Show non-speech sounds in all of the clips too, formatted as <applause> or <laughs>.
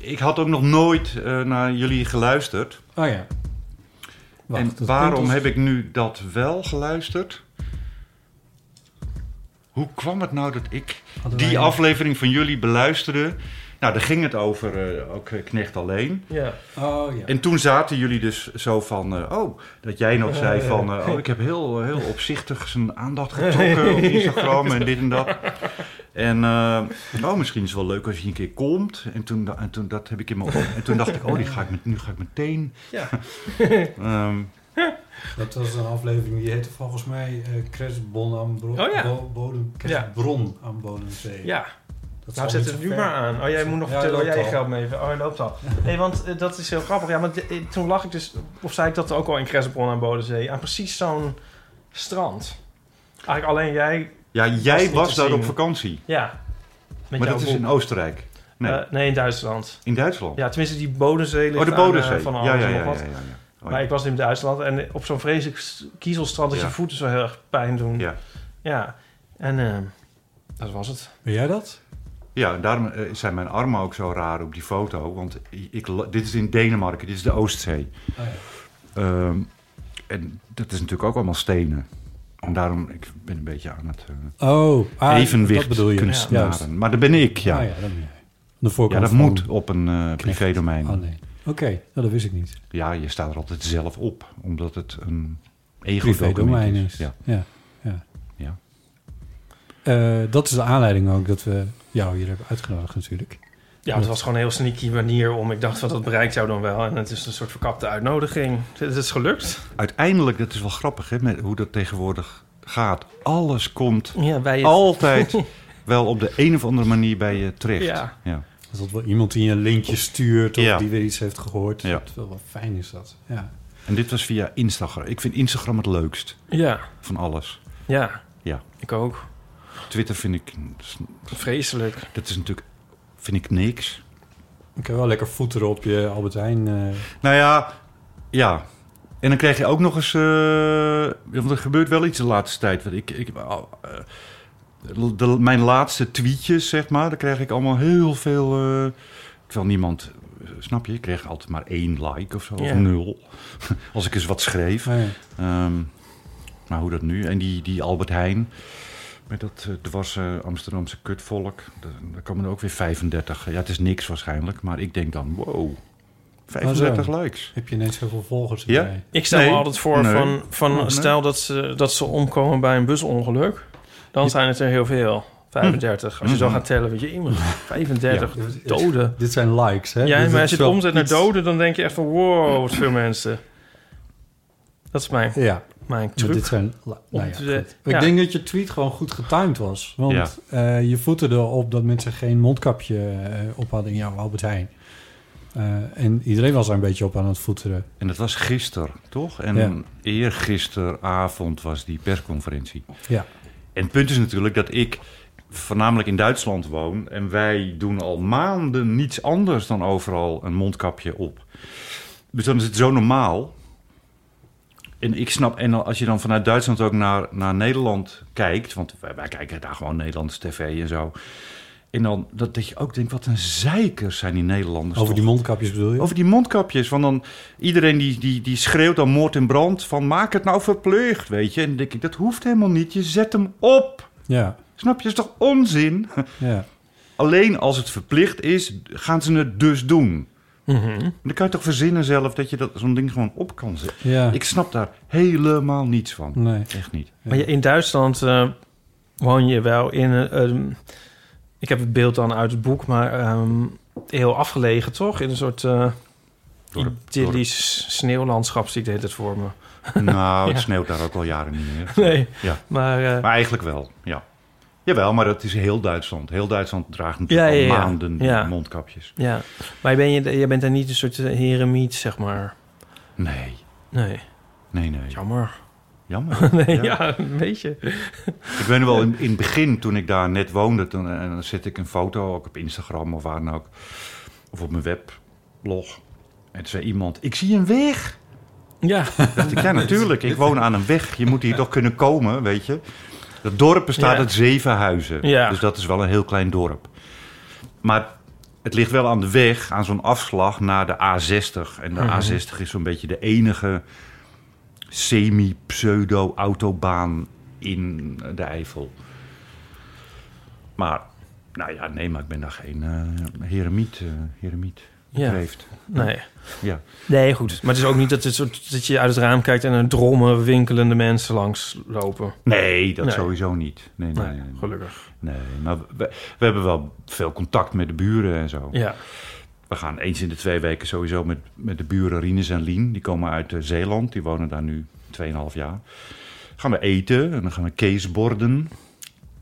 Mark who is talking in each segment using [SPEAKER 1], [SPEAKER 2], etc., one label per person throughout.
[SPEAKER 1] Ik had ook nog nooit eh, naar jullie geluisterd.
[SPEAKER 2] Oh ja. Wacht,
[SPEAKER 1] en
[SPEAKER 2] dat
[SPEAKER 1] waarom
[SPEAKER 2] punt is-
[SPEAKER 1] heb ik nu dat wel geluisterd? Hoe kwam het nou dat ik
[SPEAKER 2] Hadden
[SPEAKER 1] die
[SPEAKER 2] wij-
[SPEAKER 1] aflevering van jullie beluisterde? Nou, daar ging het over eh, ook eh, Knecht Alleen.
[SPEAKER 2] Oh ja.
[SPEAKER 1] En toen zaten jullie dus zo van, eh, oh, dat jij nog zei van, eh, oh, ik heb heel, heel opzichtig zijn aandacht getrokken
[SPEAKER 3] <laughs>
[SPEAKER 1] op Instagram en dit en dat. En, eh, oh, misschien is het wel leuk als je een keer komt. En toen, da- en toen, dat heb ik in mijn op- En toen dacht ik, oh, die ga ik met, nu ga ik meteen.
[SPEAKER 2] Ja.
[SPEAKER 1] <laughs> Ehm,
[SPEAKER 2] Dat was een aflevering die heette volgens mij eh Kresbon aan Bro-
[SPEAKER 3] Oh ja.
[SPEAKER 2] Bo- Bodem, Kresbron aan Bodemzee.
[SPEAKER 3] Ja,
[SPEAKER 2] Dat
[SPEAKER 3] nou
[SPEAKER 2] is
[SPEAKER 3] zet
[SPEAKER 2] al
[SPEAKER 3] het
[SPEAKER 2] niet
[SPEAKER 3] nu
[SPEAKER 2] zo ver.
[SPEAKER 3] maar aan. Oh, jij moet nog
[SPEAKER 2] Ja,
[SPEAKER 3] vertellen
[SPEAKER 2] loopt
[SPEAKER 3] waar jij
[SPEAKER 2] al.
[SPEAKER 3] je geld mee heeft. Oh, hij loopt al. Nee, want eh, dat is heel grappig. Ja, maar de- eh, toen lag ik dus, of zei ik dat ook al in Kressenbron aan Bodensee, aan precies zo'n strand. Eigenlijk alleen jij,
[SPEAKER 1] ja, jij
[SPEAKER 3] niet
[SPEAKER 1] was,
[SPEAKER 3] te
[SPEAKER 1] daar
[SPEAKER 3] zien.
[SPEAKER 1] op vakantie.
[SPEAKER 3] ja. Met
[SPEAKER 1] maar
[SPEAKER 3] jouw
[SPEAKER 1] dat is
[SPEAKER 3] boek.
[SPEAKER 1] in Oostenrijk. Nee,
[SPEAKER 3] Eh, nee, in Duitsland.
[SPEAKER 1] in Duitsland.
[SPEAKER 3] Ja, tenminste, die Bodensee ligt
[SPEAKER 1] oh, de
[SPEAKER 3] aan, eh,
[SPEAKER 1] Bodensee.
[SPEAKER 3] van
[SPEAKER 1] ja,
[SPEAKER 3] alles
[SPEAKER 1] ja,
[SPEAKER 3] en
[SPEAKER 1] ja, ja,
[SPEAKER 3] nog
[SPEAKER 1] ja.
[SPEAKER 3] wat.
[SPEAKER 1] ja, ja. Oh,
[SPEAKER 3] Maar
[SPEAKER 1] ja.
[SPEAKER 3] ik was in Duitsland en op zo'n vreselijk s- kiezelstrand dat
[SPEAKER 1] Ja.
[SPEAKER 3] je voeten zo heel erg pijn doen.
[SPEAKER 1] Ja.
[SPEAKER 3] Ja. En eh, dat was het.
[SPEAKER 2] Ben jij dat?
[SPEAKER 1] Ja, en daarom eh, zijn mijn armen ook zo raar op die foto. Want ik, la- dit is in Denemarken, dit is de Oostzee.
[SPEAKER 2] Oh, ja.
[SPEAKER 1] Ehm, en dat is natuurlijk ook allemaal stenen. En daarom, ik ben een beetje aan het eh,
[SPEAKER 2] oh ah,
[SPEAKER 1] evenwicht
[SPEAKER 2] dat bedoel je.
[SPEAKER 1] kunstenaren.
[SPEAKER 2] Juist.
[SPEAKER 1] maar dat ben ik, ja.
[SPEAKER 2] Ah,
[SPEAKER 1] ja.
[SPEAKER 2] ja, dat ben jij. Aan De voorkant
[SPEAKER 1] dat
[SPEAKER 2] van-
[SPEAKER 1] moet op een eh privédomein.
[SPEAKER 2] Oh nee. Oké, nou, dat wist ik niet.
[SPEAKER 1] Ja, je staat er altijd zelf op, omdat het een
[SPEAKER 2] Privé-domein
[SPEAKER 1] ego-domein is.
[SPEAKER 2] is.
[SPEAKER 1] Ja.
[SPEAKER 2] ja. ja.
[SPEAKER 1] Ja.
[SPEAKER 2] Eh, dat is de aanleiding ook dat we jou hier hebben uitgenodigd natuurlijk.
[SPEAKER 3] Ja, het was gewoon een heel sneaky manier om. Ik dacht, wat dat bereikt jou dan wel. En het is een soort verkapte uitnodiging. Het is gelukt.
[SPEAKER 1] Uiteindelijk, dat is wel grappig hè, met hoe dat tegenwoordig gaat. Alles komt
[SPEAKER 3] Ja, bij
[SPEAKER 1] Oh. altijd wel op de een of andere manier bij je terecht.
[SPEAKER 3] Ja.
[SPEAKER 1] ja.
[SPEAKER 2] Er zat wel iemand die een linkje stuurt of
[SPEAKER 1] Ja.
[SPEAKER 2] die weer iets heeft gehoord.
[SPEAKER 1] Ja.
[SPEAKER 2] Dat is wel, wel fijn is dat. Ja.
[SPEAKER 1] En dit was via Instagram. Ik vind Instagram het leukst
[SPEAKER 3] Ja,
[SPEAKER 1] van alles.
[SPEAKER 3] ja.
[SPEAKER 1] Ja.
[SPEAKER 3] Ik ook.
[SPEAKER 1] Twitter vind ik,
[SPEAKER 3] Vreselijk.
[SPEAKER 1] dat is natuurlijk, vind ik niks.
[SPEAKER 2] Ik heb wel lekker voeten op je Albert Heijn. eh,
[SPEAKER 1] Nou ja, ja. En dan krijg je ook nog eens, eh, want er gebeurt wel iets de laatste tijd. Want ik, ik, al, eh, de, mijn laatste tweetjes, zeg maar, daar krijg ik allemaal heel veel. eh, terwijl niemand, eh, snap je, ik kreeg altijd maar één like of zo,
[SPEAKER 3] Ja.
[SPEAKER 1] of nul. <laughs> Als ik eens wat schreef.
[SPEAKER 2] nou ja.
[SPEAKER 1] Ehm, maar hoe dat nu? En die, die Albert Heijn. Met dat eh dwarse Amsterdamse kutvolk. Daar daar komen er ook weer 35. Ja, het is niks waarschijnlijk. Maar ik denk dan, wow. 35 likes.
[SPEAKER 2] Heb je ineens zoveel volgers
[SPEAKER 1] Ja?
[SPEAKER 2] erbij?
[SPEAKER 3] Ik stel
[SPEAKER 1] Nee.
[SPEAKER 3] me altijd voor
[SPEAKER 1] Nee.
[SPEAKER 3] van, van
[SPEAKER 1] Nee.
[SPEAKER 3] stel dat ze, dat ze omkomen bij een busongeluk. Dan zijn het er heel veel. 35. Als je zo
[SPEAKER 1] Mhm.
[SPEAKER 3] gaat tellen, weet je, iemand 35
[SPEAKER 2] Ja. Dit-
[SPEAKER 3] doden.
[SPEAKER 2] Dit zijn likes, hè?
[SPEAKER 3] Ja,
[SPEAKER 2] Dit-
[SPEAKER 3] maar
[SPEAKER 2] dit
[SPEAKER 3] als je
[SPEAKER 2] is
[SPEAKER 3] het
[SPEAKER 2] wel
[SPEAKER 3] omzet naar
[SPEAKER 2] iets-
[SPEAKER 3] doden, dan denk je echt van wow, wat veel mensen. Dat is mijn,
[SPEAKER 2] Ja,
[SPEAKER 3] mijn
[SPEAKER 2] maar dit
[SPEAKER 3] truc.
[SPEAKER 2] zijn... li- Nou ja,
[SPEAKER 3] te-
[SPEAKER 2] goed.
[SPEAKER 3] ja.
[SPEAKER 2] Ik denk dat je tweet gewoon goed getimed was. Want
[SPEAKER 1] Ja.
[SPEAKER 2] eh, je voeten erop dat mensen geen mondkapje eh, op hadden in jouw Albert Heijn. Eh, en iedereen was daar een beetje op aan het voeteren.
[SPEAKER 1] En dat was gisteren, toch? En
[SPEAKER 2] Ja.
[SPEAKER 1] eergisteravond was die persconferentie.
[SPEAKER 2] Ja.
[SPEAKER 1] En het punt is natuurlijk dat ik voornamelijk in Duitsland woon. En wij doen al maanden niets anders dan overal een mondkapje op. Dus dan is het zo normaal. En ik snap, en als je dan vanuit Duitsland ook naar, naar Nederland kijkt. Want wij, wij kijken daar gewoon Nederlandse tv en zo. En dan dat, dat je ook denkt, wat een zeikers zijn die Nederlanders.
[SPEAKER 2] Over
[SPEAKER 1] toch?
[SPEAKER 2] die mondkapjes bedoel je?
[SPEAKER 1] Over die mondkapjes. Want dan iedereen die, die, die schreeuwt dan moord en brand. Van maak het nou verpleegd, weet je. En dan denk ik, dat hoeft helemaal niet. Je zet hem op.
[SPEAKER 2] Ja,
[SPEAKER 1] Snap je? Dat is toch onzin?
[SPEAKER 2] ja.
[SPEAKER 1] Alleen als het verplicht is, gaan ze het dus doen.
[SPEAKER 3] Mhm.
[SPEAKER 1] Dan kan je toch verzinnen zelf dat je dat, zo'n ding gewoon op kan zetten.
[SPEAKER 2] ja.
[SPEAKER 1] Ik snap daar helemaal niets van.
[SPEAKER 2] Nee.
[SPEAKER 1] Echt niet.
[SPEAKER 3] Maar je- in Duitsland eh, woon je wel in... een- een- ik heb het beeld dan uit het boek, maar ehm, heel afgelegen, toch? In een soort eh
[SPEAKER 1] Dorp,
[SPEAKER 3] idyllisch sneeuwlandschap zie ik de hele tijd voor me.
[SPEAKER 1] Nou, het
[SPEAKER 3] Ja.
[SPEAKER 1] sneeuwt daar ook al jaren niet meer.
[SPEAKER 3] <laughs> Nee,
[SPEAKER 1] Ja.
[SPEAKER 3] maar... eh,
[SPEAKER 1] Maar eigenlijk wel, ja. Jawel, maar dat is heel Duitsland. Heel Duitsland draagt natuurlijk
[SPEAKER 3] Ja, ja,
[SPEAKER 1] al
[SPEAKER 3] ja.
[SPEAKER 1] maanden
[SPEAKER 3] Ja.
[SPEAKER 1] mondkapjes.
[SPEAKER 3] ja, maar ben je, je bent daar niet een soort eh, heremiet, zeg maar.
[SPEAKER 1] Nee,
[SPEAKER 3] Nee,
[SPEAKER 1] nee, nee.
[SPEAKER 3] jammer.
[SPEAKER 1] Jammer.
[SPEAKER 3] <laughs> Nee,
[SPEAKER 1] Ja.
[SPEAKER 3] ja, een beetje.
[SPEAKER 1] Ik weet nog wel, in, in het begin, toen ik daar net woonde... Toen, eh, en dan zet ik een foto, ook op Instagram of waar dan ook... of op mijn weblog. En toen zei iemand, ik zie een weg.
[SPEAKER 3] <laughs> Ja,
[SPEAKER 1] dacht ik, ja natuurlijk, ik woon aan een weg. Je moet hier toch kunnen komen, weet je. Dat dorp bestaat
[SPEAKER 3] Ja.
[SPEAKER 1] uit zeven huizen.
[SPEAKER 3] Ja.
[SPEAKER 1] Dus dat is wel een heel klein dorp. Maar het ligt wel aan de weg, aan zo'n afslag naar de A60. En de
[SPEAKER 3] Mhm.
[SPEAKER 1] A60 is zo'n beetje de enige semi-pseudo-autobaan in de Eifel. Maar, nou ja, nee, maar ik ben daar geen eh heremiet, eh heremiet
[SPEAKER 3] Ja.
[SPEAKER 1] bedreefd.
[SPEAKER 3] nee.
[SPEAKER 1] Ja.
[SPEAKER 3] Nee, goed. Maar het is ook niet dat, het soort, dat je uit het raam kijkt en er drommen, winkelende mensen langs lopen.
[SPEAKER 1] Nee, dat
[SPEAKER 3] Nee.
[SPEAKER 1] sowieso niet. Nee, nee,
[SPEAKER 3] Nee,
[SPEAKER 1] nee, nee.
[SPEAKER 3] gelukkig.
[SPEAKER 1] Nee, maar we, we hebben wel veel contact met de buren en zo.
[SPEAKER 3] Ja.
[SPEAKER 1] We gaan eens in de twee weken sowieso met, met de buren Rines en Lien. Die komen uit eh, Zeeland. Die wonen daar nu 2,5 jaar. Gaan we eten en dan gaan we keesborden.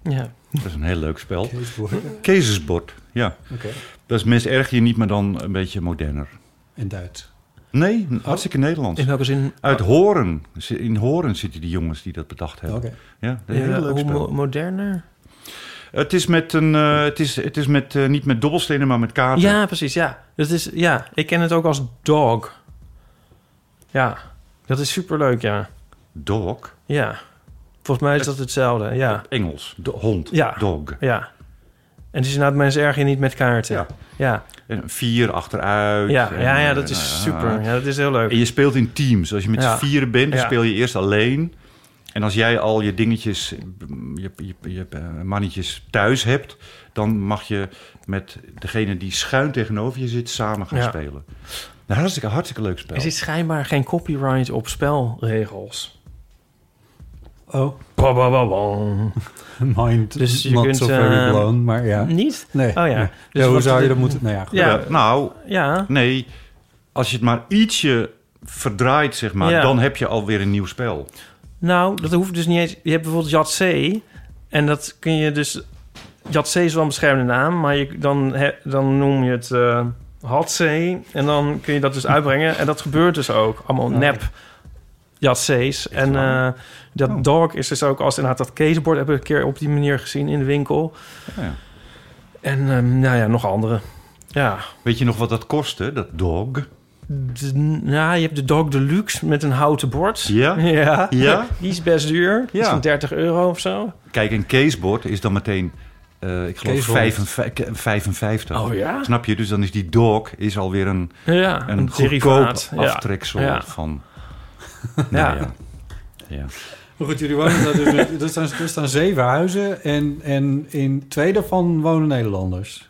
[SPEAKER 3] ja.
[SPEAKER 1] Dat is een heel leuk spel.
[SPEAKER 2] Keesborden.
[SPEAKER 1] Keesbord, ja.
[SPEAKER 2] Oké.
[SPEAKER 1] Dat is mis erg hier niet, maar dan een beetje moderner.
[SPEAKER 2] En Duits.
[SPEAKER 1] Nee, hartstikke Nederlands.
[SPEAKER 3] Oh. In welke zin?
[SPEAKER 1] Uit Horen. In Horen zitten die jongens die dat bedacht
[SPEAKER 2] Oké. <laughs>
[SPEAKER 1] hebben. Ja, dat
[SPEAKER 3] eh,
[SPEAKER 1] is een heel leuk
[SPEAKER 3] hoe
[SPEAKER 1] spel.
[SPEAKER 3] mo- moderner?
[SPEAKER 1] Het is, met een, eh, het is, het is met, eh, niet met dobbelstenen, maar met kaarten.
[SPEAKER 3] Ja, precies. Ja. Dat is, ja, ik ken het ook als dog. Ja, dat is superleuk, ja.
[SPEAKER 1] Dog.
[SPEAKER 3] Ja. Volgens mij is dat hetzelfde, ja.
[SPEAKER 1] Engels, de hond,
[SPEAKER 3] Ja.
[SPEAKER 1] dog.
[SPEAKER 3] Ja. En het is inderdaad mensen erg in niet met kaarten.
[SPEAKER 1] Ja.
[SPEAKER 3] Ja. Ja.
[SPEAKER 1] En vier achteruit.
[SPEAKER 3] Ja,
[SPEAKER 1] En,
[SPEAKER 3] ja,
[SPEAKER 1] eh,
[SPEAKER 3] dat
[SPEAKER 1] nou ja.
[SPEAKER 3] is super. Ja, dat is heel leuk.
[SPEAKER 1] En je speelt in teams. Als je met
[SPEAKER 3] Ja.
[SPEAKER 1] z'n vieren bent, dan
[SPEAKER 3] Ja.
[SPEAKER 1] speel je eerst alleen. En als jij al je dingetjes, je, je, je eh, mannetjes thuis hebt... dan mag je met degene die schuin tegenover je zit samen gaan
[SPEAKER 3] Ja.
[SPEAKER 1] spelen. Nou, hartstikke, hartstikke leuk spel.
[SPEAKER 3] Er zit schijnbaar geen copyright op spelregels.
[SPEAKER 2] Oh,
[SPEAKER 3] Ba, ba, ba, bam.
[SPEAKER 2] mind
[SPEAKER 3] Dus je
[SPEAKER 2] not
[SPEAKER 3] kunt,
[SPEAKER 2] so very
[SPEAKER 3] eh,
[SPEAKER 2] blown, maar ja.
[SPEAKER 3] Niet?
[SPEAKER 2] Nee.
[SPEAKER 3] Oh ja.
[SPEAKER 2] nee.
[SPEAKER 3] Dus
[SPEAKER 2] hoe
[SPEAKER 3] wat
[SPEAKER 2] zou je
[SPEAKER 3] de-
[SPEAKER 2] dat moeten... Nou ja, goed.
[SPEAKER 3] Ja.
[SPEAKER 1] Ja, nou,
[SPEAKER 3] Ja.
[SPEAKER 1] nee. Als je het maar ietsje verdraait, zeg maar...
[SPEAKER 3] Ja.
[SPEAKER 1] dan heb je alweer een nieuw spel.
[SPEAKER 3] Nou, dat hoeft dus niet eens. Je hebt bijvoorbeeld Yahtzee. En dat kun je dus... Yahtzee is wel een beschermde naam, maar je, dan, he- dan noem je het eh Hatzee. En dan kun je dat dus uitbrengen. En dat gebeurt dus ook. Allemaal nep Yahtzees. En
[SPEAKER 1] Oh, waar?
[SPEAKER 3] eh, dat
[SPEAKER 1] Oh.
[SPEAKER 3] dog is dus ook als inderdaad dat caseboard heb ik een keer op die manier gezien in de winkel.
[SPEAKER 1] Ja.
[SPEAKER 3] En ehm, nou ja, nog andere. Ja.
[SPEAKER 1] Weet je nog wat dat kostte, dat dog?
[SPEAKER 3] De, ja, je hebt de Dog Deluxe met een houten bord.
[SPEAKER 1] Ja?
[SPEAKER 3] <laughs> Ja.
[SPEAKER 1] Ja?
[SPEAKER 3] Die is best duur. Die is
[SPEAKER 1] Ja.
[SPEAKER 3] van 30 euro of zo.
[SPEAKER 1] Kijk, een caseboard is dan meteen, eh, ik geloof,
[SPEAKER 2] Caseboard.
[SPEAKER 1] 55, 55.
[SPEAKER 3] Oh ja?
[SPEAKER 1] Snap je? Dus dan is die dog is alweer een,
[SPEAKER 3] Ja,
[SPEAKER 1] een, goedkoop
[SPEAKER 3] derivaat. Ja.
[SPEAKER 1] aftreksel
[SPEAKER 3] Ja. <laughs>
[SPEAKER 1] van...
[SPEAKER 3] Ja.
[SPEAKER 1] Nou ja. Ja.
[SPEAKER 2] Maar goed, jullie wonen daar dus... met- Er staan, er staan zeven huizen en, en in twee daarvan wonen Nederlanders.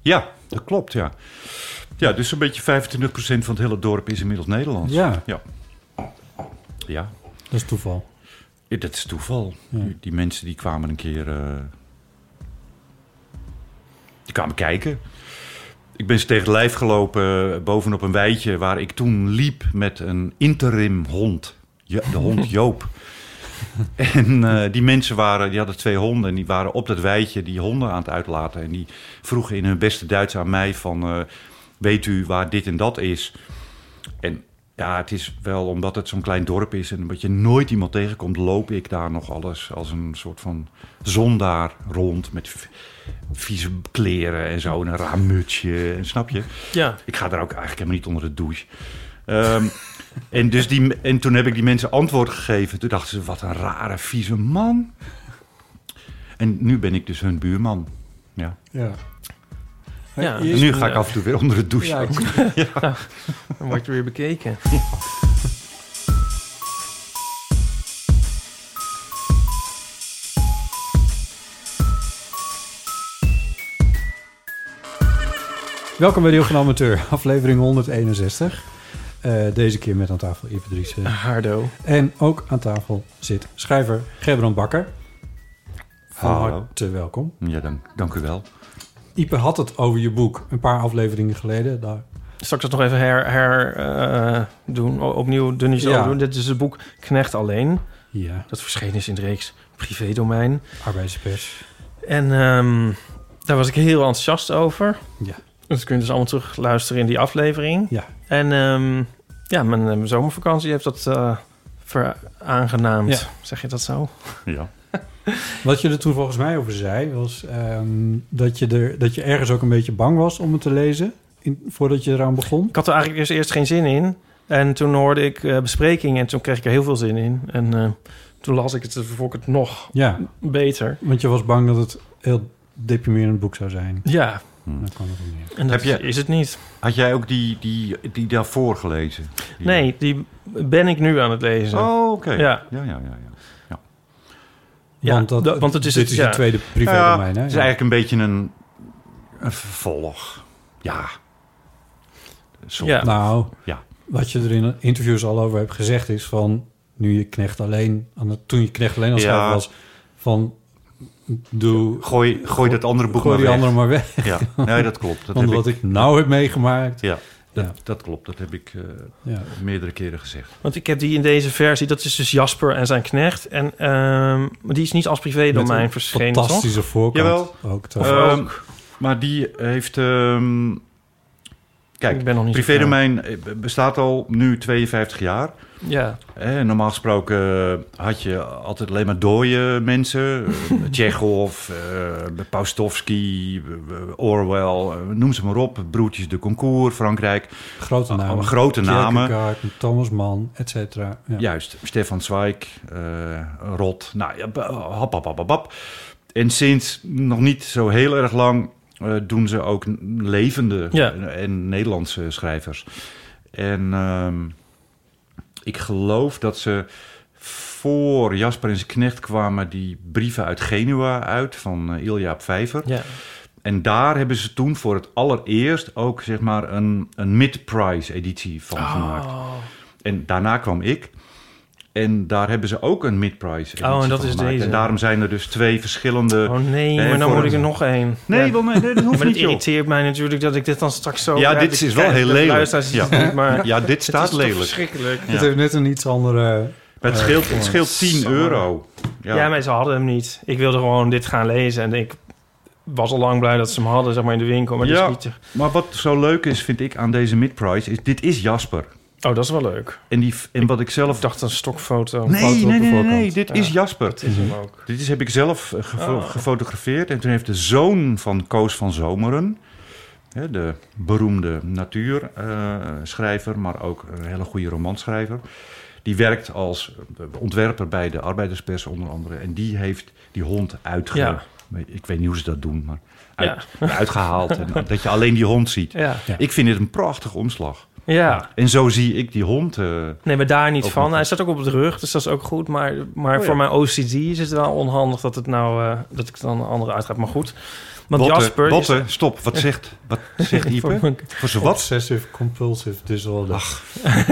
[SPEAKER 1] ja, dat klopt, ja. Ja, dus een beetje 25% van het hele dorp is inmiddels Nederlands.
[SPEAKER 2] Ja.
[SPEAKER 1] Ja. Ja.
[SPEAKER 2] Dat is toeval.
[SPEAKER 1] Ja, Dat is toeval.
[SPEAKER 2] Ja.
[SPEAKER 1] Die mensen die kwamen een keer... eh, die kwamen kijken. Ik ben ze tegen het lijf gelopen eh, bovenop een weidje... waar ik toen liep met een interim hond. Ja, de hond Joop. en eh, die mensen waren, die hadden twee honden... en die waren op dat weidje die honden aan het uitlaten. En die vroegen in hun beste Duits aan mij van... eh, weet u waar dit en dat is? En ja, het is wel omdat het zo'n klein dorp is en omdat je nooit iemand tegenkomt, loop ik daar nog alles als een soort van zondaar rond met v- vieze kleren en zo, en een raar mutsje, en snap je?
[SPEAKER 3] Ja.
[SPEAKER 1] Ik ga daar ook eigenlijk helemaal niet onder de douche. Ehm, <laughs> en, dus die, en toen heb ik die mensen antwoord gegeven. Toen dachten ze, wat een rare, vieze man. En nu ben ik dus hun buurman. Ja.
[SPEAKER 2] Ja.
[SPEAKER 3] Ja.
[SPEAKER 1] En
[SPEAKER 2] Eerst- eh,
[SPEAKER 1] nu ga ik af en toe weer onder de douche.
[SPEAKER 2] nou? Ja,
[SPEAKER 1] ook.
[SPEAKER 2] ik-
[SPEAKER 3] Dan word je weer bekeken.
[SPEAKER 2] Welkom bij Deel van de Amateur, aflevering 161. Eh, deze keer met aan tafel Ipe Driessen.
[SPEAKER 3] Hardo.
[SPEAKER 2] En ook aan tafel zit schrijver Gerbrand Bakker. Van
[SPEAKER 1] Hallo.
[SPEAKER 2] harte welkom.
[SPEAKER 1] Ja, dank, dank u wel.
[SPEAKER 2] Ipe had het over je boek een paar afleveringen geleden. Daar.
[SPEAKER 3] Straks dat nog even her, her eh, doen. O- opnieuw dunne zo
[SPEAKER 2] Ja.
[SPEAKER 3] doen. Dit is het boek Knecht Alleen.
[SPEAKER 2] Ja,
[SPEAKER 3] Dat verschenen is in de reeks Privédomein.
[SPEAKER 2] arbeidspers.
[SPEAKER 3] En ehm, daar was ik heel enthousiast over.
[SPEAKER 2] Ja.
[SPEAKER 3] Dat kun je dus allemaal terugluisteren in die aflevering.
[SPEAKER 2] Ja.
[SPEAKER 3] En ehm, ja, mijn, eh, mijn zomervakantie heeft dat eh veraangenaamd.
[SPEAKER 2] Ja.
[SPEAKER 3] Zeg je dat zo?
[SPEAKER 1] Ja.
[SPEAKER 2] Wat je er toen volgens mij over zei, was ehm, dat, je er, dat je ergens ook een beetje bang was om het te lezen. In, voordat je eraan begon.
[SPEAKER 3] Ik had er eigenlijk eerst, eerst geen zin in. En toen hoorde ik eh besprekingen en toen kreeg ik er heel veel zin in. En eh, toen las ik het, toen vond ik het nog
[SPEAKER 2] Ja,
[SPEAKER 3] beter.
[SPEAKER 2] want je was bang dat het heel deprimerend boek zou zijn.
[SPEAKER 3] Ja,
[SPEAKER 2] Daar kwam het op neer.
[SPEAKER 3] en dat
[SPEAKER 1] Heb je-
[SPEAKER 3] is het niet.
[SPEAKER 1] Had jij ook die, die, die daarvoor gelezen? Die-
[SPEAKER 3] Nee, die ben ik nu aan het lezen.
[SPEAKER 1] Oh, oké.
[SPEAKER 3] Ja.
[SPEAKER 1] Ja, ja, ja. ja.
[SPEAKER 3] Ja,
[SPEAKER 2] want, dat,
[SPEAKER 3] dat- want het is
[SPEAKER 2] dit
[SPEAKER 3] het-
[SPEAKER 2] is
[SPEAKER 3] ja.
[SPEAKER 2] de tweede
[SPEAKER 1] Ja,
[SPEAKER 2] privédomein. hè?
[SPEAKER 1] het is eigenlijk een beetje een, een vervolg. Ja. Sorry.
[SPEAKER 3] Ja.
[SPEAKER 2] Nou,
[SPEAKER 1] Ja.
[SPEAKER 2] wat je er in interviews al over hebt gezegd is van... nu je knecht alleen, aan het- toen je knecht alleen al
[SPEAKER 1] Ja.
[SPEAKER 2] schrijver was... van doe,
[SPEAKER 1] Gooi, gooi dat andere boek
[SPEAKER 2] gooi
[SPEAKER 1] maar
[SPEAKER 2] die
[SPEAKER 1] weg.
[SPEAKER 2] andere maar weg.
[SPEAKER 1] Ja. Nee, dat klopt. Dat
[SPEAKER 2] <laughs> Want
[SPEAKER 1] heb
[SPEAKER 2] wat
[SPEAKER 1] ik,
[SPEAKER 2] ik nou heb meegemaakt...
[SPEAKER 1] Ja, dat,
[SPEAKER 2] Ja.
[SPEAKER 1] dat klopt. Dat heb ik eh,
[SPEAKER 2] Ja.
[SPEAKER 1] meerdere keren gezegd.
[SPEAKER 3] Want ik heb die in deze versie, dat is dus Jasper en zijn knecht. En ehm, die is niet als
[SPEAKER 2] Met
[SPEAKER 3] privédomein
[SPEAKER 2] een
[SPEAKER 3] verschenen, toch?
[SPEAKER 2] Fantastische voorkant.
[SPEAKER 1] Jawel.
[SPEAKER 2] Ook
[SPEAKER 3] Of
[SPEAKER 2] trouwens.
[SPEAKER 1] Ehm, maar die heeft... ehm, kijk,
[SPEAKER 3] ik ben nog niet zo
[SPEAKER 1] privédomein eh, b- bestaat al nu 52 jaar.
[SPEAKER 3] ver. Ja,
[SPEAKER 1] Eh, normaal gesproken eh, had je altijd alleen maar dode mensen. Eh, Tsjechov, eh Paustovsky, eh, Orwell, eh, noem ze maar op. Broertjes de Concours, Frankrijk.
[SPEAKER 2] grote namen.
[SPEAKER 1] allemaal grote namen.
[SPEAKER 2] Kierkegaard, Thomas Mann, et cetera. Ja.
[SPEAKER 1] Juist, Stefan Zweig, eh, Rot. Nou, ja, b- hap, hap, hap, hap, hap. En sinds nog niet zo heel erg lang eh, doen ze ook n- levende
[SPEAKER 3] Ja.
[SPEAKER 1] en, en Nederlandse schrijvers. En ehm, ik geloof dat ze voor Jasper en zijn knecht kwamen die brieven uit Genua uit van eh, Ilja Vijver.
[SPEAKER 3] ja.
[SPEAKER 1] En daar hebben ze toen voor het allereerst ook zeg maar een, een mid-price editie van gemaakt.
[SPEAKER 3] Oh.
[SPEAKER 1] En daarna kwam ik. En daar hebben ze ook een mid-price editie
[SPEAKER 3] Oh, en dat
[SPEAKER 1] van
[SPEAKER 3] is
[SPEAKER 1] gemaakt.
[SPEAKER 3] deze.
[SPEAKER 1] En daarom zijn er dus twee verschillende...
[SPEAKER 3] Oh
[SPEAKER 1] Nee,
[SPEAKER 3] nee, maar dan
[SPEAKER 1] voor
[SPEAKER 3] moet ik
[SPEAKER 1] een-
[SPEAKER 3] er nog één.
[SPEAKER 1] Nee,
[SPEAKER 3] Ja.
[SPEAKER 1] wel, nee,
[SPEAKER 3] <laughs>
[SPEAKER 1] nee, dat hoeft
[SPEAKER 3] maar het
[SPEAKER 1] niet, joh.
[SPEAKER 3] irriteert mij natuurlijk dat ik dit dan straks zo...
[SPEAKER 1] Ja, dit
[SPEAKER 3] ik
[SPEAKER 1] is wel
[SPEAKER 3] kijk,
[SPEAKER 1] heel
[SPEAKER 3] de
[SPEAKER 1] lelijk.
[SPEAKER 3] luisteraars zien het
[SPEAKER 1] Ja. <laughs>
[SPEAKER 3] niet, maar
[SPEAKER 1] Ja, dit
[SPEAKER 3] het is
[SPEAKER 1] staat
[SPEAKER 3] toch
[SPEAKER 1] lelijk.
[SPEAKER 3] verschrikkelijk. Oh,
[SPEAKER 1] Ja.
[SPEAKER 2] Het heeft net een iets andere...
[SPEAKER 1] Maar het
[SPEAKER 2] Eh,
[SPEAKER 1] scheelt, het scheelt 10 euro.
[SPEAKER 3] Ja.
[SPEAKER 1] Ja,
[SPEAKER 3] maar ze hadden hem niet. Ik wilde gewoon dit gaan lezen en ik was al lang blij dat ze hem hadden, zeg maar, in de winkel. Maar
[SPEAKER 1] Ja.
[SPEAKER 3] dit is niet...
[SPEAKER 1] maar wat zo leuk is, vind ik, aan deze mid-price... is dit is Jasper.
[SPEAKER 3] te- Oh, dat is wel leuk.
[SPEAKER 1] En, die, en wat ik zelf...
[SPEAKER 3] Ik dacht een stokfoto.
[SPEAKER 1] nee,
[SPEAKER 3] foto
[SPEAKER 1] nee,
[SPEAKER 3] op
[SPEAKER 1] nee,
[SPEAKER 3] de
[SPEAKER 1] nee,
[SPEAKER 3] voorkant.
[SPEAKER 1] nee, dit
[SPEAKER 3] Ja,
[SPEAKER 1] is Jasper.
[SPEAKER 3] Dat is hem ook.
[SPEAKER 1] Dit is, heb ik zelf eh, gefo-
[SPEAKER 3] Oh.
[SPEAKER 1] gefotografeerd. En toen heeft de zoon van Koos van Zomeren, hè, de beroemde natuurschrijver, maar ook een hele goede romanschrijver. Die werkt als eh, ontwerper bij de arbeiderspers onder andere. En die heeft die hond uitgehaald. Ik weet niet hoe ze dat doen, maar uit-
[SPEAKER 3] <laughs>
[SPEAKER 1] uitgehaald. En dat je alleen die hond ziet.
[SPEAKER 3] Ja.
[SPEAKER 1] Ik vind dit een prachtige omslag.
[SPEAKER 3] ja.
[SPEAKER 1] En zo zie ik die hond. eh,
[SPEAKER 3] Nee, maar daar niet
[SPEAKER 1] Ook
[SPEAKER 3] van.
[SPEAKER 1] nog.
[SPEAKER 3] Hij staat ook op de rug, dus dat is ook goed. Maar, maar
[SPEAKER 1] Oh ja.
[SPEAKER 3] voor mijn OCD is het wel onhandig dat, het nou, eh, dat ik dan een andere uitgaat. Maar goed. Want
[SPEAKER 1] Botte,
[SPEAKER 3] Jasper... <laughs>
[SPEAKER 1] Botte, stop. Wat zegt, wat zegt
[SPEAKER 3] is,
[SPEAKER 1] Ipe? Voor z'n wat?
[SPEAKER 2] Obsessive compulsive disorder. <laughs>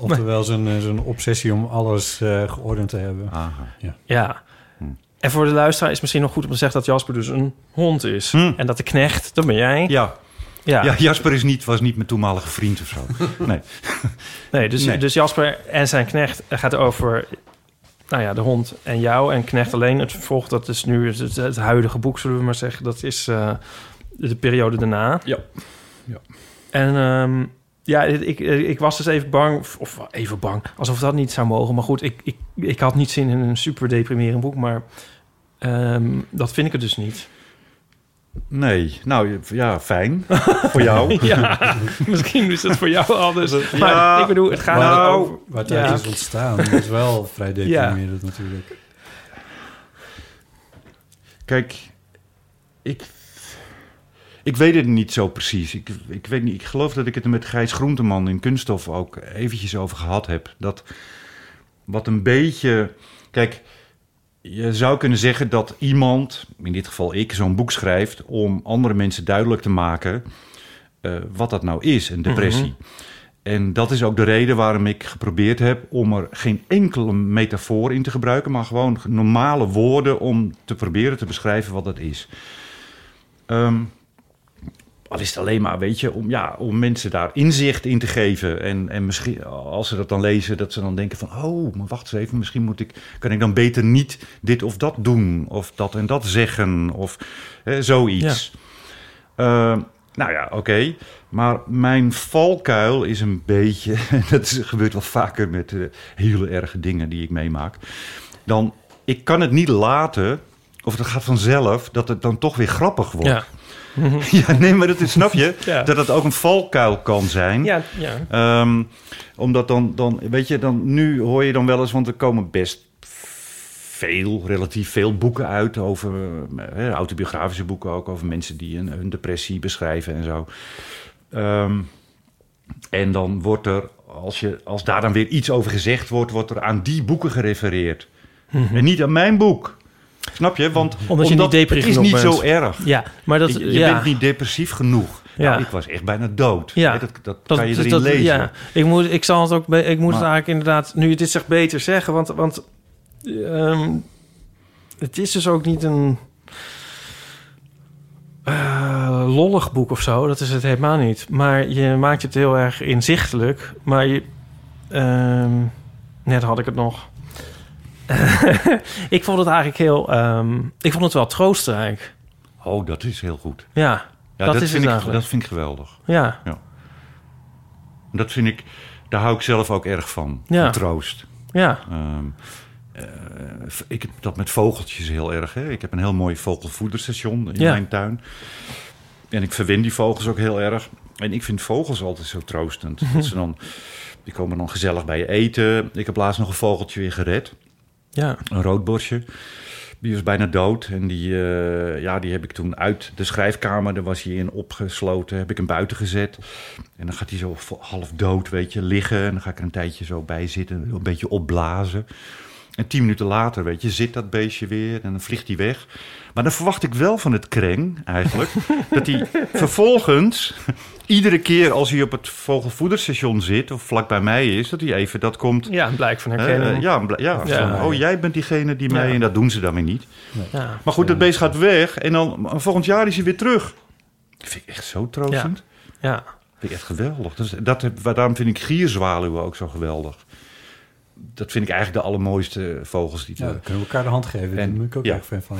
[SPEAKER 2] Oftewel zo'n eh, zo'n obsessie om alles eh, geordend te hebben.
[SPEAKER 1] Aha.
[SPEAKER 3] <laughs> ja.
[SPEAKER 1] Hm.
[SPEAKER 3] En voor de luisteraar is het misschien nog goed om te zeggen dat Jasper dus een hond is.
[SPEAKER 1] Hm.
[SPEAKER 3] En dat de knecht, dat ben jij.
[SPEAKER 1] Ja,
[SPEAKER 3] Ja.
[SPEAKER 1] Ja, Jasper is niet, was niet mijn toenmalige vriend of
[SPEAKER 3] <laughs>
[SPEAKER 1] zo. Nee.
[SPEAKER 3] Nee, dus,
[SPEAKER 1] Nee.
[SPEAKER 3] dus Jasper en zijn knecht eh, gaat over nou ja, de hond en jou en knecht alleen. Het vervolg, dat is nu het, het- het huidige boek, zullen we maar zeggen. Dat is eh, de periode daarna.
[SPEAKER 1] Ja. Ja.
[SPEAKER 3] En ehm, ja, ik, ik, ik was dus even bang, of- of even bang, alsof dat niet zou mogen. Maar goed, ik, ik, ik had niet zin in een super deprimerend boek, maar ehm, dat vind ik het dus niet.
[SPEAKER 1] Nee, nou je- ja,
[SPEAKER 3] <laughs>
[SPEAKER 1] fijn. Voor jou.
[SPEAKER 3] ja, misschien is het voor <laughs> jou anders.
[SPEAKER 1] Ja.
[SPEAKER 3] Maar ik bedoel, het gaat
[SPEAKER 2] Maar-
[SPEAKER 3] nou, over...
[SPEAKER 2] Waar het uit
[SPEAKER 3] Ja.
[SPEAKER 2] is ontstaan is
[SPEAKER 1] <laughs>
[SPEAKER 2] wel vrij deprimerend natuurlijk.
[SPEAKER 1] Kijk, ik, ik weet het niet zo precies. Ik, ik, weet niet, ik geloof dat ik het er met Gijs Groenteman in Kunststof ook eventjes over gehad heb. Dat wat een beetje... Kijk, je zou kunnen zeggen dat iemand, in dit geval ik, zo'n boek schrijft... om andere mensen duidelijk te maken eh, wat dat nou is,
[SPEAKER 3] Mhm.
[SPEAKER 1] een depressie. En dat is ook de reden waarom ik geprobeerd heb om er geen enkele metafoor in te gebruiken, maar gewoon normale woorden om te proberen te beschrijven wat dat is. Ehm, Maar is het alleen maar, weet je, om, ja, om mensen daar inzicht in te geven. En, en misschien, als ze dat dan lezen, dat ze dan denken van... oh, maar wacht eens even, misschien moet ik, kan ik dan beter niet dit of dat doen. Of dat en dat zeggen, of hè, zoiets. Eh, nou ja, oké. Maar mijn valkuil is een beetje... <laughs> dat is, gebeurt wel vaker met eh, hele erge dingen die ik meemaak. Dan, ik kan het niet laten, of het gaat vanzelf... dat het dan toch weer grappig wordt.
[SPEAKER 3] Ja.
[SPEAKER 1] <laughs> Ja, nee, maar dat is, snap je?
[SPEAKER 3] <laughs> Ja.
[SPEAKER 1] Dat dat ook een valkuil kan zijn.
[SPEAKER 3] Ja, ja.
[SPEAKER 1] Ehm, omdat dan, dan, weet je, dan, nu hoor je dan wel eens, want er komen best veel, relatief veel boeken uit over, eh, autobiografische boeken ook, over mensen die hun, hun depressie beschrijven en zo. Ehm, en dan wordt er, als, je, als daar dan weer iets over gezegd wordt, wordt er aan die boeken gerefereerd. En niet aan mijn boek. Snap je? Want
[SPEAKER 3] Mhm. Omdat je niet depressief
[SPEAKER 1] het is
[SPEAKER 3] genoeg
[SPEAKER 1] niet
[SPEAKER 3] bent.
[SPEAKER 1] zo erg.
[SPEAKER 3] ja, maar dat...
[SPEAKER 1] Je, je
[SPEAKER 3] ja.
[SPEAKER 1] bent niet depressief genoeg.
[SPEAKER 3] Ja.
[SPEAKER 1] Nou, ik was echt bijna dood.
[SPEAKER 3] Ja.
[SPEAKER 1] Hè, Dat, dat, kan je erin
[SPEAKER 3] dat-
[SPEAKER 1] lezen.
[SPEAKER 3] Ja, ik moet, ik zal het ook, be- ik moet
[SPEAKER 1] Maar-
[SPEAKER 3] het eigenlijk inderdaad, nu je dit zegt, beter zeggen. Want, want ehm, het is dus ook niet een eh, lollig boek of zo. Dat is het helemaal niet. Maar je maakt het heel erg inzichtelijk. Maar je, ehm, net had ik het nog. <laughs> ik vond het eigenlijk heel, ehm, ik vond het wel troostrijk.
[SPEAKER 1] Oh, dat is heel goed.
[SPEAKER 3] Ja,
[SPEAKER 1] Ja,
[SPEAKER 3] dat,
[SPEAKER 1] dat,
[SPEAKER 3] is
[SPEAKER 1] vind
[SPEAKER 3] het
[SPEAKER 1] ik,
[SPEAKER 3] eigenlijk.
[SPEAKER 1] dat vind ik geweldig.
[SPEAKER 3] Ja,
[SPEAKER 1] Dat vind ik, daar hou ik zelf ook erg van.
[SPEAKER 3] Ja.
[SPEAKER 1] Van Troost.
[SPEAKER 3] ja.
[SPEAKER 1] Ehm, eh, ik heb dat met vogeltjes heel erg. Hè. Ik heb een heel mooi vogelvoederstation in
[SPEAKER 3] Ja.
[SPEAKER 1] mijn tuin. En ik verwin die vogels ook heel erg. En ik vind vogels altijd zo troostend. Dat
[SPEAKER 3] <laughs>
[SPEAKER 1] ze dan, die komen dan gezellig bij je eten. Ik heb laatst nog een vogeltje weer gered.
[SPEAKER 3] ja.
[SPEAKER 1] een roodborstje. Die was bijna dood en die, eh, ja, die heb ik toen uit de schrijfkamer, daar was hij in opgesloten, heb ik hem buiten gezet. En dan gaat hij zo vo- half dood, weet je, liggen. En dan ga ik er een tijdje zo bij zitten, een beetje opblazen. En tien minuten later, weet je, zit dat beestje weer en dan vliegt hij weg. Maar dan verwacht ik wel van het kreng eigenlijk, dat hij vervolgens iedere keer als hij op het vogelvoederstation zit of vlak bij mij is, dat hij even dat komt
[SPEAKER 3] Ja, een blijk van herkenning.
[SPEAKER 1] eh, eh, ja, bla- ja,
[SPEAKER 3] Ja.
[SPEAKER 1] van, oh jij bent diegene die mij...
[SPEAKER 3] Ja.
[SPEAKER 1] En dat doen ze dan weer niet.
[SPEAKER 3] ja.
[SPEAKER 1] Maar goed, dat beest gaat weg en dan maar volgend jaar is hij weer terug. Dat vind ik echt zo troostend.
[SPEAKER 3] ja.
[SPEAKER 1] Dat vind ik echt geweldig. Dus dat, heb- waar- daarom vind ik gierzwaluwen ook zo geweldig. Dat vind ik eigenlijk de allermooiste vogels die
[SPEAKER 2] Ja,
[SPEAKER 1] er...
[SPEAKER 2] dan kunnen we elkaar de hand geven.
[SPEAKER 1] En-
[SPEAKER 2] Daar ben ik ook
[SPEAKER 1] ja.
[SPEAKER 2] erg fan van.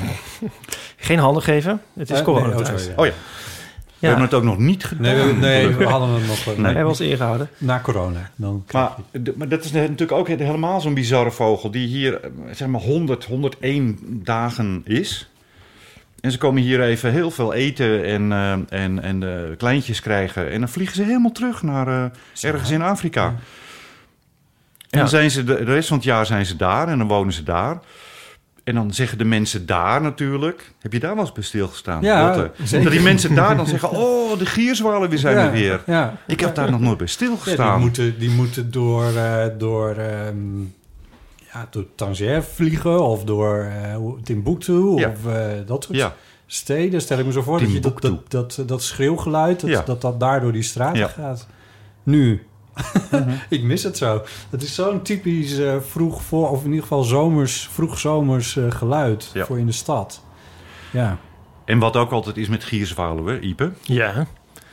[SPEAKER 3] Geen handen geven. Het is
[SPEAKER 2] Eh,
[SPEAKER 3] corona.
[SPEAKER 2] nee, oh,
[SPEAKER 3] thuis.
[SPEAKER 2] sorry, ja.
[SPEAKER 1] Oh ja, we
[SPEAKER 3] ja.
[SPEAKER 1] hebben het ook nog niet gedaan.
[SPEAKER 2] Nee, we, nee, we hadden hem nog eh,
[SPEAKER 1] Nee.
[SPEAKER 3] Hij was ingehouden.
[SPEAKER 2] na corona. Dan
[SPEAKER 1] Maar, d- maar dat is natuurlijk ook helemaal zo'n bizarre vogel die hier eh, zeg maar 100, 101 dagen is. En ze komen hier even heel veel eten en, eh, en, en eh, kleintjes krijgen. En dan vliegen ze helemaal terug naar eh, ergens in Afrika. En
[SPEAKER 3] Ja.
[SPEAKER 1] dan zijn ze de, de rest van het jaar zijn ze daar en dan wonen ze daar. En dan zeggen de mensen daar natuurlijk... Heb je daar wel eens bij stilgestaan?
[SPEAKER 2] Ja,
[SPEAKER 1] Lotte?
[SPEAKER 2] zeker.
[SPEAKER 1] Dat die mensen daar dan zeggen... Oh, de gierzwalen zijn
[SPEAKER 2] ja,
[SPEAKER 1] er weer.
[SPEAKER 2] Ja.
[SPEAKER 1] Ik heb daar nog nooit bij
[SPEAKER 2] Ja,
[SPEAKER 1] stilgestaan.
[SPEAKER 2] die, moeten, die moeten door, eh, door, ehm, ja, door Tangier vliegen of door eh, hoe- Timbuktu
[SPEAKER 1] Ja.
[SPEAKER 2] of eh, dat soort
[SPEAKER 1] Ja.
[SPEAKER 2] steden. Stel ik me zo voor dat, je dat, dat,
[SPEAKER 1] Timbuktu.
[SPEAKER 2] dat, eh, dat schreeuwgeluid, dat,
[SPEAKER 1] Ja.
[SPEAKER 2] dat dat daar door die straat
[SPEAKER 1] Ja.
[SPEAKER 2] gaat. Nu. <laughs> ik mis het zo. Het is zo'n typisch eh, vroeg voor, of in ieder geval zomers, vroeg zomers eh, geluid
[SPEAKER 1] Ja.
[SPEAKER 2] voor in de stad. Ja.
[SPEAKER 1] En wat ook altijd is met gierzwaluwen, Ipe.
[SPEAKER 3] Ja.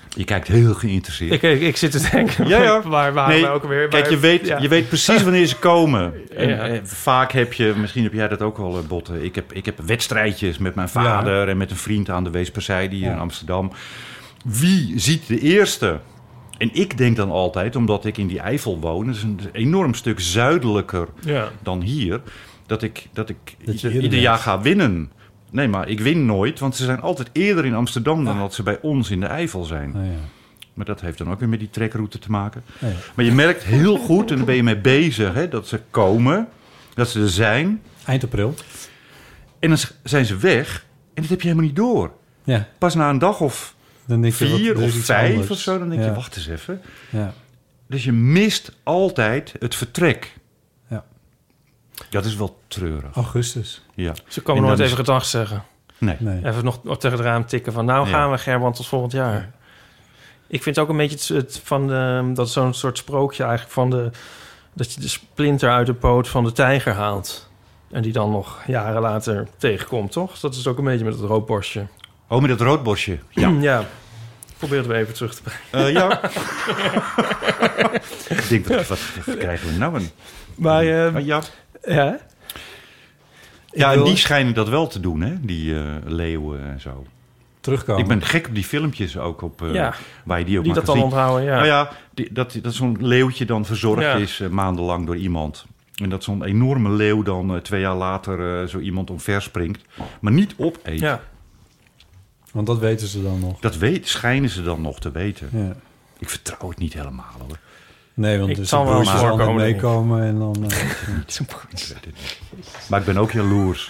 [SPEAKER 1] Je kijkt heel geïnteresseerd.
[SPEAKER 3] Ik, ik, ik zit te denken.
[SPEAKER 1] Ja, ja.
[SPEAKER 3] <laughs> Waar waren
[SPEAKER 1] Nee,
[SPEAKER 3] we ook weer?
[SPEAKER 1] Kijk,
[SPEAKER 3] Waar-
[SPEAKER 1] je weet,
[SPEAKER 3] ja.
[SPEAKER 1] je weet precies wanneer ze
[SPEAKER 3] <laughs>
[SPEAKER 1] komen. En,
[SPEAKER 3] Ja.
[SPEAKER 1] eh, vaak heb je, misschien heb jij dat ook wel, eh, Botte. Ik heb, ik heb wedstrijdjes met mijn vader en met een vriend aan de Weesperzijde hier
[SPEAKER 2] Ja.
[SPEAKER 1] in Amsterdam. Wie ziet de eerste? En ik denk dan altijd, omdat ik in die Eifel woon, dat is een enorm stuk zuidelijker
[SPEAKER 3] Ja.
[SPEAKER 1] dan hier, dat ik, dat ik
[SPEAKER 2] je
[SPEAKER 1] ieder,
[SPEAKER 2] eerder
[SPEAKER 1] ieder
[SPEAKER 2] bent.
[SPEAKER 1] jaar ga winnen. Nee, maar ik win nooit, want ze zijn altijd eerder in Amsterdam dan dat ze bij ons in de Eifel zijn.
[SPEAKER 2] Nou ja.
[SPEAKER 1] Maar dat heeft dan ook weer met die trekroute te maken.
[SPEAKER 2] Ja.
[SPEAKER 1] Maar je merkt heel goed, en daar ben je mee bezig, hè, dat ze komen, dat ze er zijn.
[SPEAKER 2] Eind april.
[SPEAKER 1] En dan zijn ze weg. En dat heb je helemaal niet door.
[SPEAKER 2] Ja.
[SPEAKER 1] Pas na een dag of
[SPEAKER 2] Dan denk je, wat-
[SPEAKER 1] vier
[SPEAKER 2] er is
[SPEAKER 1] of
[SPEAKER 2] iets
[SPEAKER 1] vijf
[SPEAKER 2] anders.
[SPEAKER 1] of zo, dan denk
[SPEAKER 2] Ja.
[SPEAKER 1] je, wacht eens even.
[SPEAKER 2] Ja.
[SPEAKER 1] Dus je mist altijd het vertrek.
[SPEAKER 2] Ja.
[SPEAKER 1] Dat is wel treurig.
[SPEAKER 2] Augustus.
[SPEAKER 1] Ja.
[SPEAKER 3] Ze
[SPEAKER 1] En
[SPEAKER 3] komen nooit
[SPEAKER 1] dan
[SPEAKER 3] even
[SPEAKER 1] is-
[SPEAKER 3] gedag zeggen.
[SPEAKER 1] Nee.
[SPEAKER 2] Nee.
[SPEAKER 3] Even nog nog tegen het raam tikken van... nou
[SPEAKER 1] Ja.
[SPEAKER 3] gaan we Gerbrand tot volgend jaar. Ik vind het ook een beetje het, het van de, dat is zo'n soort sprookje eigenlijk van de... dat je de splinter uit de poot van de tijger haalt. En die dan nog jaren later tegenkomt, toch? Dat is ook een beetje met het roodborstje.
[SPEAKER 1] Oh, met dat roodborstje. Ja.
[SPEAKER 3] ja. Probeer het weer even terug te brengen.
[SPEAKER 1] Eh,
[SPEAKER 3] <laughs>
[SPEAKER 1] ja. ik denk, wat, wat, wat krijgen we nou? Een,
[SPEAKER 3] Maar eh,
[SPEAKER 1] Ah, ja,
[SPEAKER 3] ja,
[SPEAKER 1] ja en
[SPEAKER 2] Ik wil
[SPEAKER 1] die schijnen dat wel te doen, hè? Die eh, leeuwen en zo.
[SPEAKER 2] terugkomen.
[SPEAKER 1] Ik ben gek op die filmpjes ook, op, eh,
[SPEAKER 3] Ja.
[SPEAKER 1] waar je die ook
[SPEAKER 3] die
[SPEAKER 1] maar
[SPEAKER 3] dat
[SPEAKER 1] kan
[SPEAKER 3] dan
[SPEAKER 1] zien.
[SPEAKER 3] onthouden. Ja.
[SPEAKER 1] Nou ja, die, dat, dat zo'n leeuwtje dan verzorgd
[SPEAKER 3] Ja.
[SPEAKER 1] is eh, maandenlang door iemand. En dat zo'n enorme leeuw dan eh, twee jaar later eh, zo iemand omver springt. Maar niet opeet.
[SPEAKER 3] Ja.
[SPEAKER 2] Want dat weten ze dan nog.
[SPEAKER 1] Dat weet, schijnen ze dan nog te weten.
[SPEAKER 2] Ja.
[SPEAKER 1] Ik vertrouw het niet helemaal hoor.
[SPEAKER 2] Nee, want
[SPEAKER 3] Ik
[SPEAKER 2] dus
[SPEAKER 3] zal
[SPEAKER 2] de
[SPEAKER 3] wel
[SPEAKER 2] broers
[SPEAKER 3] maar
[SPEAKER 2] zal niet
[SPEAKER 3] voorkomen, denk ik.
[SPEAKER 2] meekomen en dan... eh,
[SPEAKER 1] Ik weet het niet. Maar ik ben ook jaloers.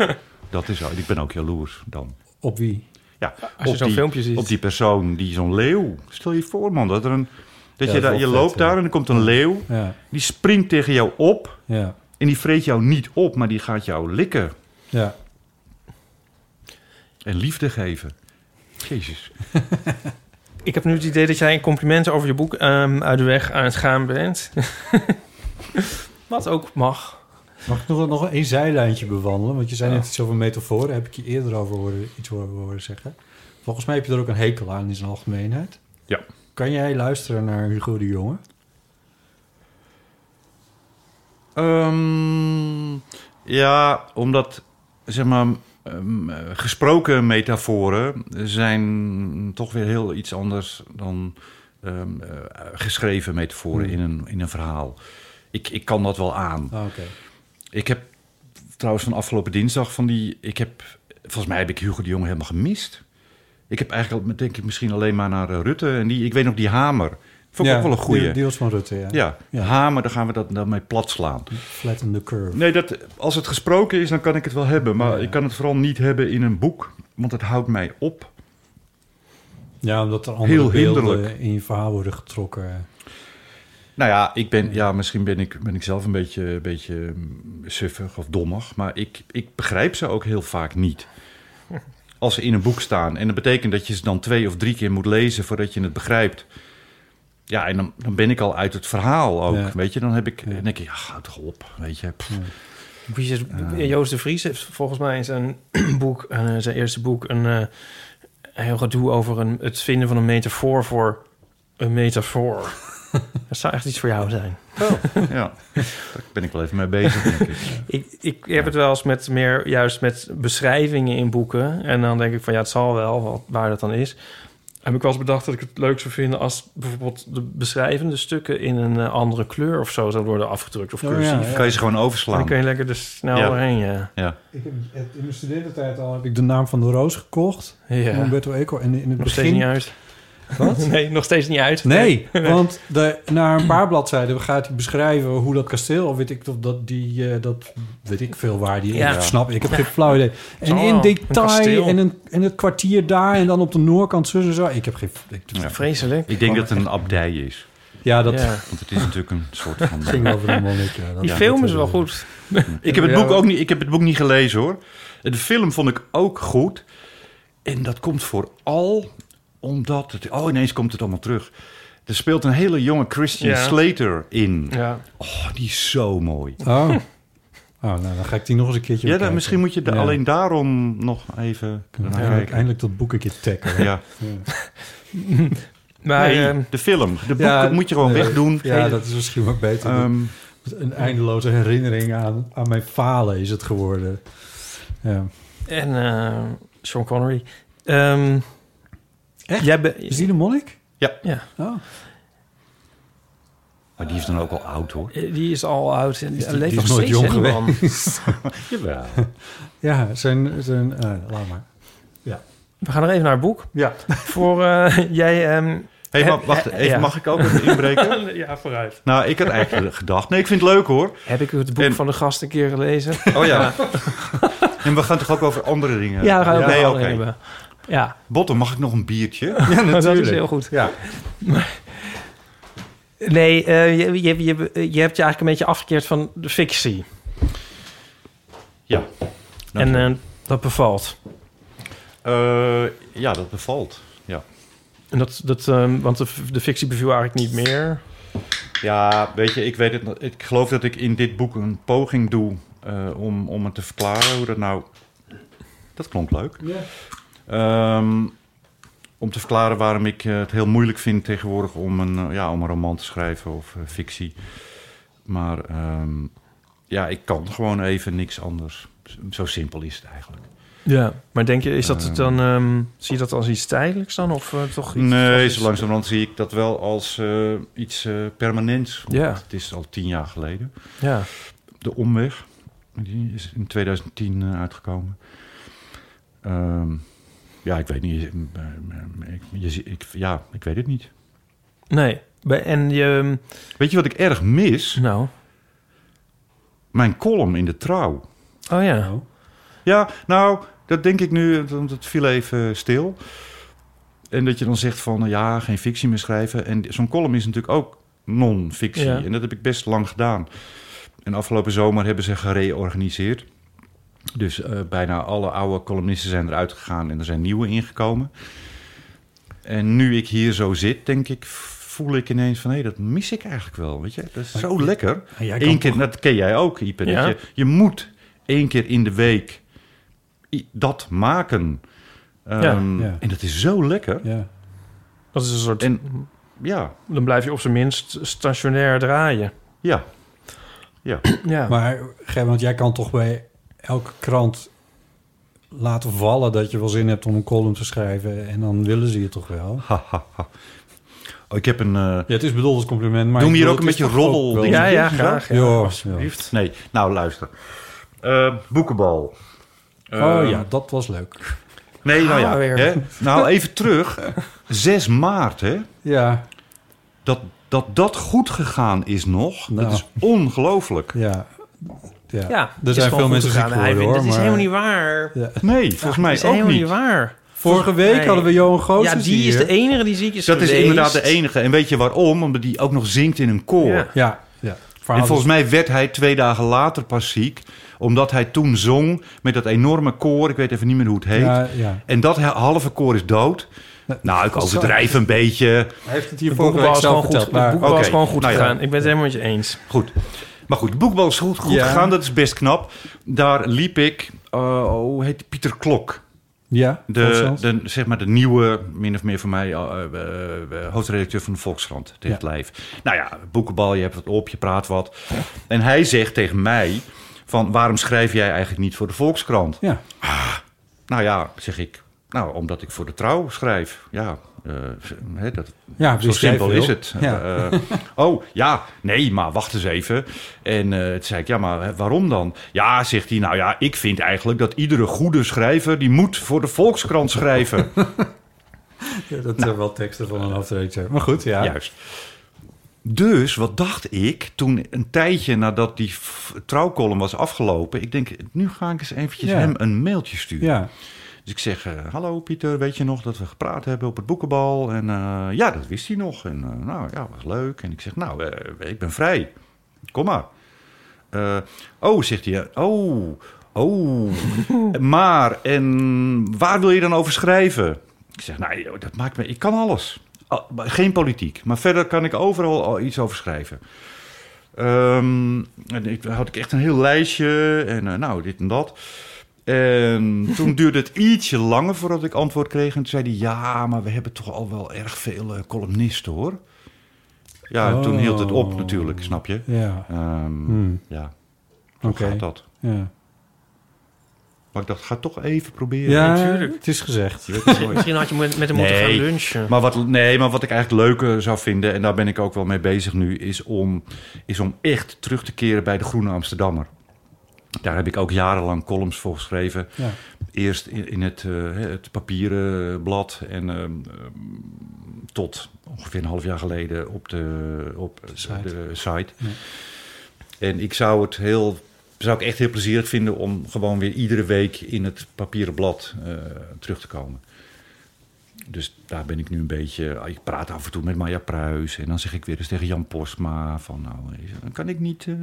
[SPEAKER 1] Dat is zo. Ik ben ook jaloers dan.
[SPEAKER 2] op wie?
[SPEAKER 1] Ja,
[SPEAKER 3] je zo'n
[SPEAKER 1] die,
[SPEAKER 3] filmpje ziet.
[SPEAKER 1] op die persoon die zo'n leeuw. Stel je voor man, dat er een. Dat
[SPEAKER 2] Ja,
[SPEAKER 1] je,
[SPEAKER 2] dat
[SPEAKER 1] daar,
[SPEAKER 2] is
[SPEAKER 1] je
[SPEAKER 2] wel
[SPEAKER 1] loopt
[SPEAKER 2] vet,
[SPEAKER 1] daar
[SPEAKER 2] ja.
[SPEAKER 1] en er komt een leeuw.
[SPEAKER 2] Ja,
[SPEAKER 1] Die springt tegen jou op.
[SPEAKER 2] ja,
[SPEAKER 1] En die vreet jou niet op, maar die gaat jou likken.
[SPEAKER 2] ja.
[SPEAKER 1] En liefde geven. Jezus.
[SPEAKER 3] Ik heb nu het idee dat jij een compliment over je boek ehm, uit de weg aan het gaan bent. <laughs> Wat ook mag.
[SPEAKER 2] Mag ik nog, nog een zijlijntje bewandelen? Want je zei net iets over metaforen. Heb ik je eerder over horen, iets horen, horen zeggen. Volgens mij heb je er ook een hekel aan in zijn algemeenheid.
[SPEAKER 1] Ja.
[SPEAKER 2] Kan jij luisteren naar Hugo de Jonge?
[SPEAKER 1] Ehm, ja, omdat zeg maar ehm, eh, gesproken metaforen zijn toch weer heel iets anders dan ehm, eh, geschreven metaforen
[SPEAKER 2] Hmm.
[SPEAKER 1] in, een, in een verhaal. Ik, ik kan dat wel aan.
[SPEAKER 2] Ah, oké.
[SPEAKER 1] Ik heb trouwens van afgelopen dinsdag van die. Ik heb, volgens mij heb ik Hugo de Jonge helemaal gemist. Ik heb eigenlijk al- denk ik misschien alleen maar naar eh, Rutte en die. Ik weet nog die hamer. Vond ik ook wel een
[SPEAKER 2] Die,
[SPEAKER 1] goeie.
[SPEAKER 2] die was van Rutte, ja.
[SPEAKER 1] ja,
[SPEAKER 2] Ja.
[SPEAKER 1] hamer, daar gaan we dat dan mee plat slaan.
[SPEAKER 2] Flatten the curve.
[SPEAKER 1] Nee, dat, als het gesproken is, dan kan ik het wel hebben. Maar
[SPEAKER 2] Ja.
[SPEAKER 1] ik kan het vooral niet hebben in een boek. Want het houdt mij op.
[SPEAKER 2] Ja, omdat er andere
[SPEAKER 1] Heel
[SPEAKER 2] beelden
[SPEAKER 1] hinderlijk.
[SPEAKER 2] in je verhaal worden getrokken.
[SPEAKER 1] Nou ja, ik ben, ja misschien ben ik, ben ik zelf een beetje, een beetje mm, suffig of dommig. Maar ik, ik begrijp ze ook heel vaak <laughs> niet. Als ze in een boek staan. En dat betekent dat je ze dan twee of drie keer moet lezen voordat je het begrijpt. Ja, en dan, dan ben ik al uit het verhaal ook.
[SPEAKER 2] Ja.
[SPEAKER 1] Weet je, dan heb ik, dan denk ik, ja, houd toch op. Weet <laughs> je, Pff.
[SPEAKER 3] Wie is- Joost de Vries heeft volgens mij in zijn <clears throat> boek, eh, zijn eerste boek, een eh, heel gedoe over een, het vinden van een metafoor voor een metafoor. Dat zou echt iets voor jou zijn.
[SPEAKER 1] ja, daar ben ik wel even mee bezig. Denk ik.
[SPEAKER 3] Ik, ik heb het wel eens met meer juist met beschrijvingen in boeken. En dan denk ik van ja, het zal wel wat, waar dat dan is. Heb ik wel eens bedacht dat ik het leuk zou vinden als bijvoorbeeld de beschrijvende stukken in een eh, andere kleur of zo zouden worden afgedrukt of
[SPEAKER 2] Oh,
[SPEAKER 3] cursief.
[SPEAKER 2] ja,
[SPEAKER 3] En
[SPEAKER 2] ja.
[SPEAKER 1] Kan je ze gewoon
[SPEAKER 3] Dan
[SPEAKER 1] overslaan?
[SPEAKER 3] kun je lekker dus snel
[SPEAKER 1] Ja.
[SPEAKER 3] doorheen. Ja.
[SPEAKER 1] Ja.
[SPEAKER 2] Ik heb, het- in mijn studententijd al heb ik de naam van de roos gekocht.
[SPEAKER 3] Ja.
[SPEAKER 2] Van Umberto Eco. En in het
[SPEAKER 3] Nog steeds
[SPEAKER 2] begin...
[SPEAKER 3] niet uit.
[SPEAKER 2] Wat?
[SPEAKER 3] <laughs> Nee, nog steeds niet uit.
[SPEAKER 2] Nee, <laughs> want de, na een paar bladzijden gaat hij beschrijven hoe dat kasteel, of weet ik of dat die, eh, dat weet ik veel waar die,
[SPEAKER 3] Ja.
[SPEAKER 2] ik snap, ik heb geen flauw idee. En
[SPEAKER 3] Oh,
[SPEAKER 2] in
[SPEAKER 3] een
[SPEAKER 2] detail
[SPEAKER 3] kasteel.
[SPEAKER 2] en, een, en het kwartier daar en dan op de noordkant zo en zo. Ik heb geen. ik-
[SPEAKER 1] Ja.
[SPEAKER 3] Vreselijk.
[SPEAKER 1] Ik denk dat het een abdij is.
[SPEAKER 2] ja, dat
[SPEAKER 3] Ja.
[SPEAKER 1] Want het is natuurlijk een soort <laughs> van...
[SPEAKER 2] ging over de monnik. ja, dat-
[SPEAKER 3] Die
[SPEAKER 2] dat-
[SPEAKER 3] film is
[SPEAKER 2] eh,
[SPEAKER 3] wel goed.
[SPEAKER 1] Ik heb het boek ook niet, ik heb het boek niet gelezen hoor. De film vond ik ook goed. En dat komt vooral omdat... Het, oh, ineens komt het allemaal terug. Er speelt een hele jonge Christian
[SPEAKER 3] Ja.
[SPEAKER 1] Slater in.
[SPEAKER 3] Ja.
[SPEAKER 1] Oh, die is zo mooi.
[SPEAKER 2] Oh. oh, nou dan ga ik die nog eens een keertje.
[SPEAKER 1] Ja, dan,
[SPEAKER 2] bekijken.
[SPEAKER 1] misschien moet je da-
[SPEAKER 2] Ja.
[SPEAKER 1] alleen daarom nog even
[SPEAKER 2] Dan
[SPEAKER 1] naar
[SPEAKER 2] ga ik
[SPEAKER 1] kijken.
[SPEAKER 2] eindelijk dat boek een keer tackelen.
[SPEAKER 1] Ja.
[SPEAKER 3] Maar
[SPEAKER 1] Nee,
[SPEAKER 3] ehm,
[SPEAKER 1] de film. De boeken
[SPEAKER 2] Ja,
[SPEAKER 1] moet je gewoon
[SPEAKER 2] nee.
[SPEAKER 1] wegdoen.
[SPEAKER 2] Ja, dat is misschien ook beter.
[SPEAKER 1] Ehm,
[SPEAKER 2] een eindeloze herinnering aan, aan mijn falen is het geworden. Ja.
[SPEAKER 3] en eh, Sean Connery. Ehm,
[SPEAKER 2] Echt?
[SPEAKER 3] Jij be-
[SPEAKER 2] Is die de monnik?
[SPEAKER 3] ja.
[SPEAKER 2] Oh.
[SPEAKER 1] maar die is dan ook al oud hoor.
[SPEAKER 3] Eh, Die is al oud en die
[SPEAKER 2] die
[SPEAKER 3] leeft
[SPEAKER 2] is
[SPEAKER 3] nog
[SPEAKER 2] nooit
[SPEAKER 3] steeds,
[SPEAKER 2] jong
[SPEAKER 3] hè, die man.
[SPEAKER 1] Jawel.
[SPEAKER 2] Ja, zijn... zijn eh, laat maar.
[SPEAKER 3] We gaan nog even naar het boek.
[SPEAKER 2] Ja.
[SPEAKER 3] Voor eh, jij... ehm,
[SPEAKER 1] Hé,
[SPEAKER 3] Heb-
[SPEAKER 1] maar wacht.
[SPEAKER 3] he-
[SPEAKER 1] Even,
[SPEAKER 3] ja.
[SPEAKER 1] Mag ik ook <laughs> even inbreken?
[SPEAKER 3] ja, vooruit.
[SPEAKER 1] Nou, ik had eigenlijk <laughs> gedacht. Nee, ik vind het leuk hoor.
[SPEAKER 3] Heb ik het boek
[SPEAKER 1] En-
[SPEAKER 3] van de gast een keer gelezen?
[SPEAKER 1] Oh ja. <laughs> en we gaan toch ook over andere dingen.
[SPEAKER 3] Ja, we gaan ook
[SPEAKER 1] nee,
[SPEAKER 3] wel
[SPEAKER 1] oké.
[SPEAKER 3] hebben. Ja,
[SPEAKER 1] Botten, mag ik nog een
[SPEAKER 3] <laughs>
[SPEAKER 1] biertje?
[SPEAKER 3] dat is dus heel goed.
[SPEAKER 2] Ja.
[SPEAKER 3] Nee, eh, je, je, je, je hebt je eigenlijk een beetje afgekeerd van de fictie.
[SPEAKER 1] Ja. Nou,
[SPEAKER 3] en eh, dat bevalt.
[SPEAKER 1] Eh, ja, dat bevalt. Ja.
[SPEAKER 3] En dat, dat, ehm, want de, f- de fictie beviel eigenlijk niet meer.
[SPEAKER 1] ja, weet je, ik weet het. nog- Ik geloof dat ik in dit boek een poging doe eh, om, om het te verklaren hoe dat nou. Dat klonk leuk. Ehm, om te verklaren waarom ik eh, het heel moeilijk vind tegenwoordig om een, eh, ja, om een roman te schrijven of eh, fictie. Maar ehm, ja, ik kan gewoon even niks anders. Zo simpel is het eigenlijk.
[SPEAKER 3] Ja, maar denk je, is dat het
[SPEAKER 1] Ehm.
[SPEAKER 3] dan, ehm, zie je dat als iets tijdelijks dan? Of eh, toch iets...
[SPEAKER 1] Nee,
[SPEAKER 3] iets-
[SPEAKER 1] zo langzamerhand zie ik dat wel als eh, iets eh, permanents. Want
[SPEAKER 3] Ja.
[SPEAKER 1] Het is al tien jaar geleden.
[SPEAKER 3] Ja,
[SPEAKER 1] De Omweg, die is in 2010 eh, uitgekomen. Ehm, ja, ik weet niet. eh, eh, Ik, je zie- ik, ja, ik weet het niet.
[SPEAKER 3] nee. Bij- En je... ehm,
[SPEAKER 1] Weet je wat ik erg mis?
[SPEAKER 3] Nou,
[SPEAKER 1] Mijn column in de trouw.
[SPEAKER 3] oh ja.
[SPEAKER 2] Nou,
[SPEAKER 1] Ja, nou, dat denk ik nu, want het viel even stil. En dat je dan zegt van, nou ja, geen fictie meer schrijven. En zo'n column is natuurlijk ook non-fictie.
[SPEAKER 3] Ja.
[SPEAKER 1] En dat heb ik best lang gedaan. En afgelopen zomer hebben ze gereorganiseerd. Dus eh, bijna alle oude columnisten zijn eruit gegaan en er zijn nieuwe ingekomen. En nu ik hier zo zit, denk ik, voel ik ineens van... hé, dat mis ik eigenlijk wel, weet je. Dat is zo lekker.
[SPEAKER 3] Ah,
[SPEAKER 2] Ja, jij kan
[SPEAKER 1] Eén keer, dat ken jij ook, Ipe. dat
[SPEAKER 3] Ja.
[SPEAKER 1] Je, je moet één keer in de week i- dat maken. Ehm,
[SPEAKER 2] Ja.
[SPEAKER 1] En dat is zo lekker. Ja,
[SPEAKER 2] ja.
[SPEAKER 3] Dat is een soort...
[SPEAKER 1] En- ja.
[SPEAKER 3] Dan blijf je op zijn minst stationair draaien.
[SPEAKER 1] ja.
[SPEAKER 3] Ja.
[SPEAKER 2] Maar Ger, want jij kan toch bij elke krant laten vallen dat je wel zin hebt om een column te schrijven. En dan willen ze je toch wel.
[SPEAKER 1] Ha, ha, ha. Oh, ik heb een... eh
[SPEAKER 2] Ja, het is bedoeld als compliment, maar...
[SPEAKER 1] Doe
[SPEAKER 2] ik
[SPEAKER 1] me hier
[SPEAKER 2] bedoel,
[SPEAKER 1] ook een
[SPEAKER 2] het is
[SPEAKER 1] beetje
[SPEAKER 2] toch ook
[SPEAKER 1] roddel
[SPEAKER 2] wel-
[SPEAKER 1] dingen.
[SPEAKER 3] ja, ja,
[SPEAKER 1] Zo?
[SPEAKER 3] graag. Ja.
[SPEAKER 2] Ja, ja.
[SPEAKER 1] alsjeblieft. Nee, nou luister. Eh, boekenbal.
[SPEAKER 2] Oh
[SPEAKER 3] Ehm.
[SPEAKER 1] Eh,
[SPEAKER 2] ja, dat was leuk.
[SPEAKER 1] Nee, nou
[SPEAKER 3] Ah,
[SPEAKER 1] ja.
[SPEAKER 3] weer.
[SPEAKER 1] Hè? Nou, even terug. <laughs> 6 maart, hè.
[SPEAKER 2] Ja,
[SPEAKER 1] Dat dat, dat goed gegaan is nog.
[SPEAKER 2] Nou.
[SPEAKER 1] Dat is ongelooflijk.
[SPEAKER 2] ja. Ja,
[SPEAKER 3] Ja, het is
[SPEAKER 2] er zijn
[SPEAKER 3] gewoon
[SPEAKER 2] veel
[SPEAKER 3] goed
[SPEAKER 2] mensen ziek
[SPEAKER 3] gegaan. Hij
[SPEAKER 2] geworden,
[SPEAKER 3] vindt-
[SPEAKER 2] hoor.
[SPEAKER 3] Het is
[SPEAKER 2] maar-
[SPEAKER 3] helemaal niet waar.
[SPEAKER 1] Nee, volgens
[SPEAKER 3] Het
[SPEAKER 1] mij
[SPEAKER 3] is
[SPEAKER 1] ook
[SPEAKER 3] helemaal
[SPEAKER 1] niet.
[SPEAKER 3] niet waar.
[SPEAKER 2] Vorige week
[SPEAKER 3] Nee.
[SPEAKER 2] hadden we Johan Goossens
[SPEAKER 3] ja, die is
[SPEAKER 2] hier.
[SPEAKER 3] de enige die ziek is
[SPEAKER 1] Dat is
[SPEAKER 3] geweest.
[SPEAKER 1] inderdaad de enige. En weet je waarom? Omdat die ook nog zingt in een koor.
[SPEAKER 3] Ja.
[SPEAKER 2] Ja, ja. Verhaal
[SPEAKER 1] En volgens mij werd hij twee dagen later pas ziek. Omdat hij toen zong met dat enorme koor. Ik weet even niet meer hoe het heet.
[SPEAKER 2] Ja, ja.
[SPEAKER 1] En dat he- halve koor is dood. Nou, ik overdrijf een beetje.
[SPEAKER 2] Hij heeft het hier
[SPEAKER 3] De boekenbal is gewoon goed, de boekenbal
[SPEAKER 1] Oké,
[SPEAKER 3] is gewoon goed
[SPEAKER 1] nou ja.
[SPEAKER 3] gegaan. Ik ben het helemaal met je eens.
[SPEAKER 1] Goed. Maar goed, de boekbal is goed, goed
[SPEAKER 2] Ja.
[SPEAKER 1] gegaan. Dat is best knap. Daar liep ik, eh, hoe heet die? Pieter Klok.
[SPEAKER 2] Ja,
[SPEAKER 1] De,
[SPEAKER 2] Volkskrant.
[SPEAKER 1] de, zeg maar de nieuwe, min of meer voor mij, eh, eh, eh, hoofdredacteur van de Volkskrant tegen het lijf. Nou ja, boekenbal, je hebt wat op, je praat wat. En hij zegt tegen mij van waarom schrijf jij eigenlijk niet voor de Volkskrant?
[SPEAKER 2] Ja,
[SPEAKER 1] Nou ja, zeg ik, nou omdat ik voor de trouw schrijf. Ja, eh, hè, dat,
[SPEAKER 2] ja
[SPEAKER 1] zo
[SPEAKER 2] dus jij
[SPEAKER 1] simpel
[SPEAKER 2] wil.
[SPEAKER 1] is het.
[SPEAKER 2] Ja.
[SPEAKER 1] Eh, oh, ja, nee, maar wacht eens even. En eh toen zei ik, ja, maar hè, waarom dan? Ja, zegt hij, nou ja, ik vind eigenlijk dat iedere goede schrijver... die moet voor de Volkskrant schrijven.
[SPEAKER 2] Ja, dat zijn wel teksten van een hoofdredacteur. Maar goed, ja.
[SPEAKER 1] Juist. Dus wat dacht ik toen een tijdje nadat die f- trouwcolumn was afgelopen... ik denk, nu ga ik eens eventjes
[SPEAKER 2] Ja.
[SPEAKER 1] hem een mailtje sturen.
[SPEAKER 2] Ja,
[SPEAKER 1] Dus ik zeg, eh, hallo Pieter, weet je nog dat we gepraat hebben op het boekenbal? En eh, ja, dat wist hij nog. En eh, nou ja, was leuk. En ik zeg, nou, eh, ik ben vrij. Kom maar. Eh, oh, zegt hij. eh, Oh, oh. maar, en waar wil je dan over schrijven? Ik zeg, nou, joh, dat maakt me... Ik kan alles. Al- maar geen politiek. Maar verder kan ik overal al iets over schrijven. Ehm, en ik had ik echt een heel lijstje. En eh, nou, dit en dat. En toen duurde het ietsje langer voordat ik antwoord kreeg. En toen zei hij, ja, maar we hebben toch al wel erg veel eh, columnisten, hoor. Ja, en toen hield het op
[SPEAKER 2] Oh.
[SPEAKER 1] natuurlijk, snap je?
[SPEAKER 2] ja.
[SPEAKER 1] Ehm,
[SPEAKER 2] Hmm.
[SPEAKER 1] Ja,
[SPEAKER 2] Oké.
[SPEAKER 1] hoe gaat dat?
[SPEAKER 2] Ja.
[SPEAKER 1] Maar ik dacht, ga het toch even proberen.
[SPEAKER 2] Ja,
[SPEAKER 3] natuurlijk.
[SPEAKER 2] het is gezegd.
[SPEAKER 1] Je weet het nooit.
[SPEAKER 3] Misschien had je met met hem moeten
[SPEAKER 1] Nee.
[SPEAKER 3] gaan lunchen.
[SPEAKER 1] maar wat, nee, maar wat ik eigenlijk leuker zou vinden, en daar ben ik ook wel mee bezig nu, is om, is om echt terug te keren bij de Groene Amsterdammer. Daar heb ik ook jarenlang columns voor geschreven.
[SPEAKER 2] Ja.
[SPEAKER 1] Eerst in, in het, eh, hè, het papieren blad en ehm, ehm, tot ongeveer een half jaar geleden op de, op de
[SPEAKER 2] site.
[SPEAKER 1] site. En ik zou het heel, zou ik echt heel plezierig vinden om gewoon weer iedere week in het papieren blad eh, terug te komen. Dus daar ben ik nu een beetje. ah, Ik praat af en toe met Maya Pruis. En dan zeg ik weer eens tegen Jan Postma: van nou, is- kan ik niet. eh,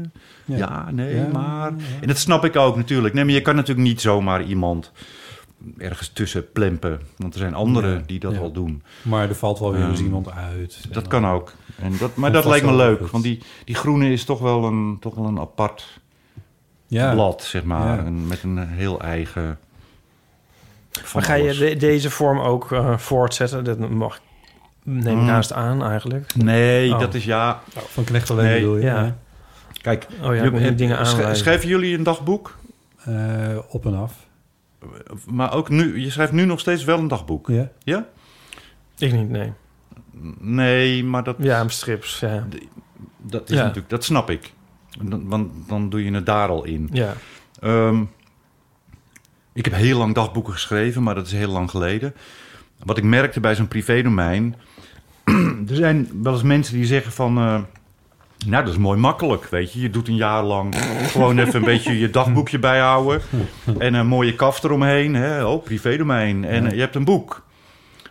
[SPEAKER 2] Ja.
[SPEAKER 1] ja. nee,
[SPEAKER 2] Ja,
[SPEAKER 1] maar. En dat snap ik ook natuurlijk. Nee, maar je kan natuurlijk niet zomaar iemand ergens tussen plempen. Want er zijn anderen
[SPEAKER 2] Ja,
[SPEAKER 1] die dat
[SPEAKER 2] ja.
[SPEAKER 1] al doen.
[SPEAKER 2] Maar er valt wel weer
[SPEAKER 1] Ehm,
[SPEAKER 2] eens iemand uit. En
[SPEAKER 1] Dat
[SPEAKER 2] dan-
[SPEAKER 1] kan ook. En dat, maar
[SPEAKER 2] Komt
[SPEAKER 1] dat
[SPEAKER 2] vast
[SPEAKER 1] lijkt me
[SPEAKER 2] wel
[SPEAKER 1] leuk.
[SPEAKER 2] goed.
[SPEAKER 1] Want die, die groene is toch wel een, toch wel een apart
[SPEAKER 2] ja.
[SPEAKER 1] blad, zeg maar.
[SPEAKER 2] Ja.
[SPEAKER 1] Een- met een heel eigen Van
[SPEAKER 3] Maar ga je
[SPEAKER 1] alles.
[SPEAKER 3] de- deze vorm ook eh, voortzetten? Dat mag, neem ik
[SPEAKER 1] Mm.
[SPEAKER 3] naast aan eigenlijk.
[SPEAKER 1] Nee,
[SPEAKER 3] Oh.
[SPEAKER 1] dat is ja.
[SPEAKER 2] Nou, Van Knecht alleen
[SPEAKER 1] Nee,
[SPEAKER 2] bedoel je?
[SPEAKER 3] ja.
[SPEAKER 2] Ja.
[SPEAKER 1] Kijk,
[SPEAKER 3] Oh ja, ik moet nu dingen
[SPEAKER 1] sch-
[SPEAKER 3] aanwijzen.
[SPEAKER 1] schrijven jullie een dagboek?
[SPEAKER 2] Eh, op en af.
[SPEAKER 1] Maar ook nu, je schrijft nu nog steeds wel een dagboek.
[SPEAKER 2] Ja.
[SPEAKER 1] Ja?
[SPEAKER 3] Ik niet, nee.
[SPEAKER 1] Nee, maar dat,
[SPEAKER 3] Ja, strips, ja.
[SPEAKER 1] dat is
[SPEAKER 3] Ja.
[SPEAKER 1] natuurlijk, dat snap ik. Dan, want dan doe je het daar al in.
[SPEAKER 3] Ja,
[SPEAKER 1] Ehm, ik heb heel lang dagboeken geschreven, maar dat is heel lang geleden. Wat ik merkte bij zo'n privédomein... <clears throat> er zijn wel eens mensen die zeggen van... eh, nou, dat is mooi makkelijk, weet je. Je doet een jaar lang gewoon even een beetje je dagboekje bijhouden. En een mooie kaf eromheen. Hè? Oh, privédomein. En eh, je hebt een boek.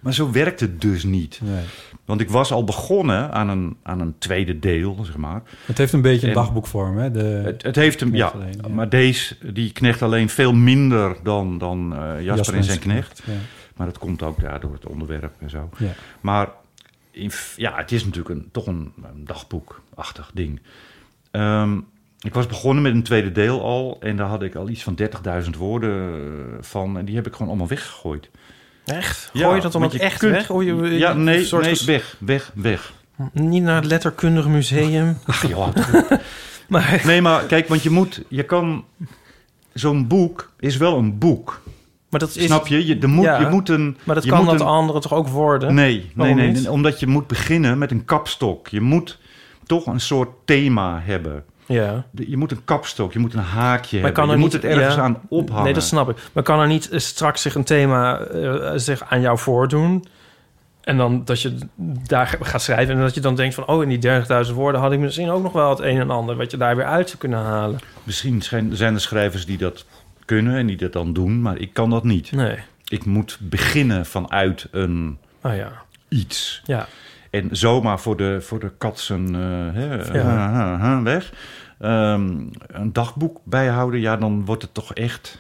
[SPEAKER 1] Maar zo werkt het dus niet.
[SPEAKER 2] Nee.
[SPEAKER 1] Want ik was al begonnen aan een, aan een tweede deel, zeg maar.
[SPEAKER 2] Het heeft een beetje een
[SPEAKER 1] En-
[SPEAKER 2] dagboekvorm, hè? De,
[SPEAKER 1] Eh, Het, het heeft hem, ja,
[SPEAKER 2] Knecht alleen, ja.
[SPEAKER 1] Maar deze, die knecht alleen, veel minder dan, dan eh, Jasper, en zijn knecht.
[SPEAKER 2] Ja.
[SPEAKER 1] Maar dat komt ook ja, door het onderwerp en zo.
[SPEAKER 2] Ja.
[SPEAKER 1] Maar in f- ja, het is natuurlijk een, toch een, een dagboekachtig ding. Ehm, ik was begonnen met een tweede deel al. En daar had ik al iets van 30.000 woorden eh, van. En die heb ik gewoon allemaal weggegooid.
[SPEAKER 3] echt?
[SPEAKER 1] Ja,
[SPEAKER 3] Gooi je dat dan ook
[SPEAKER 1] want je
[SPEAKER 3] echt
[SPEAKER 1] kunt-
[SPEAKER 3] weg? Of je,
[SPEAKER 1] ja,
[SPEAKER 3] een
[SPEAKER 1] nee,
[SPEAKER 3] soort
[SPEAKER 1] nee
[SPEAKER 3] ges-
[SPEAKER 1] weg, weg, weg. <laughs>
[SPEAKER 3] Niet naar het letterkundig museum. <laughs>
[SPEAKER 1] Ach, joh,
[SPEAKER 3] maar
[SPEAKER 1] Nee, maar kijk, want je moet, je kan, zo'n boek is wel een boek.
[SPEAKER 3] maar dat is...
[SPEAKER 1] Snap je? Je, er moet,
[SPEAKER 3] Ja.
[SPEAKER 1] je moet een.
[SPEAKER 3] Maar dat
[SPEAKER 1] je
[SPEAKER 3] kan
[SPEAKER 1] moet
[SPEAKER 3] dat
[SPEAKER 1] een-
[SPEAKER 3] andere toch ook worden?
[SPEAKER 1] Nee, nee,
[SPEAKER 3] Waarom
[SPEAKER 1] nee,
[SPEAKER 3] niet?
[SPEAKER 1] nee, Omdat je moet beginnen met een kapstok. Je moet toch een soort thema hebben.
[SPEAKER 3] Ja.
[SPEAKER 1] De- Je moet een kapstok, je moet een haakje
[SPEAKER 3] Maar
[SPEAKER 1] hebben.
[SPEAKER 3] kan
[SPEAKER 1] Je
[SPEAKER 3] er
[SPEAKER 1] moet
[SPEAKER 3] niet-
[SPEAKER 1] het ergens
[SPEAKER 3] ja.
[SPEAKER 1] aan ophangen.
[SPEAKER 3] Nee, dat snap ik. Maar kan er niet eh, straks zich een thema eh, zich aan jou voordoen? En dan dat je daar gaat schrijven en dat je dan denkt van... oh, in die 30.000 woorden had ik misschien ook nog wel het een en ander... wat je daar weer uit zou kunnen halen.
[SPEAKER 1] Misschien zijn zijn er schrijvers die dat kunnen en die dat dan doen, maar ik kan dat niet.
[SPEAKER 3] Nee.
[SPEAKER 1] Ik moet beginnen vanuit een
[SPEAKER 3] Oh ja.
[SPEAKER 1] iets.
[SPEAKER 3] Ja.
[SPEAKER 1] En zomaar voor de, voor de katsen hè,
[SPEAKER 3] Ja.
[SPEAKER 1] eh, eh, eh, weg. Ehm, een dagboek bijhouden, ja, dan wordt het toch echt,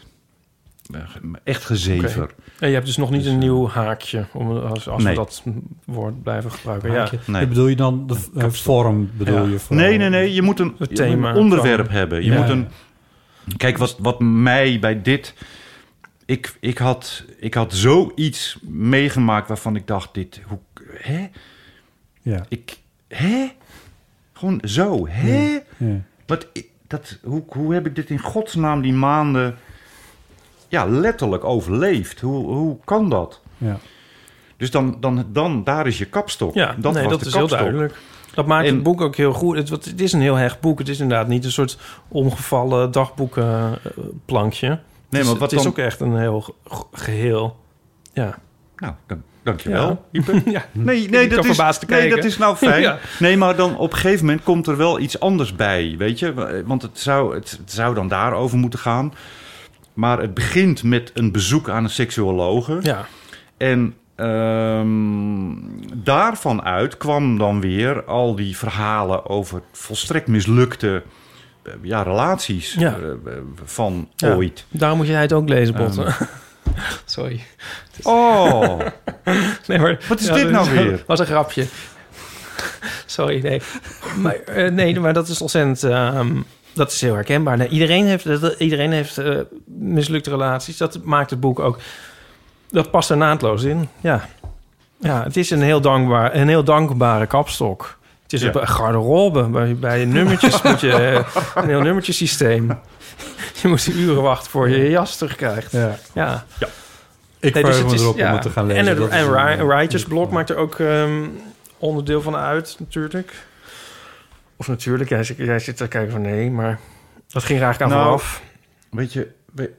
[SPEAKER 1] eh, echt gezever.
[SPEAKER 3] En je hebt dus nog niet
[SPEAKER 1] Dus,
[SPEAKER 3] een
[SPEAKER 1] eh,
[SPEAKER 3] nieuw haakje... Om, als, als
[SPEAKER 1] Nee.
[SPEAKER 3] we dat woord blijven gebruiken.
[SPEAKER 2] Ja.
[SPEAKER 3] Ja.
[SPEAKER 1] nee.
[SPEAKER 2] Dat Bedoel je dan de eh, vorm? Bedoel
[SPEAKER 3] Ja.
[SPEAKER 2] je voor,
[SPEAKER 1] Nee, nee, nee. Je moet een,
[SPEAKER 3] Het
[SPEAKER 1] je moet een
[SPEAKER 3] thema
[SPEAKER 1] onderwerp
[SPEAKER 3] van-
[SPEAKER 1] hebben. Je
[SPEAKER 2] Ja.
[SPEAKER 1] moet een. Kijk, wat, wat mij bij dit. Ik, ik, had, ik had zoiets meegemaakt waarvan ik dacht: dit. Hoe, hè?
[SPEAKER 2] Ja.
[SPEAKER 1] Ik. Hè? Gewoon zo. Hè?
[SPEAKER 2] ja.
[SPEAKER 1] Wat, i- dat, hoe, hoe heb ik dit in godsnaam die maanden. Ja, letterlijk overleefd? Hoe, hoe kan dat?
[SPEAKER 2] ja.
[SPEAKER 1] Dus dan, dan, dan, daar is je kapstok.
[SPEAKER 3] Ja,
[SPEAKER 1] dat
[SPEAKER 3] nee,
[SPEAKER 1] was
[SPEAKER 3] dat
[SPEAKER 1] de
[SPEAKER 3] is
[SPEAKER 1] kapstok.
[SPEAKER 3] heel duidelijk. Dat maakt
[SPEAKER 1] En-
[SPEAKER 3] het boek ook heel goed. Het, wat- het is een heel hecht boek. Het is inderdaad niet een soort omgevallen dagboekplankje.
[SPEAKER 1] Nee, maar
[SPEAKER 3] het
[SPEAKER 1] wat
[SPEAKER 3] is, Dus het is
[SPEAKER 1] dan-
[SPEAKER 3] ook echt een heel ge- ge- geheel. Ja.
[SPEAKER 1] Nou, dan, dankjewel.
[SPEAKER 3] <laughs> Ja. ja.
[SPEAKER 1] Nee, nee,
[SPEAKER 3] Ik
[SPEAKER 1] dat,
[SPEAKER 3] kan
[SPEAKER 1] is,
[SPEAKER 3] verbaasd te
[SPEAKER 1] nee
[SPEAKER 3] kijken.
[SPEAKER 1] dat is
[SPEAKER 3] <laughs>
[SPEAKER 1] nou fijn.
[SPEAKER 3] Ja.
[SPEAKER 1] Nee, maar dan op een gegeven moment komt er wel iets anders bij, weet je. Want het zou, het, het zou dan daarover moeten gaan. Maar het begint met een bezoek aan een seksuologe.
[SPEAKER 3] ja.
[SPEAKER 1] En ehm, daarvan uit kwam dan weer al die verhalen over volstrekt mislukte eh, ja, relaties
[SPEAKER 3] Ja.
[SPEAKER 1] eh, eh, van
[SPEAKER 3] Ja. <laughs>
[SPEAKER 1] ooit.
[SPEAKER 3] Daarom moet jij het ook lezen, Botten.
[SPEAKER 1] Ehm.
[SPEAKER 3] <laughs> Sorry.
[SPEAKER 1] Oh,
[SPEAKER 3] Nee, maar,
[SPEAKER 1] Wat is dit nou
[SPEAKER 3] dat
[SPEAKER 1] weer?
[SPEAKER 3] <laughs> was een grapje. Sorry, nee. Maar, eh, nee, maar dat is ontzettend... ehm, dat is heel herkenbaar. Nee, iedereen heeft, dat- iedereen heeft eh, mislukte relaties. Dat maakt het boek ook... Dat past er naadloos in. Ja, ja het is een heel, dankbaar, een heel dankbare kapstok. Het is
[SPEAKER 1] Ja.
[SPEAKER 3] een garderobe. Bij, bij je nummertjes moet je...
[SPEAKER 1] <laughs>
[SPEAKER 3] eh, Een heel nummertjesysteem. Je moet uren wachten voor je je jas terugkrijgt.
[SPEAKER 2] ja.
[SPEAKER 3] Ja.
[SPEAKER 2] Ik
[SPEAKER 3] Nee, dus
[SPEAKER 2] verheug me
[SPEAKER 3] het is- eh,
[SPEAKER 2] erop
[SPEAKER 3] ja.
[SPEAKER 2] om het te gaan lezen.
[SPEAKER 3] En,
[SPEAKER 2] Dat
[SPEAKER 3] het,
[SPEAKER 2] is
[SPEAKER 3] en
[SPEAKER 2] een-
[SPEAKER 3] Ri- Writers
[SPEAKER 2] een-
[SPEAKER 3] Blog maakt er ook ehm, onderdeel van uit, natuurlijk. Of natuurlijk, jij, zit- jij zit te kijken van nee, maar dat ging er eigenlijk aan
[SPEAKER 1] Nou,
[SPEAKER 3] vooraf.
[SPEAKER 1] Weet je, we-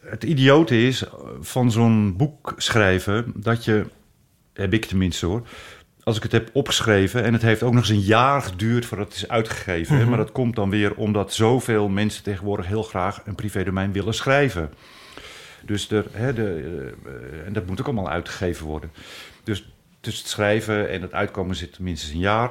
[SPEAKER 1] het idiote is eh, van zo'n boek schrijven dat je, heb ik tenminste hoor, als ik het heb opgeschreven en het heeft ook nog eens een jaar geduurd voordat het is uitgegeven. hè, Maar dat komt dan weer omdat zoveel mensen tegenwoordig heel graag een privédomein willen schrijven. Dus er, hè, de, eh, en dat moet ook allemaal uitgegeven worden. Dus tussen het schrijven en het uitkomen zit minstens een jaar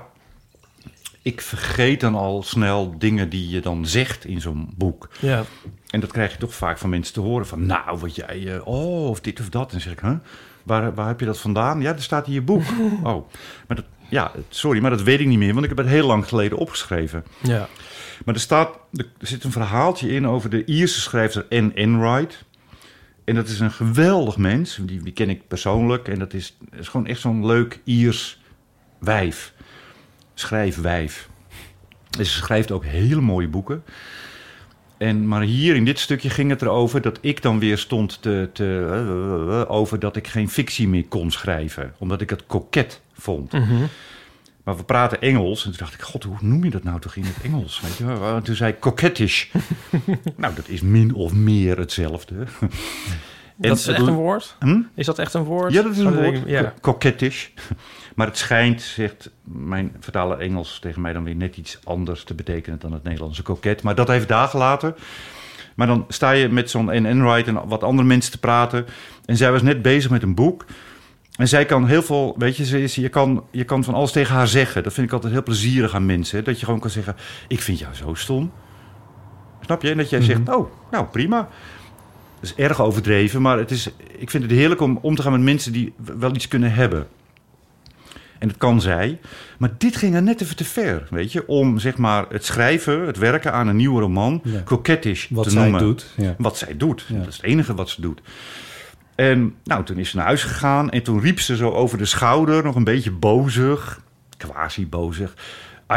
[SPEAKER 1] ik vergeet dan al snel dingen die je dan zegt in zo'n boek.
[SPEAKER 3] Ja,
[SPEAKER 1] En dat krijg je toch vaak van mensen te horen van... nou, wat jij... eh, oh, of dit of dat. En dan zeg ik, huh? waar, waar heb je dat vandaan? Ja, dat staat in je boek. oh, maar dat, ja, sorry, maar dat weet ik niet meer... want ik heb het heel lang geleden opgeschreven.
[SPEAKER 3] ja,
[SPEAKER 1] Maar er, staat, er zit een verhaaltje in over de Ierse schrijfster Anne Enright. En dat is een geweldig mens. Die, die ken ik persoonlijk. En dat is, is gewoon echt zo'n leuk Iers wijf. Schrijfwijf. En ze schrijft ook hele mooie boeken. En, maar hier in dit stukje ging het erover dat ik dan weer stond te, te, eh, eh, over dat ik geen fictie meer kon schrijven. Omdat ik het koket vond.
[SPEAKER 3] Mhm.
[SPEAKER 1] Maar we praten Engels. En toen dacht ik, god, hoe noem je dat nou toch in het Engels? Weet je wel? En Toen zei ik
[SPEAKER 3] <laughs>
[SPEAKER 1] coquettish. nou, dat is min of meer hetzelfde. En
[SPEAKER 3] dat is
[SPEAKER 1] het-
[SPEAKER 3] echt een woord?
[SPEAKER 1] Hm?
[SPEAKER 3] Is dat echt een woord?
[SPEAKER 1] Ja, dat is een woord.
[SPEAKER 3] Ja.
[SPEAKER 1] Ja. Coquettish. <laughs> Maar het schijnt, zegt mijn vertaler Engels tegen mij dan weer net iets anders te betekenen dan het Nederlandse coquet. Maar dat even dagen later. Maar dan sta je met zo'n Anne Wright en wat andere mensen te praten. En zij was net bezig met een boek. En zij kan heel veel, weet je, ze is, je, kan, je kan van alles tegen haar zeggen. Dat vind ik altijd heel plezierig aan mensen. hè. Dat je gewoon kan zeggen, ik vind jou zo stom. Snap je? En dat jij
[SPEAKER 2] Mhm.
[SPEAKER 1] zegt, oh, nou prima. Dat is erg overdreven, maar het is, ik vind het heerlijk om om te gaan met mensen die w- wel iets kunnen hebben. En dat kan zij. Maar dit ging er net even te ver, weet je. Om zeg maar het schrijven, het werken aan een nieuwe roman,
[SPEAKER 2] Ja.
[SPEAKER 1] coquettish
[SPEAKER 2] Wat
[SPEAKER 1] te
[SPEAKER 2] zij
[SPEAKER 1] noemen.
[SPEAKER 2] doet. Ja.
[SPEAKER 1] Wat zij doet.
[SPEAKER 2] Ja.
[SPEAKER 1] Dat is het enige wat ze doet. En nou, toen is ze naar huis gegaan en toen riep ze zo over de schouder, nog een beetje bozig, quasi bozig.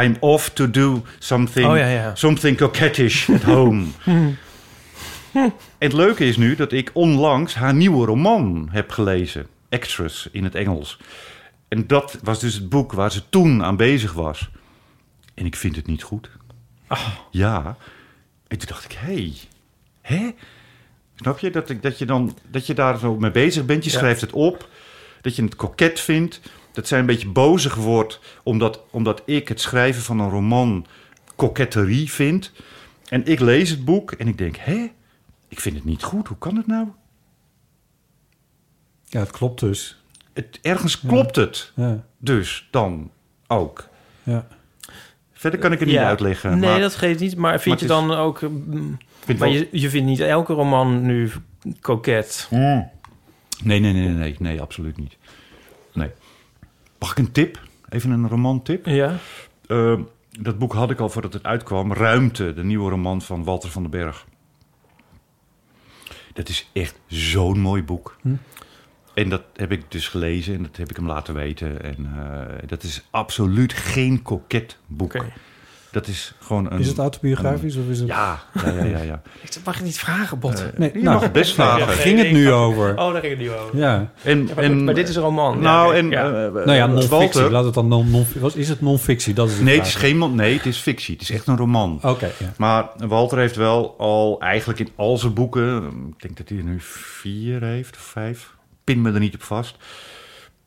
[SPEAKER 1] I'm off to do something,
[SPEAKER 3] Oh, ja, ja. Hmm.
[SPEAKER 1] something coquettish at
[SPEAKER 3] <laughs>
[SPEAKER 1] home. En het leuke is nu dat ik onlangs haar nieuwe roman heb gelezen. Actress in het Engels. En dat was dus het boek waar ze toen aan bezig was. En ik vind het niet goed.
[SPEAKER 3] Ah.
[SPEAKER 1] Ja. En toen dacht ik, hé, hey, hè? Snap je? Dat, ik, dat, je dan, dat je daar zo mee bezig bent. Je schrijft het op. Dat je het koket vindt. Dat zij een beetje bozig wordt. Omdat, omdat ik het schrijven van een roman koketterie vind. En ik lees het boek en ik denk, hè? Ik vind het niet goed. Hoe kan het nou?
[SPEAKER 2] ja, het klopt dus.
[SPEAKER 1] Het, ergens klopt het
[SPEAKER 2] Ja,
[SPEAKER 1] dus dan ook.
[SPEAKER 2] ja.
[SPEAKER 1] Verder kan ik het niet
[SPEAKER 3] Ja.
[SPEAKER 1] uitleggen.
[SPEAKER 3] Nee,
[SPEAKER 1] maar
[SPEAKER 3] dat geeft niet. Maar vind
[SPEAKER 1] maar
[SPEAKER 3] je
[SPEAKER 1] het is-
[SPEAKER 3] dan ook... mm,
[SPEAKER 1] ik vind
[SPEAKER 3] Maar
[SPEAKER 1] wel-
[SPEAKER 3] je, je vindt niet elke roman nu koket.
[SPEAKER 1] Hmm. Nee, nee, nee, nee, nee, nee, absoluut niet. Nee. Mag ik een tip? Even een romantip.
[SPEAKER 3] Ja?
[SPEAKER 1] Eh, dat boek had ik al voordat het uitkwam. Ruimte, de nieuwe roman van Walter van den Berg. Dat is echt zo'n mooi boek.
[SPEAKER 3] Hm.
[SPEAKER 1] En dat heb ik dus gelezen en dat heb ik hem laten weten. En eh, dat is absoluut geen koket boek.
[SPEAKER 3] Oké.
[SPEAKER 1] Dat is gewoon een...
[SPEAKER 2] Is het autobiografisch of is het...
[SPEAKER 1] Ja, ja, ja, ja.
[SPEAKER 3] <laughs>
[SPEAKER 1] ja.
[SPEAKER 3] Ik zeg, mag je niet vragen, Bot?
[SPEAKER 2] Nee,
[SPEAKER 1] Je
[SPEAKER 2] nou,
[SPEAKER 1] mag het best
[SPEAKER 2] daar
[SPEAKER 1] vragen.
[SPEAKER 2] ging het nu over.
[SPEAKER 3] Oh, daar ging het niet over.
[SPEAKER 2] Ja.
[SPEAKER 1] En,
[SPEAKER 3] Ja, maar,
[SPEAKER 1] en,
[SPEAKER 3] maar dit is een roman.
[SPEAKER 1] Nou,
[SPEAKER 3] Ja,
[SPEAKER 1] en...
[SPEAKER 3] ja.
[SPEAKER 1] eh, eh,
[SPEAKER 2] Nou ja, non-fictie.
[SPEAKER 1] Walter-
[SPEAKER 2] Laat het dan non, non Wat Is het non-fictie? Dat is de
[SPEAKER 1] Nee, het
[SPEAKER 2] vraag.
[SPEAKER 1] is geen... mon- Nee, het is fictie. Het is echt een roman.
[SPEAKER 2] Oké, ja.
[SPEAKER 1] Maar Walter heeft wel al eigenlijk in al zijn boeken, ik denk dat hij er nu vier heeft of vijf, pin me er niet op vast,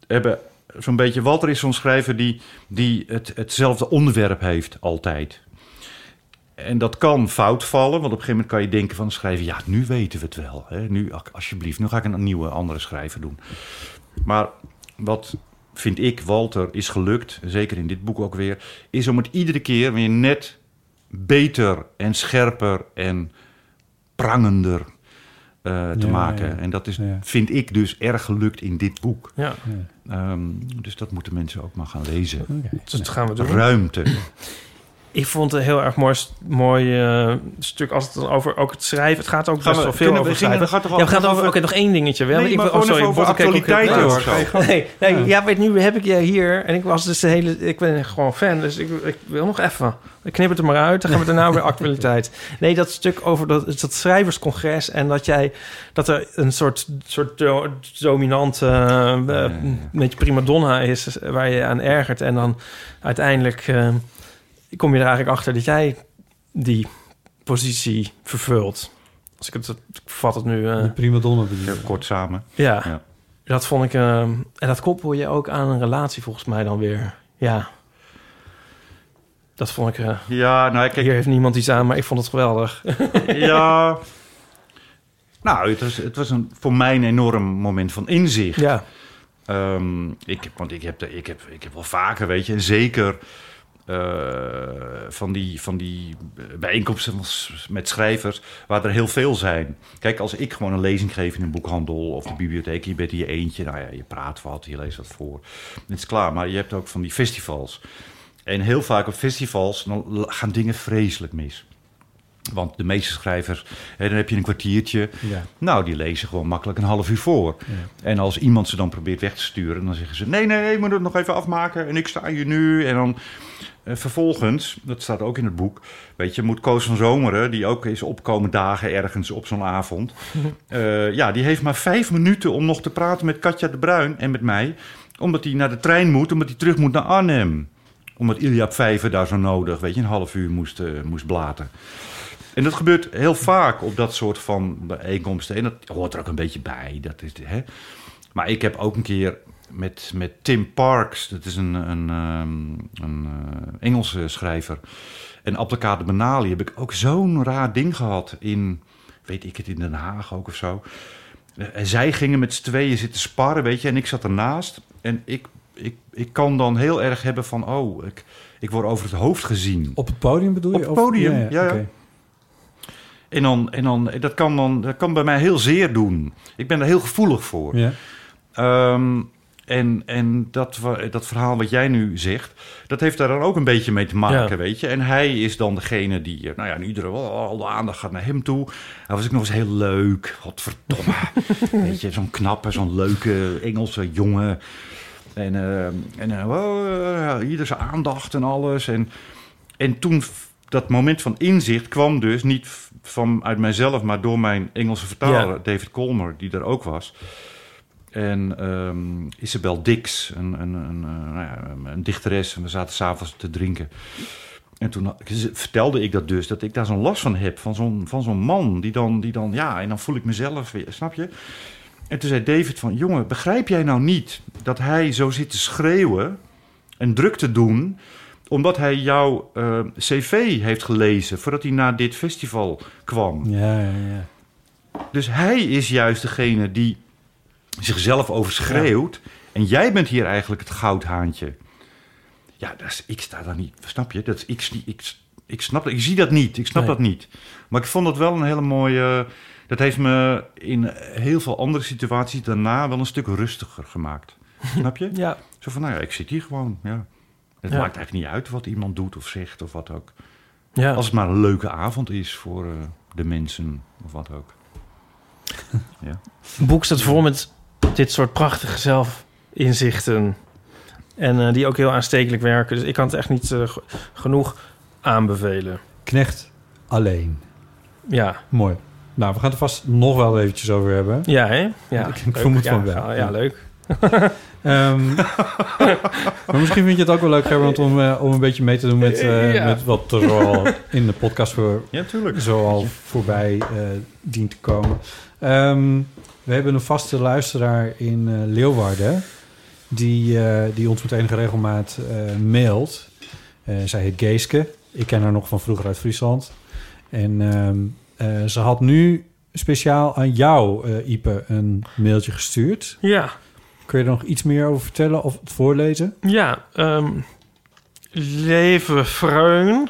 [SPEAKER 1] hebben zo'n beetje. Walter is zo'n schrijver die, die het, hetzelfde onderwerp heeft altijd. En dat kan fout vallen, want op een gegeven moment kan je denken van schrijven, ja, nu weten we het wel. Hè? Nu, ak- alsjeblieft, nu ga ik een nieuwe, andere schrijver doen. Maar wat vind ik, Walter, is gelukt, zeker in dit boek ook weer, is om het iedere keer weer net beter en scherper en prangender eh, te
[SPEAKER 2] Ja,
[SPEAKER 1] maken.
[SPEAKER 2] ja.
[SPEAKER 1] En dat is,
[SPEAKER 2] nou Ja.
[SPEAKER 1] vind ik dus erg gelukt in dit boek.
[SPEAKER 3] Ja,
[SPEAKER 1] Ehm, dus dat moeten mensen ook maar gaan lezen.
[SPEAKER 3] dus dat gaan we doen.
[SPEAKER 1] Ruimte.
[SPEAKER 3] Ik vond het een heel erg mooi, st- mooi eh, stuk als het dan over ook het schrijven. Het gaat ook
[SPEAKER 1] Gaan
[SPEAKER 3] best
[SPEAKER 1] we-
[SPEAKER 3] wel veel
[SPEAKER 1] kunnen we-
[SPEAKER 3] over
[SPEAKER 1] gingen-
[SPEAKER 3] schrijven.
[SPEAKER 1] we gaan toch
[SPEAKER 3] ja,
[SPEAKER 1] al-
[SPEAKER 3] we gaan het over. Oké,
[SPEAKER 1] over-
[SPEAKER 3] nog één dingetje wel.
[SPEAKER 1] Nee,
[SPEAKER 3] ik
[SPEAKER 1] maar
[SPEAKER 3] ben- oh,
[SPEAKER 1] gewoon even
[SPEAKER 3] sorry,
[SPEAKER 1] over
[SPEAKER 3] Bot, ik kijk ook heel
[SPEAKER 1] actualiteiten
[SPEAKER 3] kwaad.
[SPEAKER 1] of zo.
[SPEAKER 3] Nee, nee ja. weet nu heb ik je hier en ik was dus de hele. Ik ben gewoon fan, dus ik, ik wil nog even. Ik knip het er maar uit, dan gaan we daarna weer <laughs> actualiteit. Nee, dat stuk over dat, dat schrijverscongres en dat jij dat er een soort, soort do- dominante eh, eh, een beetje prima donna is eh, waar je aan ergert en dan uiteindelijk eh, kom je er eigenlijk achter dat jij die positie vervult. Als ik het ik vat het nu. eh,
[SPEAKER 2] De prima donna bedoel ik.
[SPEAKER 1] Kort samen.
[SPEAKER 3] ja.
[SPEAKER 1] Ja.
[SPEAKER 3] Dat vond ik... ehm, en dat koppel je ook aan een relatie volgens mij dan weer. Ja. Dat vond ik... eh,
[SPEAKER 1] Ja, nou kijk,
[SPEAKER 3] hier heeft niemand iets aan, maar ik vond het geweldig.
[SPEAKER 1] ja. Nou, het was, het was een, voor mij een enorm moment van inzicht.
[SPEAKER 3] Ja.
[SPEAKER 1] Ehm, ik, heb- want ik heb, de- ik, heb, ik heb wel vaker, weet je, en zeker eh, van, die, van die eh, bijeenkomsten van s- met schrijvers, waar er heel veel zijn. Kijk, als ik gewoon een lezing geef in een boekhandel of de bibliotheek, je bent hier eentje, nou ja, je praat wat, je leest wat voor. Het is klaar, maar je hebt ook van die festivals. En heel vaak op festivals dan l- gaan dingen vreselijk mis. Want de meeste schrijvers, hè, dan heb je een kwartiertje.
[SPEAKER 2] Ja.
[SPEAKER 1] Nou, die lezen gewoon makkelijk een half uur voor. En als iemand ze dan probeert weg te sturen, dan zeggen ze: Nee, nee, nee, ik moet het nog even afmaken. En ik sta hier nu. En dan eh, vervolgens, dat staat ook in het boek. Weet je, moet Koos van Zomeren, die ook is opkomen dagen ergens op zo'n avond. eh, ja, die heeft maar vijf minuten om nog te praten met Katja de Bruin en met mij. Omdat hij naar de trein moet, omdat hij terug moet naar Arnhem. Omdat Iliab Vijver daar zo nodig, weet je, een half uur moest, eh, moest blaten. En dat gebeurt heel vaak op dat soort van bijeenkomsten. En dat hoort er ook een beetje bij. Dat is, hè. Maar ik heb ook een keer met, met Tim Parks, dat is een, een, ehm, een eh, Engelse schrijver, en Applicade Benali heb ik ook zo'n raar ding gehad in, weet ik het, in Den Haag ook of zo. En zij gingen met z'n tweeën zitten sparren, weet je, en ik zat ernaast. En ik, ik, ik kan dan heel erg hebben van, oh, ik, ik word over het hoofd gezien.
[SPEAKER 2] Op het podium bedoel
[SPEAKER 1] Op
[SPEAKER 2] je?
[SPEAKER 1] het
[SPEAKER 2] Of-
[SPEAKER 1] podium, ja, ja.
[SPEAKER 2] oké.
[SPEAKER 1] En, dan, en dan, dat, kan dan, dat kan bij mij heel zeer doen. Ik ben daar heel gevoelig voor.
[SPEAKER 2] Ja.
[SPEAKER 1] Ehm, en en dat, wa- dat verhaal wat jij nu zegt, dat heeft daar dan ook een beetje mee te maken,
[SPEAKER 3] Ja.
[SPEAKER 1] weet je. En hij is dan degene die, eh, nou ja, en iedereen, wel al de aandacht gaat naar hem toe. Hij was ook nog eens heel leuk, godverdomme. weet je, zo'n knappe, zo'n leuke Engelse jongen. En, eh, en eh, wow, eh, ieder zijn aandacht en alles. En, en toen, f- dat moment van inzicht kwam dus niet f- vanuit mijzelf, maar door mijn Engelse vertaler,
[SPEAKER 3] Ja.
[SPEAKER 1] David Colmer, die er ook was. En ehm, Isabel Dix, een, een, een, eh, nou ja, een- een dichteres. En we zaten s'avonds te drinken. En toen had- ze- vertelde ik dat dus, dat ik daar zo'n last van heb. Van zo'n, van zo'n man die dan, die dan, ja, en dan voel ik mezelf weer, snap je? En toen zei David van, jongen, begrijp jij nou niet dat hij zo zit te schreeuwen en druk te doen... omdat hij jouw eh, cv heeft gelezen voordat hij naar dit festival kwam.
[SPEAKER 2] Ja, ja, ja.
[SPEAKER 1] Dus hij is juist degene die zichzelf overschreeuwt. En jij bent hier eigenlijk het goudhaantje. Ja, dat is, ik sta daar niet. Snap je? Dat is, ik, sni- ik, s- ik, snap, dat- ik zie dat niet. Ik snap
[SPEAKER 3] Nee.
[SPEAKER 1] dat niet. Maar ik vond dat wel een hele mooie. Dat heeft me in heel veel andere situaties daarna wel een stuk rustiger
[SPEAKER 3] <laughs>
[SPEAKER 1] gemaakt. Snap je?
[SPEAKER 3] Ja.
[SPEAKER 1] Zo van, nou ja, ik zit hier gewoon. Ja. Het
[SPEAKER 3] Ja.
[SPEAKER 1] maakt eigenlijk niet uit wat iemand doet of zegt of wat ook.
[SPEAKER 3] ja.
[SPEAKER 1] Als het maar een leuke avond is voor eh, de mensen of wat ook.
[SPEAKER 3] Het boek staat vol met dit soort prachtige zelfinzichten. En eh, die ook heel aanstekelijk werken. Dus ik kan het echt niet eh, g- genoeg aanbevelen.
[SPEAKER 2] Knecht alleen.
[SPEAKER 3] Ja,
[SPEAKER 2] Mooi. Nou, we gaan het er vast nog wel eventjes over hebben.
[SPEAKER 3] ja hè? Ja.
[SPEAKER 2] Ik- ik
[SPEAKER 3] Leuk.
[SPEAKER 2] vermoed
[SPEAKER 3] Ja,
[SPEAKER 2] van wel.
[SPEAKER 3] Ja,
[SPEAKER 2] Ja.
[SPEAKER 3] ja, leuk.
[SPEAKER 2] <laughs> Ehm, maar misschien vind je het ook wel leuk, Gerbrand, om, eh, om een beetje mee te doen met, eh,
[SPEAKER 3] Ja.
[SPEAKER 2] met wat er al in de podcast voor,
[SPEAKER 1] Ja, tuurlijk.
[SPEAKER 2] zo al voorbij eh, dient te komen. Ehm, we hebben een vaste luisteraar in eh, Leeuwarden, die, eh, die ons met enige regelmaat eh, mailt. Eh, zij heet Geeske. Ik ken haar nog van vroeger uit Friesland. En ehm, eh, ze had nu speciaal aan jou, eh, Ipe, een mailtje gestuurd.
[SPEAKER 3] Ja,
[SPEAKER 2] Kun je er nog iets meer over vertellen of het voorlezen?
[SPEAKER 3] ja. ehm, leven vreun.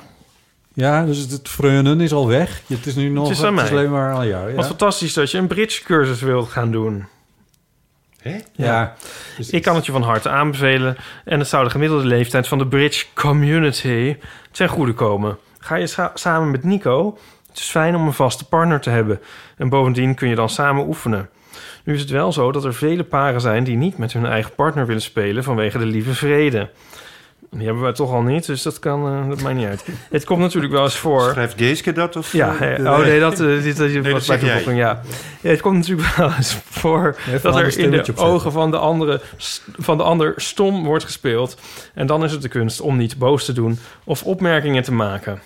[SPEAKER 2] Ja, dus het, het freunen is al weg. Het is nu nog
[SPEAKER 3] is aan mij.
[SPEAKER 2] alleen maar aan jou. Ja,
[SPEAKER 3] Wat fantastisch dat je een bridge cursus wilt gaan doen.
[SPEAKER 2] ja. Dus
[SPEAKER 3] Ik kan het je van harte aanbevelen. En het zou de gemiddelde leeftijd van de bridge community ten goede komen. Ga je sa- samen met Nico? Het is fijn om een vaste partner te hebben. En bovendien kun je dan samen oefenen. Nu is het wel zo dat er vele paren zijn die niet met hun eigen partner willen spelen vanwege de lieve vrede. Die hebben wij toch al niet, dus dat kan, eh, dat maakt niet uit. Het komt natuurlijk wel eens voor.
[SPEAKER 1] Schrijft Geeske dat? Of,
[SPEAKER 3] Ja,
[SPEAKER 1] eh,
[SPEAKER 3] eh, oh nee, dat, eh,
[SPEAKER 1] <laughs>
[SPEAKER 3] dit, dat,
[SPEAKER 1] dat
[SPEAKER 3] was bij
[SPEAKER 1] zeg jij.
[SPEAKER 3] toevoeging, ja. ja. Het komt natuurlijk wel <laughs> eens voor
[SPEAKER 2] Even
[SPEAKER 3] dat
[SPEAKER 2] een ander
[SPEAKER 3] er in de
[SPEAKER 2] stemmetje opzetten.
[SPEAKER 3] ogen van de, andere, st- van de ander stom wordt gespeeld. En dan is het de kunst om niet boos te doen of opmerkingen te maken.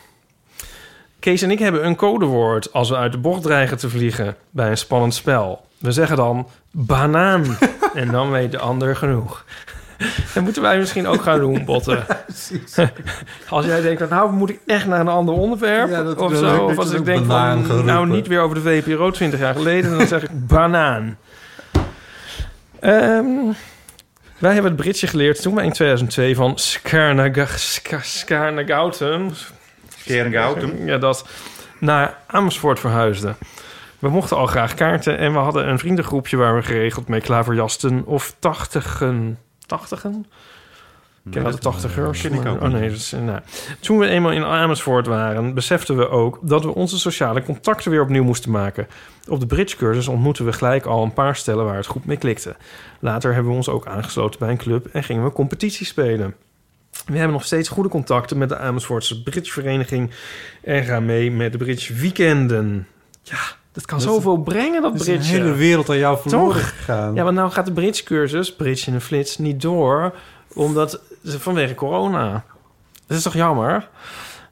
[SPEAKER 3] Kees en ik hebben een codewoord als we uit de bocht dreigen te vliegen bij een spannend spel. We zeggen dan
[SPEAKER 1] <laughs>
[SPEAKER 3] banaan en dan weet de ander genoeg. Dat moeten wij misschien ook gaan
[SPEAKER 2] <laughs>
[SPEAKER 3] doen, Botten. <laughs> als jij denkt, van, nou moet ik echt naar een ander onderwerp
[SPEAKER 2] Ja, dat-
[SPEAKER 3] of
[SPEAKER 2] dat-
[SPEAKER 3] zo.
[SPEAKER 2] dat-
[SPEAKER 3] Of
[SPEAKER 2] dat
[SPEAKER 3] als
[SPEAKER 2] is
[SPEAKER 3] ik
[SPEAKER 2] ook
[SPEAKER 3] denk,
[SPEAKER 2] banaan
[SPEAKER 3] van, nou
[SPEAKER 2] geroepen.
[SPEAKER 3] niet weer over de VPRO 20 jaar geleden, dan zeg
[SPEAKER 2] <laughs>
[SPEAKER 3] ik banaan. Ehm, wij hebben het Britsje geleerd toen wij in 2002 van Skarnaga- Ska- Skarnagouten,
[SPEAKER 1] Keringhouten.
[SPEAKER 3] ja, dat naar Amersfoort verhuisde. We mochten al graag kaarten en we hadden een vriendengroepje waar we geregeld mee klaverjasten of tachtigen. Tachtigen? Ik heb de tachtigers.
[SPEAKER 1] Ken ik
[SPEAKER 3] maar-
[SPEAKER 1] ook
[SPEAKER 3] Oh
[SPEAKER 1] niet.
[SPEAKER 3] nee, dat is- nou. Toen we eenmaal in Amersfoort waren, beseften we ook dat we onze sociale contacten weer opnieuw moesten maken. Op de bridgecursus ontmoetten we gelijk al een paar stellen waar het goed mee klikte. Later hebben we ons ook aangesloten bij een club en gingen we competitie spelen. We hebben nog steeds goede contacten met de Amersfoortse bridgevereniging en gaan mee met de bridge weekenden. Ja, dat kan
[SPEAKER 2] Dat-
[SPEAKER 3] zoveel brengen, dat
[SPEAKER 2] Er is een
[SPEAKER 3] bridge. eh.
[SPEAKER 2] hele wereld aan jou verloren
[SPEAKER 3] Toch?
[SPEAKER 2] gegaan.
[SPEAKER 3] Ja, want nou gaat de Brits-cursus, Brits in de Flits, niet door. Omdat ze vanwege corona. Dat is toch jammer?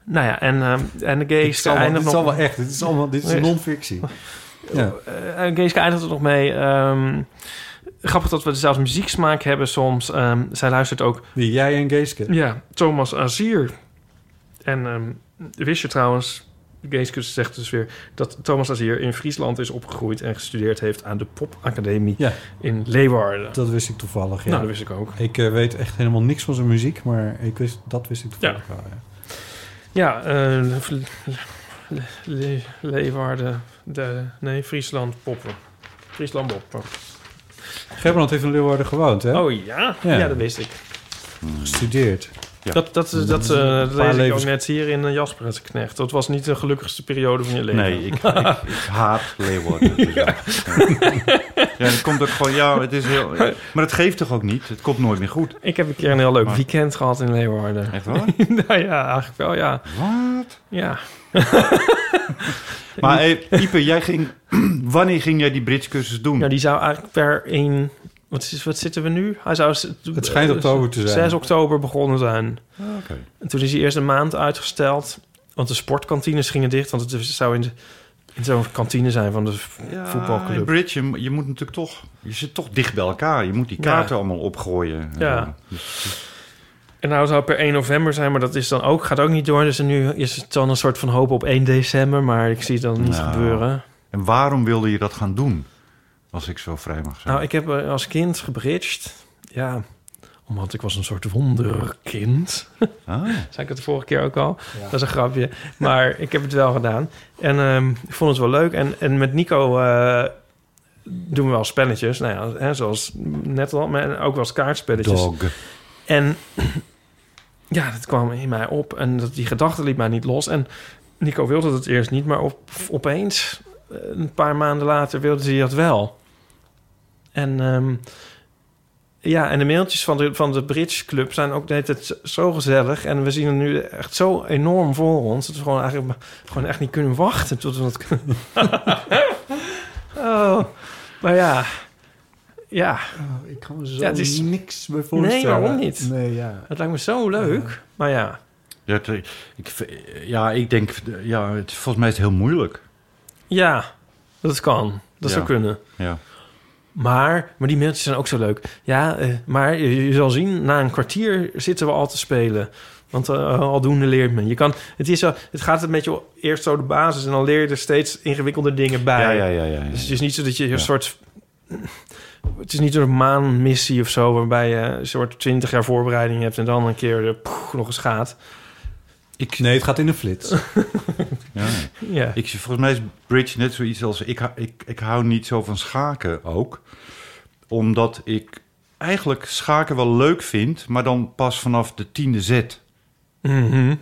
[SPEAKER 3] Nou ja, en, eh, en de
[SPEAKER 2] dit
[SPEAKER 3] gays
[SPEAKER 2] is allemaal, dit
[SPEAKER 3] eindigt
[SPEAKER 2] is allemaal
[SPEAKER 3] nog...
[SPEAKER 2] echt. Dit is allemaal dit is
[SPEAKER 3] Nee.
[SPEAKER 2] non-fictie. Ja.
[SPEAKER 3] eh, en Geeske eindigt er nog mee. ehm, grappig dat we dezelfde muzieksmaak hebben soms. Ehm, zij luistert ook...
[SPEAKER 2] Wie jij en Geeske.
[SPEAKER 3] Ja, Thomas Azier. En ehm, wist je trouwens... Geeske zegt dus weer dat Thomas Azier in Friesland is opgegroeid... en gestudeerd heeft aan de Popacademie
[SPEAKER 2] Ja.
[SPEAKER 3] in Leeuwarden.
[SPEAKER 2] Dat wist ik toevallig. Ja.
[SPEAKER 3] Nou, dat wist ik ook.
[SPEAKER 2] ik eh, weet echt helemaal niks van zijn muziek, maar ik wist, dat wist ik toevallig wel. Ja.
[SPEAKER 3] Ja, eh, Le- Le- Le- Leeuwarden, de, nee, Friesland poppen. Friesland poppen.
[SPEAKER 2] Gerbrand heeft in Leeuwarden gewoond, hè?
[SPEAKER 3] Oh ja?
[SPEAKER 2] Ja.
[SPEAKER 3] ja? dat wist ik.
[SPEAKER 2] Gestudeerd.
[SPEAKER 1] Ja.
[SPEAKER 3] Dat, dat, dat, dat, eh, dat
[SPEAKER 2] Mm. Paar
[SPEAKER 3] lees ik
[SPEAKER 2] levens-
[SPEAKER 3] ook net hier in eh, Jasper het Knecht. Dat was niet de gelukkigste periode van je leven.
[SPEAKER 1] Nee, ik, ik, ik haat
[SPEAKER 3] <laughs>
[SPEAKER 1] Leeuwarden. Dus ja. ja, dat komt ook gewoon... Ja, het is heel... Maar het geeft toch ook niet? Het komt nooit meer goed.
[SPEAKER 3] Ik heb een keer een heel leuk
[SPEAKER 1] Maar-
[SPEAKER 3] weekend gehad in Leeuwarden.
[SPEAKER 1] Echt waar?
[SPEAKER 3] <laughs> nou ja, eigenlijk wel, ja.
[SPEAKER 1] Wat?
[SPEAKER 3] Ja,
[SPEAKER 1] Maar hey, Ipe, jij ging... <clears throat> Wanneer ging jij die bridgecursus doen?
[SPEAKER 3] ja Nou, die zou eigenlijk per 1... Wat, is, wat zitten we nu? Hij zou... s-
[SPEAKER 2] Het schijnt oktober te zijn.
[SPEAKER 3] 6 oktober begonnen zijn.
[SPEAKER 1] Oké.
[SPEAKER 3] En toen is hij eerst een maand uitgesteld. Want de sportkantines gingen dicht. Want het zou in, de- in zo'n kantine zijn van de v-
[SPEAKER 1] Ja,
[SPEAKER 3] voetbalclub.
[SPEAKER 1] in Bridge, je, je moet natuurlijk toch... Je zit toch dicht bij elkaar. Je moet die
[SPEAKER 3] Ja.
[SPEAKER 1] kaarten allemaal opgooien. Eh, dus-
[SPEAKER 3] Ja. En nou zou het per 1 november zijn, maar dat is dan ook, gaat ook niet door. Dus nu is het dan een soort van hoop op 1 december. Maar ik zie het dan niet
[SPEAKER 1] Nou.
[SPEAKER 3] gebeuren.
[SPEAKER 1] En waarom wilde je dat gaan doen? Als ik zo vrij mag zijn.
[SPEAKER 3] Nou, ik heb eh, als kind gebridged. Ja, omdat ik was een soort wonderkind.
[SPEAKER 1] Ah.
[SPEAKER 3] <laughs> Zei ik het de vorige keer ook al? Dat is een grapje. Maar ik heb het wel gedaan. En ehm, ik vond het wel leuk. En, en met Nico eh, doen we wel spelletjes. Nou ja, hè, zoals net al. Maar ook wel eens kaartspelletjes.
[SPEAKER 1] Dog.
[SPEAKER 3] En <clears throat> ja, dat kwam in mij op. En dat, die gedachte liet mij niet los. En Nico wilde dat eerst niet. Maar op, opeens, eh, een paar maanden later, wilde hij dat wel. En... ehm, ja, en de mailtjes van de, van de Bridge Club zijn ook de hele tijd zo gezellig. En we zien het nu echt zo enorm voor ons. Dat we gewoon eigenlijk gewoon echt niet kunnen wachten tot we dat kunnen. <laughs> oh, maar ja. Ja,
[SPEAKER 2] Oh, ik kan me zo
[SPEAKER 3] Ja, het is-
[SPEAKER 2] niks bij
[SPEAKER 3] voorstellen. Nee, waarom niet?
[SPEAKER 2] Nee, ja.
[SPEAKER 3] het lijkt me zo leuk. Maar ja.
[SPEAKER 1] Ja, het, eh, ik, v- ja, ik denk... eh, Ja, het, volgens mij is het heel moeilijk.
[SPEAKER 3] Ja, dat kan. Dat
[SPEAKER 1] Ja.
[SPEAKER 3] zou kunnen.
[SPEAKER 1] Ja.
[SPEAKER 3] Maar, maar die mailtjes zijn ook zo leuk. Ja, eh, maar je, je zal zien, na een kwartier zitten we al te spelen. Want eh, aldoende leert men. Je kan, het, is zo, het gaat een beetje eerst zo de basis en dan leer je er steeds ingewikkelder dingen bij.
[SPEAKER 1] Ja, ja, ja, ja. ja.
[SPEAKER 3] Dus het is niet zo dat je een
[SPEAKER 1] Ja.
[SPEAKER 3] soort... Het is niet een maanmissie of zo... waarbij je een soort 20 jaar voorbereiding hebt... en dan een keer eh, poeh, nog eens gaat.
[SPEAKER 1] Ik,
[SPEAKER 2] Nee, het gaat in de flits.
[SPEAKER 1] ja.
[SPEAKER 3] Ja.
[SPEAKER 1] <laughs> ik, volgens mij is bridge net zoiets als... Ik, hou- ik, ik hou niet zo van schaken ook. Omdat ik eigenlijk schaken wel leuk vind... maar dan pas vanaf de tiende zet.
[SPEAKER 3] Mhm.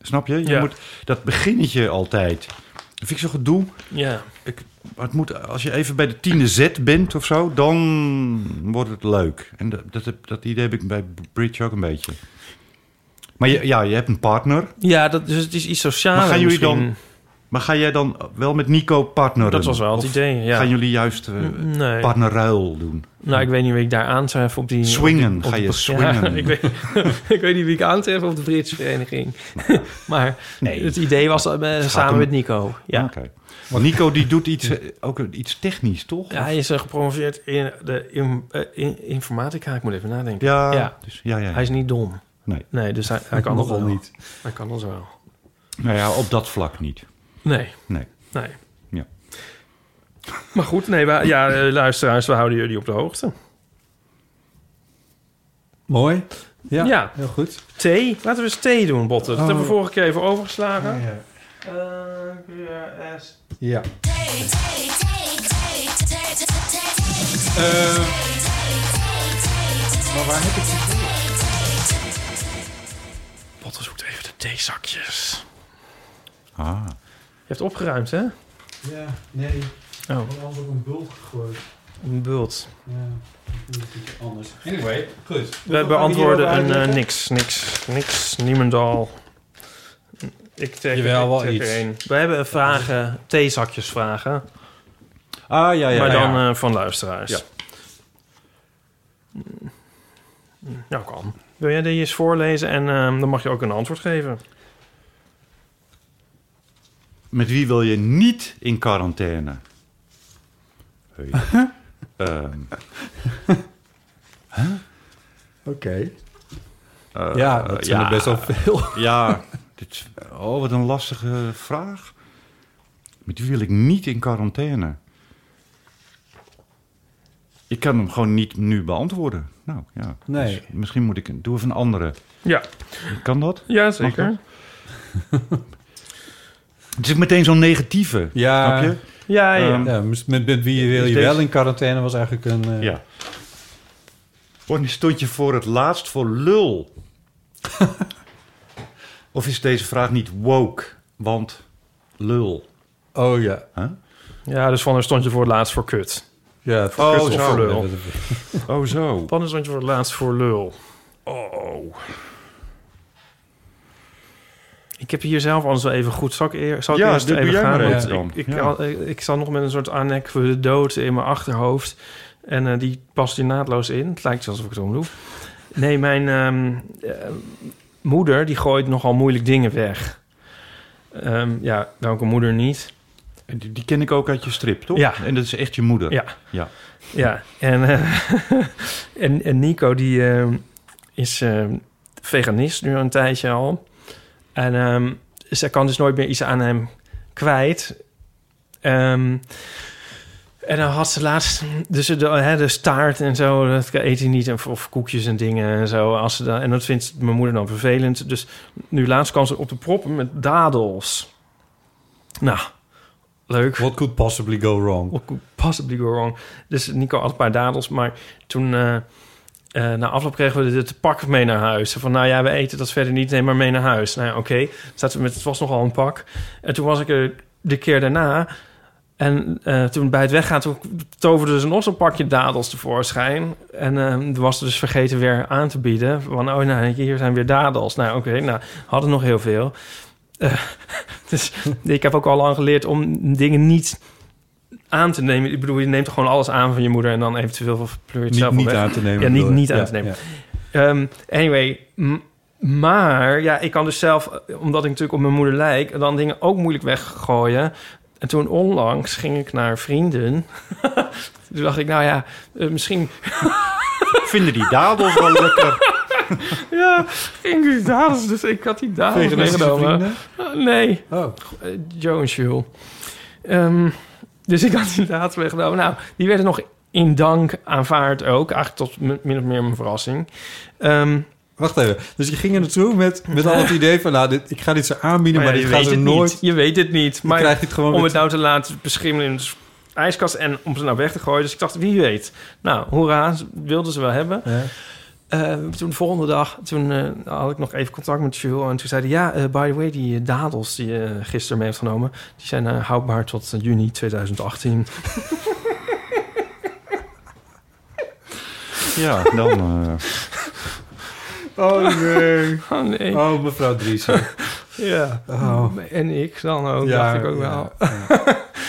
[SPEAKER 1] Snap je? Je
[SPEAKER 3] Ja.
[SPEAKER 1] moet dat beginnetje altijd. Dat vind ik zo gedoe.
[SPEAKER 3] ja.
[SPEAKER 1] Ik, maar het moet, als je even bij de tiende zet bent of zo, dan wordt het leuk. En dat, dat, heb- dat idee heb ik bij Bridge ook een beetje. Maar je, ja, je hebt een partner.
[SPEAKER 3] Ja, dat, dus het is iets sociaals.
[SPEAKER 1] Maar gaan jullie dan Maar ga jij dan wel met Nico partneren?
[SPEAKER 3] Dat was wel het
[SPEAKER 1] Of
[SPEAKER 3] idee, ja.
[SPEAKER 1] gaan jullie juist eh,
[SPEAKER 3] Nee.
[SPEAKER 1] partnerruil doen?
[SPEAKER 3] Nou, ik weet niet wie ik daar aantref op die...
[SPEAKER 1] Swingen,
[SPEAKER 3] op die- op
[SPEAKER 1] ga
[SPEAKER 3] die-
[SPEAKER 1] je
[SPEAKER 3] ja,
[SPEAKER 1] swingen.
[SPEAKER 3] <laughs> ik, weet, ik weet niet wie ik aantref op de Britse vereniging. <laughs> maar
[SPEAKER 1] Nee.
[SPEAKER 3] het idee was eh, samen
[SPEAKER 1] om-
[SPEAKER 3] met Nico. Ja.
[SPEAKER 1] Oké. Want Nico die doet iets, eh, ook een- iets technisch, toch?
[SPEAKER 3] Ja, hij is eh, gepromoveerd in de in, eh, in- informatica. Ik moet even nadenken.
[SPEAKER 1] ja,
[SPEAKER 3] Ja.
[SPEAKER 1] Dus, ja, ja.
[SPEAKER 3] Hij is niet dom.
[SPEAKER 1] Nee.
[SPEAKER 3] Nee, dus hij, hij <laughs> kan
[SPEAKER 2] Nogal
[SPEAKER 3] dat wel.
[SPEAKER 2] niet.
[SPEAKER 3] Hij kan dat wel.
[SPEAKER 1] Nou ja, op dat vlak niet.
[SPEAKER 3] Nee,
[SPEAKER 1] Nee.
[SPEAKER 3] nee.
[SPEAKER 1] Ja.
[SPEAKER 3] Maar goed, nee, we, ja, eh, luisteraars, we houden jullie op de hoogte.
[SPEAKER 2] Mooi. Ja,
[SPEAKER 3] Ja.
[SPEAKER 2] heel goed.
[SPEAKER 3] Thee? Laten we eens thee doen, Botten. Dat
[SPEAKER 2] Oh.
[SPEAKER 3] hebben we vorige keer even overgeslagen.
[SPEAKER 2] Ja.
[SPEAKER 3] Eh, QRS.
[SPEAKER 2] ja.
[SPEAKER 4] Maar
[SPEAKER 2] waar heb ik die voor?
[SPEAKER 3] theezakjes.
[SPEAKER 1] Ah.
[SPEAKER 3] Je hebt opgeruimd, hè?
[SPEAKER 2] Ja, nee. Ik
[SPEAKER 3] Oh,
[SPEAKER 2] had anders op een bult gegooid.
[SPEAKER 3] een bult.
[SPEAKER 2] Ja, dat is iets anders. Anyway, goed.
[SPEAKER 3] We beantwoorden een eh, niks, niks, niks, niemendal. Ik trek,
[SPEAKER 2] Jawel,
[SPEAKER 3] ik
[SPEAKER 2] wel
[SPEAKER 3] trek er
[SPEAKER 2] iets.
[SPEAKER 3] één. We hebben vragen, theezakjesvragen,
[SPEAKER 1] Ah, ja, ja.
[SPEAKER 3] maar
[SPEAKER 1] ja.
[SPEAKER 3] dan eh, van luisteraars. Mm.
[SPEAKER 1] Ja.
[SPEAKER 3] Nou, kan. Wil jij die eens voorlezen en ehm, dan mag je ook een antwoord geven.
[SPEAKER 1] Met wie wil je niet in quarantaine? Hey. Ehm,
[SPEAKER 2] Oké.
[SPEAKER 1] eh,
[SPEAKER 2] ja, dat zijn
[SPEAKER 1] ja,
[SPEAKER 2] er best wel
[SPEAKER 1] <laughs>
[SPEAKER 2] veel.
[SPEAKER 1] Ja, dit, is- oh, wat een lastige vraag. Met wie wil ik niet in quarantaine? Ik kan hem gewoon niet nu beantwoorden. Nou, ja.
[SPEAKER 2] Nee.
[SPEAKER 1] Dus misschien moet ik... een- Doe even een andere.
[SPEAKER 3] Ja,
[SPEAKER 1] Kan dat?
[SPEAKER 3] ja
[SPEAKER 1] zeker. Het is meteen zo'n negatieve.
[SPEAKER 2] Ja.
[SPEAKER 1] Snap je?
[SPEAKER 3] Ja, ja.
[SPEAKER 1] Ehm,
[SPEAKER 2] Ja, mis- met, met wie wil
[SPEAKER 1] Is
[SPEAKER 2] je
[SPEAKER 1] deze-
[SPEAKER 2] wel in quarantaine was eigenlijk een... eh,
[SPEAKER 1] Ja. Wanneer stond je voor het laatst voor <laughs> lul? of is deze vraag niet woke? Want lul.
[SPEAKER 2] Oh ja.
[SPEAKER 3] ja, dus van er stond je voor het laatst voor kut.
[SPEAKER 2] ja
[SPEAKER 1] Oh,
[SPEAKER 2] kut of
[SPEAKER 1] zo.
[SPEAKER 2] voor lul.
[SPEAKER 1] Oh zo.
[SPEAKER 3] Van er stond je voor het laatst voor lul.
[SPEAKER 1] Oh.
[SPEAKER 3] Ik heb hier zelf anders wel even goed. Zal ik, eer, zal ik
[SPEAKER 1] Ja,
[SPEAKER 3] eerst
[SPEAKER 1] doe- doe
[SPEAKER 3] even
[SPEAKER 1] jij
[SPEAKER 3] gaan?
[SPEAKER 1] maar
[SPEAKER 3] Want
[SPEAKER 1] even dan.
[SPEAKER 3] ik, ik,
[SPEAKER 1] Ja.
[SPEAKER 3] had- ik, ik zat nog met een soort aannek voor de dood in mijn achterhoofd. En eh, die past hier naadloos in. Het lijkt alsof ik het omroep. Nee, mijn ehm, eh, moeder die gooit nogal moeilijk dingen weg. Ehm, ja, welke moeder niet?
[SPEAKER 1] Die, die ken ik ook uit je strip, toch?
[SPEAKER 3] Ja.
[SPEAKER 1] En dat is echt je moeder.
[SPEAKER 3] Ja.
[SPEAKER 1] Ja.
[SPEAKER 3] Ja, en, eh, <laughs> en, en Nico die eh, is eh, veganist nu een tijdje al. En ehm, zij kan dus nooit meer iets aan hem kwijt. Ehm, en dan had ze laatst... Dus de, hè, de staart en zo, dat eet hij niet. En, of koekjes en dingen en zo. Als ze dan, en dat vindt mijn moeder dan vervelend. Dus nu laatst kwam ze op de proppen met dadels. Nou, leuk.
[SPEAKER 2] What could possibly go wrong?
[SPEAKER 3] What could possibly go wrong? Dus Nico had een paar dadels, maar toen... eh, eh, na afloop kregen we de te pak mee naar huis. Van nou ja, we eten dat verder niet, neem maar mee naar huis. Nou ja, oké. Zaten we met Het was nogal een pak. En toen was ik er de keer daarna. En eh, toen bij het weggaan, toen toverde dus nog zo'n pakje dadels tevoorschijn. En eh, toen was er dus vergeten weer aan te bieden. Van oh, nou, hier zijn weer dadels. Nou oké, nou, hadden nog heel veel. Eh, <laughs> dus ik heb ook al lang geleerd om dingen niet aan te nemen. Ik bedoel, je neemt er gewoon alles aan van je moeder... en dan eventueel pleur je het
[SPEAKER 2] Niet,
[SPEAKER 3] zelf wel
[SPEAKER 2] niet
[SPEAKER 3] weg.
[SPEAKER 2] aan te nemen.
[SPEAKER 3] Ja, niet-
[SPEAKER 2] bedoel ik.
[SPEAKER 3] niet aan te nemen. Ehm, anyway, m- maar ja, ik kan dus zelf, eh, omdat ik natuurlijk op mijn moeder lijk, dan dingen ook moeilijk weggooien. En toen onlangs ging ik naar vrienden. <laughs> toen dacht ik, nou ja, eh, misschien
[SPEAKER 1] Vinden die dadels wel lekker?
[SPEAKER 3] ja, ging ik dadels. Dus ik had die dadels
[SPEAKER 2] Veganistische
[SPEAKER 3] meegenomen.
[SPEAKER 2] vrienden?
[SPEAKER 3] Eh, nee,
[SPEAKER 2] Oh,
[SPEAKER 3] eh, Joe en Jules. Ehm, dus ik had die inderdaad meegenomen. Nou, die werden nog in dank aanvaard ook. Eigenlijk tot m- min of meer mijn verrassing. Ehm,
[SPEAKER 2] wacht even. Dus je ging er naartoe met, met al
[SPEAKER 3] <laughs>
[SPEAKER 2] het idee van... Nou, dit, ik ga dit ze aanbieden, maar,
[SPEAKER 3] ja,
[SPEAKER 2] dit gaan ze
[SPEAKER 3] het
[SPEAKER 2] nooit...
[SPEAKER 3] Niet. Je weet het niet.
[SPEAKER 2] Maar
[SPEAKER 3] Maar
[SPEAKER 2] krijg je het gewoon
[SPEAKER 3] om
[SPEAKER 2] weer
[SPEAKER 3] het nou te laten beschimmelen in de ijskast en om ze nou weg te gooien. Dus ik dacht, wie weet. Nou, hoera, ze- wilden ze wel hebben.
[SPEAKER 2] Ja.
[SPEAKER 3] Eh, toen de volgende dag, toen eh, had ik nog even contact met Jules. En toen zei hij, ja, eh, by the way, die eh, dadels die je gisteren mee hebt genomen... die zijn eh, houdbaar tot eh, juni 2018.
[SPEAKER 1] <laughs> Ja, dan... eh,
[SPEAKER 2] Oh nee.
[SPEAKER 3] <laughs> Oh nee.
[SPEAKER 2] <laughs> Oh,
[SPEAKER 1] <laughs>
[SPEAKER 2] mevrouw Driessen.
[SPEAKER 3] Ja.
[SPEAKER 2] Oh.
[SPEAKER 3] En ik dan ook,
[SPEAKER 2] Ja,
[SPEAKER 3] dacht ik ook
[SPEAKER 2] ja.
[SPEAKER 3] wel.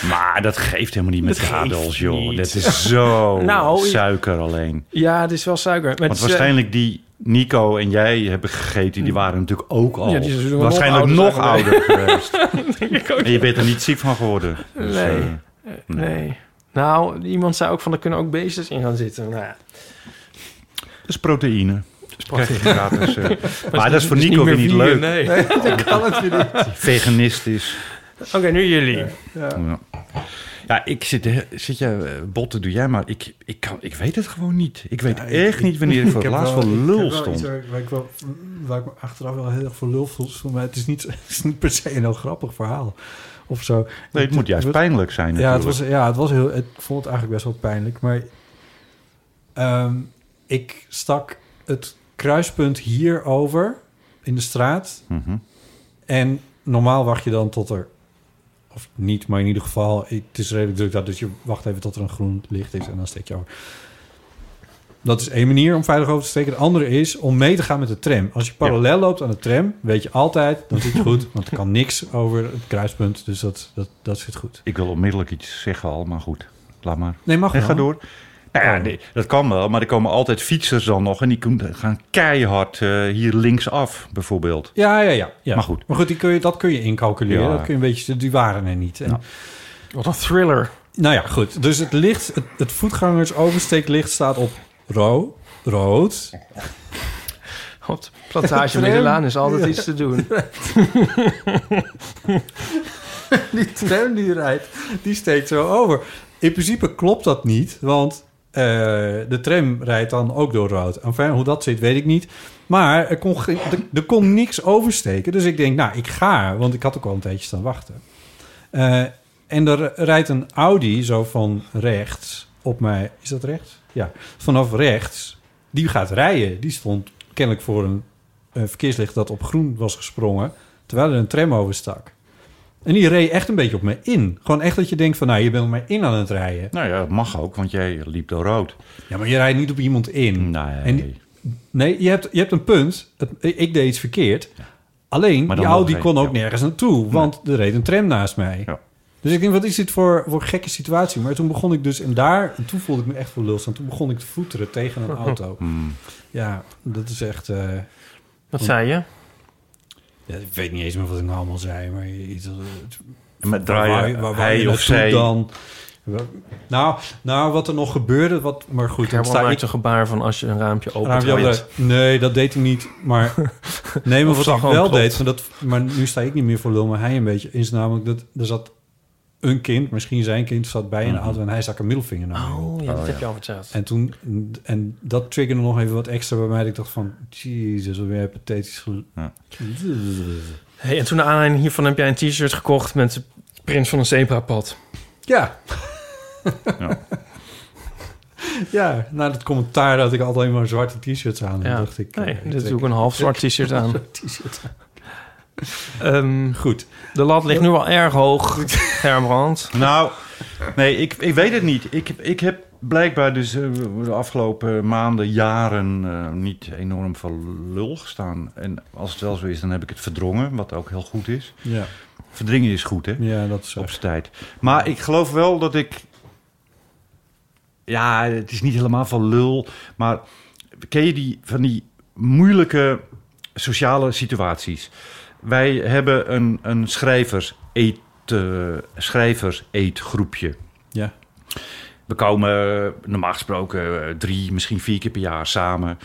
[SPEAKER 1] Maar dat geeft helemaal niet met
[SPEAKER 3] Dat geeft
[SPEAKER 1] dadels, joh.
[SPEAKER 3] niet.
[SPEAKER 1] Dat is <laughs> zo
[SPEAKER 3] Nou, ik-
[SPEAKER 1] suiker alleen.
[SPEAKER 3] <laughs> Ja, het is wel suiker. Maar het
[SPEAKER 1] Want
[SPEAKER 3] is, eh, Hm.
[SPEAKER 1] waarschijnlijk die Nico en jij hebben gegeten, die waren natuurlijk ook al.
[SPEAKER 3] Ja, die zijn nog
[SPEAKER 1] waarschijnlijk
[SPEAKER 3] ouder
[SPEAKER 1] nog
[SPEAKER 3] zijn
[SPEAKER 1] ouder
[SPEAKER 3] <laughs>
[SPEAKER 1] geweest.
[SPEAKER 3] ik ook
[SPEAKER 1] En je bent er niet ziek van geworden. Dus,
[SPEAKER 3] Nee.
[SPEAKER 1] eh,
[SPEAKER 3] Nee. Nou, iemand zei ook van, er kunnen ook beestjes in gaan zitten. Nou ja,
[SPEAKER 1] Ah, dat is proteïne.
[SPEAKER 3] dus
[SPEAKER 1] Krijg je gratis,
[SPEAKER 3] <laughs>
[SPEAKER 1] eh. Maar dat is voor
[SPEAKER 3] Dus
[SPEAKER 1] Nico
[SPEAKER 3] niet
[SPEAKER 1] weer
[SPEAKER 3] meer
[SPEAKER 1] niet leuk.
[SPEAKER 3] vliegen, nee.
[SPEAKER 2] Dat kan het weer niet.
[SPEAKER 1] Veganist is.
[SPEAKER 3] Oké, nu jullie.
[SPEAKER 1] Ja. Ja, ik zit, eh, zit jij, eh, botten doe jij maar. Ik, ik, kan, ik weet het gewoon niet. Ik weet echt niet
[SPEAKER 3] <laughs>
[SPEAKER 1] wanneer ik voor het laatst voor lul
[SPEAKER 3] eh,
[SPEAKER 1] stond.
[SPEAKER 2] Waar, ik wel- waar ik me achteraf wel heel erg voor lul voel. Maar het is, niet, <laughs> het is niet per se een heel grappig verhaal. Of zo.
[SPEAKER 1] Nee, het moet juist pijnlijk zijn
[SPEAKER 2] Ja, het was,
[SPEAKER 1] natuurlijk.
[SPEAKER 2] ja, het was heel. Het, ik vond het eigenlijk best wel pijnlijk. Maar ehm, ik stak het kruispunt hierover in de straat.
[SPEAKER 1] Mhm.
[SPEAKER 2] En normaal wacht je dan tot er... Of niet, maar in ieder geval... Het is redelijk druk dat dus je wacht even tot er een groen licht is... en dan steek je over. Dat is één manier om veilig over te steken. De andere is om mee te gaan met de tram. Als je parallel loopt aan de tram, weet je altijd... dan zit je goed, want er kan niks over het kruispunt. Dus dat, dat, dat zit goed.
[SPEAKER 1] Ik wil onmiddellijk iets zeggen al, maar goed. Laat maar.
[SPEAKER 2] Nee, mag
[SPEAKER 1] En ga
[SPEAKER 2] wel.
[SPEAKER 1] door. Nou
[SPEAKER 2] Oh.
[SPEAKER 1] ja, nee, dat kan wel, maar er komen altijd fietsers dan nog... en die komen- gaan keihard eh, hier linksaf, bijvoorbeeld.
[SPEAKER 2] Ja, ja, ja, ja.
[SPEAKER 1] Maar goed.
[SPEAKER 2] Maar goed, die kun je, dat kun je incalculeren.
[SPEAKER 1] Ja.
[SPEAKER 2] Dat kun je een beetje, die waren er niet. En, nou.
[SPEAKER 3] Wat een thriller.
[SPEAKER 2] ja, goed. Dus het licht, het, het voetgangersoversteeklicht staat op ro rood.
[SPEAKER 4] Op de plantage Middelaan is altijd iets te doen.
[SPEAKER 2] <laughs> Die tram die rijdt, die steekt zo over. In principe klopt dat niet, want eh, de tram rijdt dan ook door rood. Enfin, hoe dat zit, weet ik niet. Maar er kon, geen- er, er kon niks oversteken. Dus ik denk, nou, ik ga, want ik had ook al een tijdje staan wachten. Eh, en er rijdt een Audi zo van rechts op mij. Is dat rechts? Ja. Vanaf rechts. Die gaat rijden. Die stond kennelijk voor een, eh, verkeerslicht dat op groen was gesprongen. Terwijl er een tram overstak. En die reed echt een beetje op mij in. Gewoon echt dat je denkt van, nou, je bent op mij in aan het rijden.
[SPEAKER 1] Nou ja, dat mag ook, want jij liep door rood. Nou
[SPEAKER 2] Ja, maar je rijdt niet op iemand in.
[SPEAKER 1] Nee.
[SPEAKER 2] Mm. En die- nee, je hebt, je hebt een punt. Het- ik deed iets verkeerd. Alleen,
[SPEAKER 1] Maar
[SPEAKER 2] die
[SPEAKER 1] dan
[SPEAKER 2] Audi
[SPEAKER 1] nog
[SPEAKER 2] kon
[SPEAKER 1] geen-
[SPEAKER 2] ook
[SPEAKER 1] ja.
[SPEAKER 2] nergens naartoe. Want er reed een tram naast mij.
[SPEAKER 1] Ja.
[SPEAKER 2] Dus ik denk, wat is dit voor, voor gekke situatie? Maar toen begon ik dus, en daar, en toen voelde ik me echt voor lul staan. Toen begon ik te voeteren tegen <laughs> een auto.
[SPEAKER 1] Hmm.
[SPEAKER 2] Ja, dat is echt... eh,
[SPEAKER 3] Wat zei je?
[SPEAKER 2] ja, ik weet niet eens meer wat ik nou allemaal zei, maar iets... eh, als-
[SPEAKER 1] En met draaien,
[SPEAKER 2] Waar- waar- waar
[SPEAKER 1] hij
[SPEAKER 2] je
[SPEAKER 1] of
[SPEAKER 2] naartoe
[SPEAKER 1] zij.
[SPEAKER 2] dan? Nou, nou, wat er nog gebeurde, wat, maar goed,
[SPEAKER 3] Ik heb
[SPEAKER 2] dat sta ik
[SPEAKER 3] uit een gebaar van als je een raampje opent.
[SPEAKER 2] Raampje
[SPEAKER 3] gooit.
[SPEAKER 1] eh,
[SPEAKER 2] opdraaien. Nee, dat deed hij niet.
[SPEAKER 3] <laughs>
[SPEAKER 2] Maar nee, maar
[SPEAKER 3] Of
[SPEAKER 2] wat
[SPEAKER 3] zag
[SPEAKER 2] ik
[SPEAKER 3] gewoon
[SPEAKER 2] wel
[SPEAKER 3] klopt.
[SPEAKER 2] deed, van dat, maar nu sta ik niet meer voor lul, maar hij een beetje is namelijk dat er zat een kind, misschien zijn kind, zat bij een auto en hij stak een middelvinger naar mij op.
[SPEAKER 3] Mhm. Oh, ja, dat heb je al verteld.
[SPEAKER 2] En toen en dat triggerde nog even wat extra bij mij. dat Ik dacht van, jezus, wat ben jij pathetisch. gel-
[SPEAKER 1] Ja.
[SPEAKER 3] Hey, en toen naar aanleiding hiervan heb jij een t-shirt gekocht met de prins van een zebrapad.
[SPEAKER 2] Ja.
[SPEAKER 1] Ja.
[SPEAKER 2] <laughs> ja, na dat commentaar had ik altijd maar zwarte t-shirts aan.
[SPEAKER 3] Ja.
[SPEAKER 2] Ja. dacht ik,
[SPEAKER 3] nee,
[SPEAKER 2] eh, ik
[SPEAKER 3] dit doe
[SPEAKER 2] trek
[SPEAKER 3] ik een half zwart t-shirt aan.
[SPEAKER 2] een t-shirt aan.
[SPEAKER 3] <laughs> Ehm,
[SPEAKER 2] Goed.
[SPEAKER 3] de lat ligt nu al erg hoog, Herbrand.
[SPEAKER 1] Nou, nee, ik, ik weet het niet. Ik, ik heb blijkbaar dus eh, de afgelopen maanden, jaren eh, niet enorm van lul gestaan. En als het wel zo is, dan heb ik het verdrongen, wat ook heel goed is.
[SPEAKER 2] Ja,
[SPEAKER 1] Verdringen is goed, hè?
[SPEAKER 2] ja dat is
[SPEAKER 1] Op z'n tijd. Maar ik geloof wel dat ik... Ja, het is niet helemaal van lul, maar ken je die van die moeilijke sociale situaties? Wij hebben een, een schrijvers, eet, eh, schrijvers eetgroepje.
[SPEAKER 2] Ja.
[SPEAKER 1] We komen eh, normaal gesproken eh, drie, misschien vier keer per jaar samen.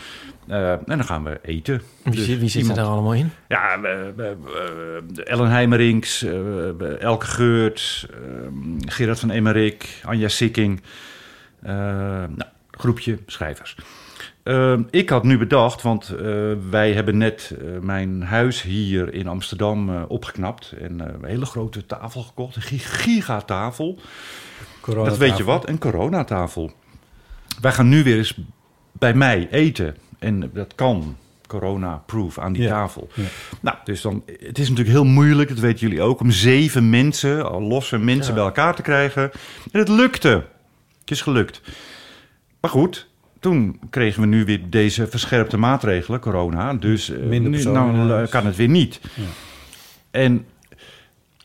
[SPEAKER 1] Eh, en dan gaan we eten.
[SPEAKER 3] Wie,
[SPEAKER 1] Dus
[SPEAKER 3] zit- wie zit er
[SPEAKER 1] iemand-
[SPEAKER 3] daar allemaal in?
[SPEAKER 1] ja, we- we- we- de Ellen Heimerings, eh, we- Elke Geurt, ehm, Gerard van Emmerik, Anja Sikking. Eh, nou, groepje schrijvers. Ehm, ik had nu bedacht, want eh, wij hebben net eh, mijn huis hier in Amsterdam eh, opgeknapt. En eh, een hele grote tafel gekocht, een gi- gigatafel.
[SPEAKER 2] Corona
[SPEAKER 1] Dat weet je wat, een coronatafel. Wij gaan nu weer eens bij mij eten. En dat kan corona-proof aan die
[SPEAKER 2] Ja,
[SPEAKER 1] tafel.
[SPEAKER 2] ja.
[SPEAKER 1] Nou, dus dan, het is natuurlijk heel moeilijk, dat weten jullie ook, om zeven mensen, al losse mensen bij elkaar te krijgen. En het lukte. Het is gelukt. Maar goed, toen kregen we nu weer deze verscherpte maatregelen, corona. Dus eh, nu,
[SPEAKER 2] Minder personen,
[SPEAKER 1] nou,
[SPEAKER 2] ja,
[SPEAKER 1] eh,
[SPEAKER 2] dus-
[SPEAKER 1] kan het weer niet.
[SPEAKER 2] Ja.
[SPEAKER 1] En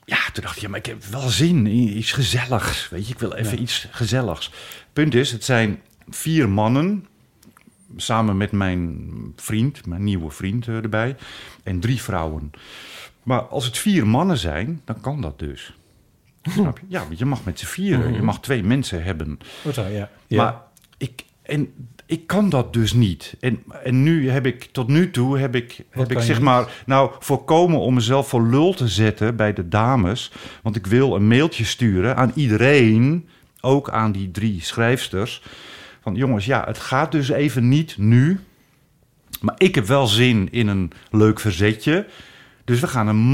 [SPEAKER 1] ja, toen dacht ik, ja, maar ik heb wel zin in iets gezelligs. Weet je, ik wil even
[SPEAKER 2] Ja.
[SPEAKER 1] iets gezelligs. Punt is, het zijn vier mannen, samen met mijn vriend, mijn nieuwe vriend eh, erbij, en drie vrouwen. Maar als het vier mannen zijn, dan kan dat
[SPEAKER 2] <laughs>
[SPEAKER 1] dus. Snap je? Ja, want je mag met z'n vieren, je
[SPEAKER 2] Mhm.
[SPEAKER 1] mag twee mensen hebben.
[SPEAKER 2] Wat zou- ja.
[SPEAKER 1] Maar ik, en, ik kan dat dus niet. En, en nu heb ik, tot nu toe heb ik, heb
[SPEAKER 2] kan
[SPEAKER 1] ik
[SPEAKER 2] je
[SPEAKER 1] zeg
[SPEAKER 2] niet?
[SPEAKER 1] maar, nou voorkomen om mezelf voor lul te zetten bij de dames. Want ik wil een mailtje sturen aan iedereen, ook aan die drie schrijfsters. Van jongens, ja, het gaat dus even niet nu. Maar ik heb wel zin in een leuk verzetje. Dus we gaan een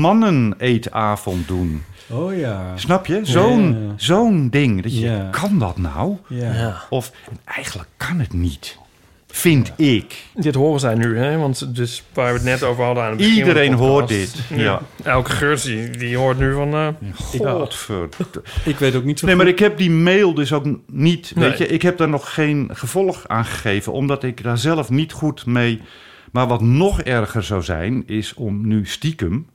[SPEAKER 1] mannen-eetavond doen.
[SPEAKER 2] Oh ja.
[SPEAKER 1] Snap je? Zo'n
[SPEAKER 2] Ja.
[SPEAKER 1] zo'n ding. Dat je,
[SPEAKER 2] Ja.
[SPEAKER 1] Kan dat nou?
[SPEAKER 2] Ja.
[SPEAKER 1] Of en eigenlijk kan het niet. Vind ik.
[SPEAKER 3] Dit horen zij nu, hè? Want dus waar we het net over hadden aan het begin van de
[SPEAKER 1] Iedereen
[SPEAKER 3] podcast.
[SPEAKER 1] hoort dit. Ja.
[SPEAKER 3] Elke geur die, die hoort nu van... eh,
[SPEAKER 1] Godver.
[SPEAKER 2] Ik weet ook niet zo
[SPEAKER 1] Nee, maar
[SPEAKER 2] goed.
[SPEAKER 1] ik heb die mail dus ook n- niet.
[SPEAKER 3] Nee.
[SPEAKER 1] Weet je, ik heb daar nog geen gevolg aan gegeven, omdat ik daar zelf niet goed mee. Maar wat nog erger zou zijn, is om nu stiekem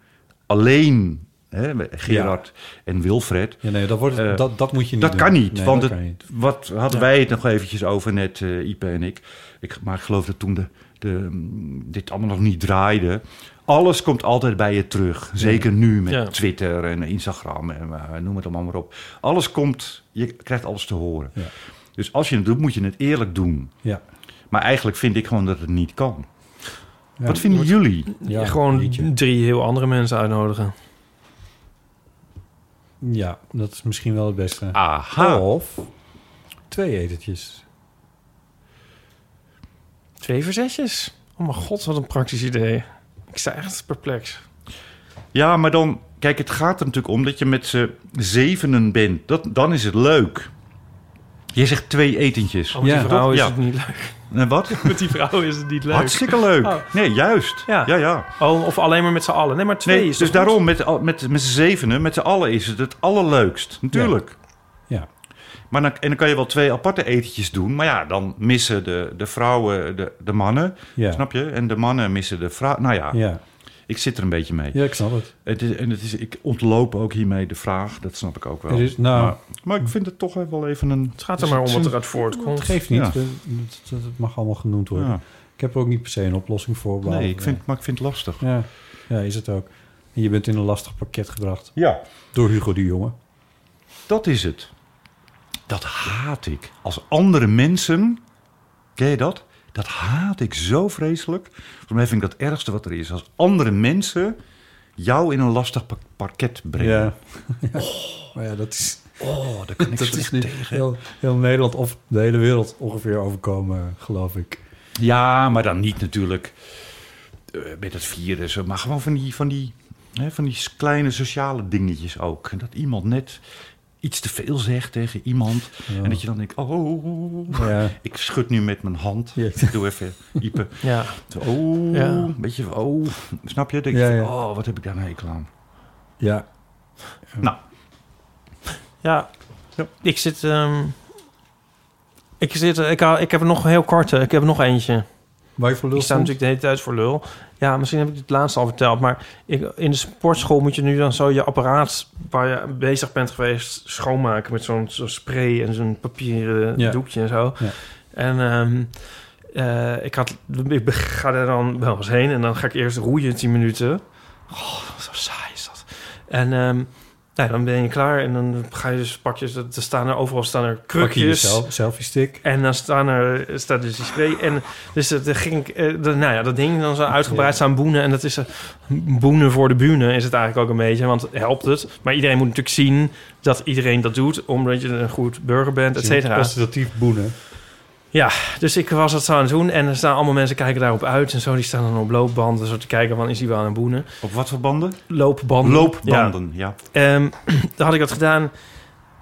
[SPEAKER 1] alleen hè, Gerard en Wilfred.
[SPEAKER 2] Ja, nee, dat, wordt,
[SPEAKER 1] Eh,
[SPEAKER 2] dat, dat moet je niet
[SPEAKER 1] Dat
[SPEAKER 2] doen.
[SPEAKER 1] kan niet,
[SPEAKER 2] Nee,
[SPEAKER 1] want
[SPEAKER 2] dat
[SPEAKER 1] het-
[SPEAKER 2] kan niet.
[SPEAKER 1] wat hadden wij het nog eventjes over net, eh Ipe en ik. ik. Maar ik geloof dat toen de, de, mm, dit allemaal nog niet draaide. Alles komt altijd bij je terug. Zeker nu met
[SPEAKER 3] Ja.
[SPEAKER 1] Twitter en Instagram en eh, noem het allemaal maar op. Alles komt, je krijgt alles te horen.
[SPEAKER 2] Ja.
[SPEAKER 1] Dus als je het doet, moet je het eerlijk doen.
[SPEAKER 2] Ja.
[SPEAKER 1] Maar eigenlijk vind ik gewoon dat het niet kan.
[SPEAKER 2] Ja.
[SPEAKER 1] Wat vinden jullie?
[SPEAKER 2] Ja,
[SPEAKER 3] gewoon
[SPEAKER 2] jeetje.
[SPEAKER 3] drie heel andere mensen uitnodigen.
[SPEAKER 2] Ja, dat is misschien wel het beste.
[SPEAKER 1] Aha.
[SPEAKER 2] Of twee etentjes.
[SPEAKER 3] Twee verzetjes? Oh mijn god, wat een praktisch idee. Ik sta echt perplex.
[SPEAKER 1] Ja, maar dan, kijk, het gaat er natuurlijk om dat je met z'n zevenen bent. Dat, dan is het leuk. Je zegt twee etentjes.
[SPEAKER 3] Oh, met
[SPEAKER 2] Ja,
[SPEAKER 3] die vrouw
[SPEAKER 1] toch?
[SPEAKER 3] is
[SPEAKER 1] Ja.
[SPEAKER 3] het niet leuk.
[SPEAKER 1] En wat?
[SPEAKER 3] Met die vrouw is het niet leuk.
[SPEAKER 1] Hartstikke leuk.
[SPEAKER 3] Oh.
[SPEAKER 1] Nee, juist. Ja,
[SPEAKER 3] Ja.
[SPEAKER 1] ja.
[SPEAKER 3] Oh, of alleen maar met z'n allen. Nee, maar twee
[SPEAKER 1] Nee,
[SPEAKER 3] is
[SPEAKER 1] dus
[SPEAKER 3] toch goed?
[SPEAKER 1] daarom, met, al- met, met z'n zevenen, met z'n allen is het het allerleukst. Natuurlijk.
[SPEAKER 2] Ja.
[SPEAKER 1] Maar dan, en dan kan je wel twee aparte etentjes doen. Maar ja, dan missen de, de vrouwen de, de mannen.
[SPEAKER 2] Ja.
[SPEAKER 1] Snap je? En de mannen missen de vrouwen. Nou ja,
[SPEAKER 2] Ja.
[SPEAKER 1] ik zit er een beetje mee.
[SPEAKER 2] ja, ik snap het.
[SPEAKER 1] Het is, en het is, ik ontloop ook hiermee de vraag. Dat snap ik ook wel.
[SPEAKER 2] Er is, nou,
[SPEAKER 1] maar, Ehm, maar ik vind het toch wel even een...
[SPEAKER 3] Het gaat er maar om wat eruit voortkomt.
[SPEAKER 2] het geeft niet.
[SPEAKER 1] Ja.
[SPEAKER 2] We- Het het- het mag allemaal genoemd worden.
[SPEAKER 1] Ja.
[SPEAKER 2] Ik heb er ook niet per se een oplossing voor. behalve-
[SPEAKER 1] Nee, ik vind, maar ik vind het lastig.
[SPEAKER 2] Ja. ja, is het ook. En je bent in een lastig pakket gebracht
[SPEAKER 1] Ja.
[SPEAKER 2] door Hugo de Jonge.
[SPEAKER 1] Dat is het. Dat haat ik. Als andere mensen. Ken je dat? Dat haat ik zo vreselijk. Voor mij vind ik dat het ergste wat er is. <laughs> Als andere mensen jou in een lastig pa- parket brengen.
[SPEAKER 2] Ja. <laughs> Maar ja, dat is,
[SPEAKER 1] Oh, daar kan ik
[SPEAKER 2] dat
[SPEAKER 1] slecht
[SPEAKER 2] is niet
[SPEAKER 1] tegen.
[SPEAKER 2] heel, heel Nederland of de hele wereld ongeveer overkomen, geloof ik.
[SPEAKER 1] Ja, maar dan niet natuurlijk eh, met het virus. Maar gewoon van die, van, die, hè, van die kleine sociale dingetjes ook. En Dat iemand net iets te veel zegt tegen iemand. En dat je dan denkt, oh...
[SPEAKER 2] Ja.
[SPEAKER 1] Ik schud nu met mijn hand.
[SPEAKER 2] Ja.
[SPEAKER 1] Ik doe even Ipe.
[SPEAKER 3] Ja.
[SPEAKER 1] Oh,
[SPEAKER 3] Ja.
[SPEAKER 1] een beetje, oh. Snap je? Denk je
[SPEAKER 2] Ja,
[SPEAKER 1] van,
[SPEAKER 2] ja.
[SPEAKER 1] Oh, wat heb ik daar een hekel aan?
[SPEAKER 2] ja.
[SPEAKER 1] Nou,
[SPEAKER 3] Ja.
[SPEAKER 1] Ja.
[SPEAKER 3] Ik zit... ehm, ik, zit eh, ik, hou- ik heb er nog heel korte. Ik heb er nog eentje.
[SPEAKER 2] Waar je voor lul
[SPEAKER 3] Ik sta
[SPEAKER 2] stond?
[SPEAKER 3] natuurlijk de hele tijd voor lul. Ja, misschien heb ik het laatste al verteld. Maar ik, in de sportschool moet je nu dan zo je apparaat... waar je bezig bent geweest schoonmaken... met zo'n zo'n spray en zo'n papieren
[SPEAKER 2] Ja.
[SPEAKER 3] doekje en zo.
[SPEAKER 2] Ja.
[SPEAKER 3] En ehm, eh, ik, had, ik ga daar dan wel eens heen... en dan ga ik eerst roeien 10 minuten. Oh, zo saai is dat. En... ehm, nou, dan ben je klaar en dan ga je dus pakjes. Er staan er overal staan er
[SPEAKER 2] Pak je
[SPEAKER 3] krukjes.
[SPEAKER 2] jezelf- selfie stick.
[SPEAKER 3] En dan staan er, staat dus die spray. En dus dat, dat ging, ik, eh, dat, nou ja, dat ding dan zo uitgebreid staan boenen. En dat is eh, boenen voor de bühne is het eigenlijk ook een beetje. Want helpt het. Maar iedereen moet natuurlijk zien dat iedereen dat doet. Omdat je een goed burger bent, et cetera.
[SPEAKER 2] Ostentatief boenen.
[SPEAKER 3] Ja, dus ik was dat zo aan het doen. En er staan allemaal mensen kijken daarop uit. En zo, die staan dan op loopbanden. Zo te kijken, van is die wel aan het boenen?
[SPEAKER 1] op wat voor banden?
[SPEAKER 3] Loopbanden. Ja.
[SPEAKER 1] Loopbanden, ja.
[SPEAKER 3] Ehm, <clears throat> dan had ik dat gedaan.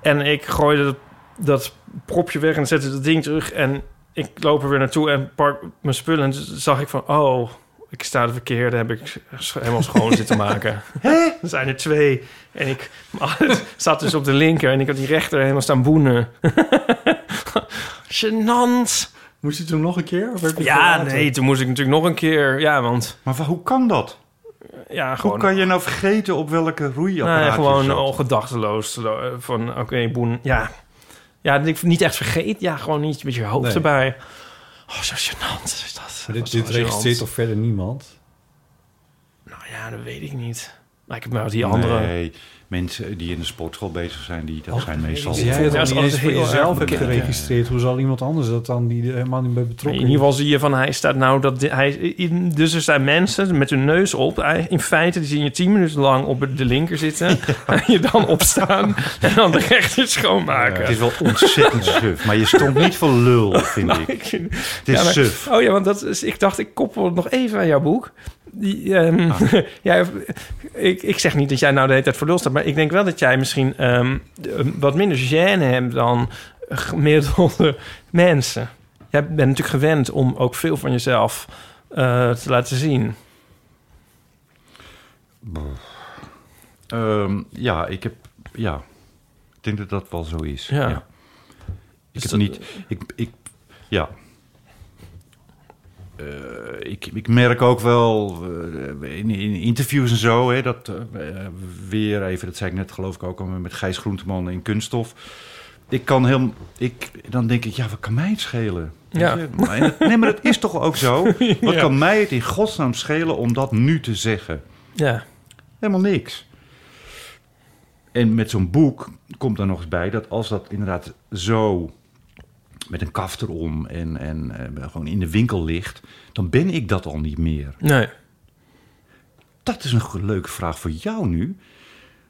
[SPEAKER 3] En ik gooide dat, dat propje weg en zette dat ding terug. En ik loop er weer naartoe en pak mijn spullen. En toen zag ik van, oh, ik sta de verkeerde. Heb ik sch- helemaal schoon <laughs> zitten maken. Er zijn er twee. En ik <laughs> maar het zat dus op de linker. En ik had die rechter helemaal staan boenen. <laughs> Genant.
[SPEAKER 2] Moest je toen nog een keer? Of heb je
[SPEAKER 3] Ja,
[SPEAKER 2] gelaten?
[SPEAKER 3] nee, toen moest ik natuurlijk nog een keer. Ja, want...
[SPEAKER 1] Maar wa- hoe kan dat?
[SPEAKER 3] Ja, gewoon...
[SPEAKER 1] Hoe kan je nou vergeten op welke
[SPEAKER 3] Nou,
[SPEAKER 1] roeiapparaat
[SPEAKER 3] ja,
[SPEAKER 1] je
[SPEAKER 3] gewoon
[SPEAKER 1] zat?
[SPEAKER 3] al gedachteloos. eh, Van oké, boen. Ja. ja, dat ik niet echt vergeet. Ja, gewoon niet met je hoofd
[SPEAKER 2] Nee.
[SPEAKER 3] erbij. Oh, zo gênant is dat.
[SPEAKER 2] Maar
[SPEAKER 3] Dat
[SPEAKER 2] dit, dit
[SPEAKER 3] was wel
[SPEAKER 2] registreert
[SPEAKER 3] gênant.
[SPEAKER 2] toch verder niemand?
[SPEAKER 3] Nou ja, dat weet ik niet. Maar ik heb maar die andere...
[SPEAKER 1] Nee, mensen die in de sportschool bezig zijn, die,
[SPEAKER 3] Oh,
[SPEAKER 1] dat zijn meestal...
[SPEAKER 2] Als jij
[SPEAKER 3] Ja,
[SPEAKER 2] het
[SPEAKER 3] is
[SPEAKER 2] niet eens
[SPEAKER 3] altijd
[SPEAKER 2] voor
[SPEAKER 3] heel erg
[SPEAKER 2] jezelf hebt
[SPEAKER 1] bekend.
[SPEAKER 2] geregistreerd, hoe zal iemand anders dat dan die er helemaal niet bij
[SPEAKER 3] In
[SPEAKER 2] betrokken
[SPEAKER 3] ieder geval zie je van, hij staat nou dat... di- Hij, in- dus er zijn mensen met hun neus op. Hij- In feite, die zien je tien minuten lang op de linker zitten.
[SPEAKER 2] <laughs>
[SPEAKER 3] En je dan opstaan en dan de rechter schoonmaken.
[SPEAKER 1] Het
[SPEAKER 3] <laughs>
[SPEAKER 1] is wel ontzettend suf. Maar je stond niet voor lul, vind
[SPEAKER 3] Nou,
[SPEAKER 1] ik. Het is
[SPEAKER 3] Ja, maar-
[SPEAKER 1] suf.
[SPEAKER 3] Oh ja, want dat is, ik dacht, ik koppel het nog even aan jouw boek. Die, ehm,
[SPEAKER 1] Ah.
[SPEAKER 3] <laughs> jij, ik, ik zeg niet dat jij nou de hele tijd voor lul staat... maar ik denk wel dat jij misschien ehm, de- wat minder gêne hebt dan gemiddelde <laughs> mensen.
[SPEAKER 2] is.
[SPEAKER 3] jij bent natuurlijk gewend om ook veel van jezelf eh, te laten zien.
[SPEAKER 1] Ehm, ja, ik heb... Ja, ik denk dat dat wel zo is.
[SPEAKER 3] Ja.
[SPEAKER 1] Ik
[SPEAKER 3] Dus
[SPEAKER 1] heb
[SPEAKER 3] dat-
[SPEAKER 1] niet... Ik, ik, ja. Eh, ik, ik merk ook wel eh, in, in interviews en zo... Hè, dat eh, eh, weer even, dat zei ik net geloof ik ook al... met Gijs Groenteman in Kunststof. Ik kan heel... Ik, dan denk ik, ja, wat kan mij het schelen? Weet
[SPEAKER 3] Ja.
[SPEAKER 1] je? Maar, en dat- nee, maar dat is toch ook zo?
[SPEAKER 3] <laughs>
[SPEAKER 1] Wat kan mij het in godsnaam schelen om dat nu te zeggen?
[SPEAKER 3] Ja,
[SPEAKER 1] Helemaal niks. En met zo'n boek komt daar nog eens bij dat als dat inderdaad zo met een kaft erom en, en eh, gewoon in de winkel ligt, dan ben ik dat al niet meer.
[SPEAKER 3] nee.
[SPEAKER 1] Dat is een ge- leuke vraag voor jou nu.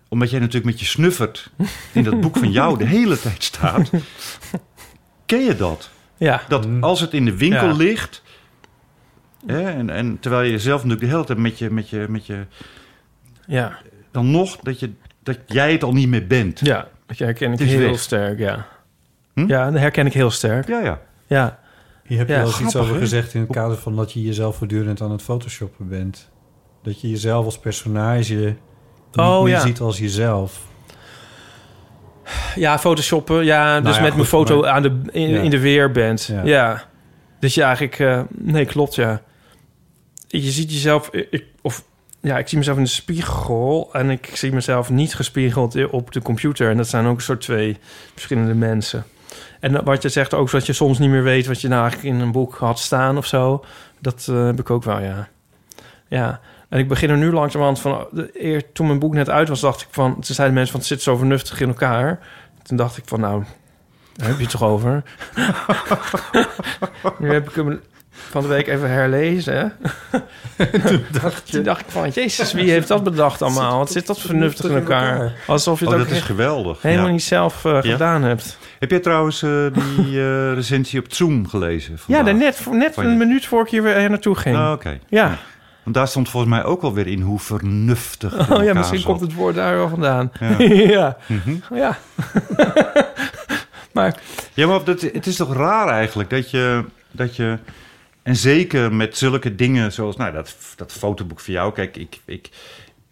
[SPEAKER 1] Omdat jij natuurlijk met je snuffert in dat boek van jou de hele tijd staat. Ken je dat?
[SPEAKER 3] Ja,
[SPEAKER 1] Dat als het in de winkel
[SPEAKER 3] Ja.
[SPEAKER 1] ligt. Hè, en, en terwijl je zelf natuurlijk de hele tijd met je, met je, met je
[SPEAKER 3] ja,
[SPEAKER 1] dan nog dat, je, dat jij het al niet meer bent.
[SPEAKER 3] ja. Dat herken ik
[SPEAKER 1] Het is
[SPEAKER 3] heel
[SPEAKER 1] weg.
[SPEAKER 3] sterk, ja.
[SPEAKER 1] Hm?
[SPEAKER 3] Ja, dat herken ik heel sterk.
[SPEAKER 1] ja. ja. Oh,
[SPEAKER 3] Ja,
[SPEAKER 2] Hier heb je
[SPEAKER 3] Ja,
[SPEAKER 2] wel eens iets
[SPEAKER 1] grappig,
[SPEAKER 2] over
[SPEAKER 1] hè?
[SPEAKER 2] gezegd in het kader van dat je jezelf voortdurend aan het photoshoppen bent. Dat je jezelf als personage
[SPEAKER 3] Oh,
[SPEAKER 2] niet meer
[SPEAKER 3] ja.
[SPEAKER 2] ziet als jezelf.
[SPEAKER 3] ja photoshoppen. Ja, dus
[SPEAKER 2] Nou ja,
[SPEAKER 3] met
[SPEAKER 2] goed,
[SPEAKER 3] mijn foto
[SPEAKER 2] maar-
[SPEAKER 3] aan de, in,
[SPEAKER 2] Ja.
[SPEAKER 3] in de weer bent.
[SPEAKER 2] Ja.
[SPEAKER 3] Ja. Dus ja, eigenlijk... eh, nee, klopt, ja. Je ziet jezelf... eh, Ik, of, ja, ik zie mezelf in de spiegel... en ik zie mezelf niet gespiegeld op de computer. En dat zijn ook een soort twee verschillende mensen. En wat je zegt ook, dat je soms niet meer weet... wat je nou eigenlijk in een boek had staan of zo. Dat eh, heb ik ook wel, ja. Ja, en ik begin er nu langzamerhand van... de- Eer, toen mijn boek net uit was, dacht ik van... Toen zeiden mensen van, het zit zo vernuftig in elkaar. Toen dacht ik van, nou, daar heb je het toch <laughs> over? nu heb ik hem van de week even herlezen. <laughs> toen dacht Toen dacht ik van, jezus, wie heeft dat bedacht allemaal? Wat zit dat vernuftig in elkaar? Alsof je
[SPEAKER 1] Oh,
[SPEAKER 3] het ook
[SPEAKER 1] dat is
[SPEAKER 3] he-
[SPEAKER 1] geweldig.
[SPEAKER 3] helemaal
[SPEAKER 1] Ja.
[SPEAKER 3] niet zelf eh,
[SPEAKER 1] Ja. Oh,
[SPEAKER 3] gedaan hebt.
[SPEAKER 1] Heb jij trouwens eh, die eh, recensie op Zoom gelezen?
[SPEAKER 3] Ja,
[SPEAKER 1] vandaag?
[SPEAKER 3] daar net, net
[SPEAKER 1] Van je-
[SPEAKER 3] een minuut voor ik hier weer naartoe ging.
[SPEAKER 1] Oh, Oké.
[SPEAKER 3] ja.
[SPEAKER 1] Want daar stond volgens mij ook wel weer in hoe vernuftig. het in
[SPEAKER 3] Oh ja,
[SPEAKER 1] elkaar
[SPEAKER 3] misschien
[SPEAKER 1] zat.
[SPEAKER 3] komt het woord daar wel vandaan.
[SPEAKER 1] Ja.
[SPEAKER 3] Ja. <laughs> Oh, ja. <laughs>
[SPEAKER 1] Mhm.
[SPEAKER 3] maar
[SPEAKER 1] Ja, maar dat, het is toch raar eigenlijk dat je, dat je. En zeker met zulke dingen zoals. Nou, dat, dat fotoboek van jou. Kijk, ik, ik,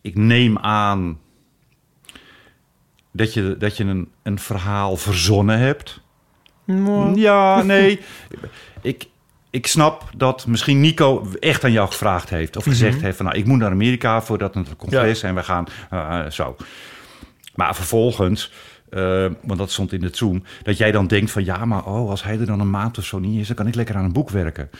[SPEAKER 1] ik neem aan. dat je, dat je een, een verhaal verzonnen hebt.
[SPEAKER 3] nou,
[SPEAKER 1] Ja, nee. ik, ik snap dat misschien Nico echt aan jou gevraagd heeft. Of gezegd heeft van, nou, ik moet naar Amerika voor dat het congres. En we gaan eh, zo. Maar vervolgens, eh, want dat stond in de Zoom... dat jij dan denkt van, ja, maar oh, als hij er dan een maand of zo niet is... dan kan ik lekker aan een boek werken.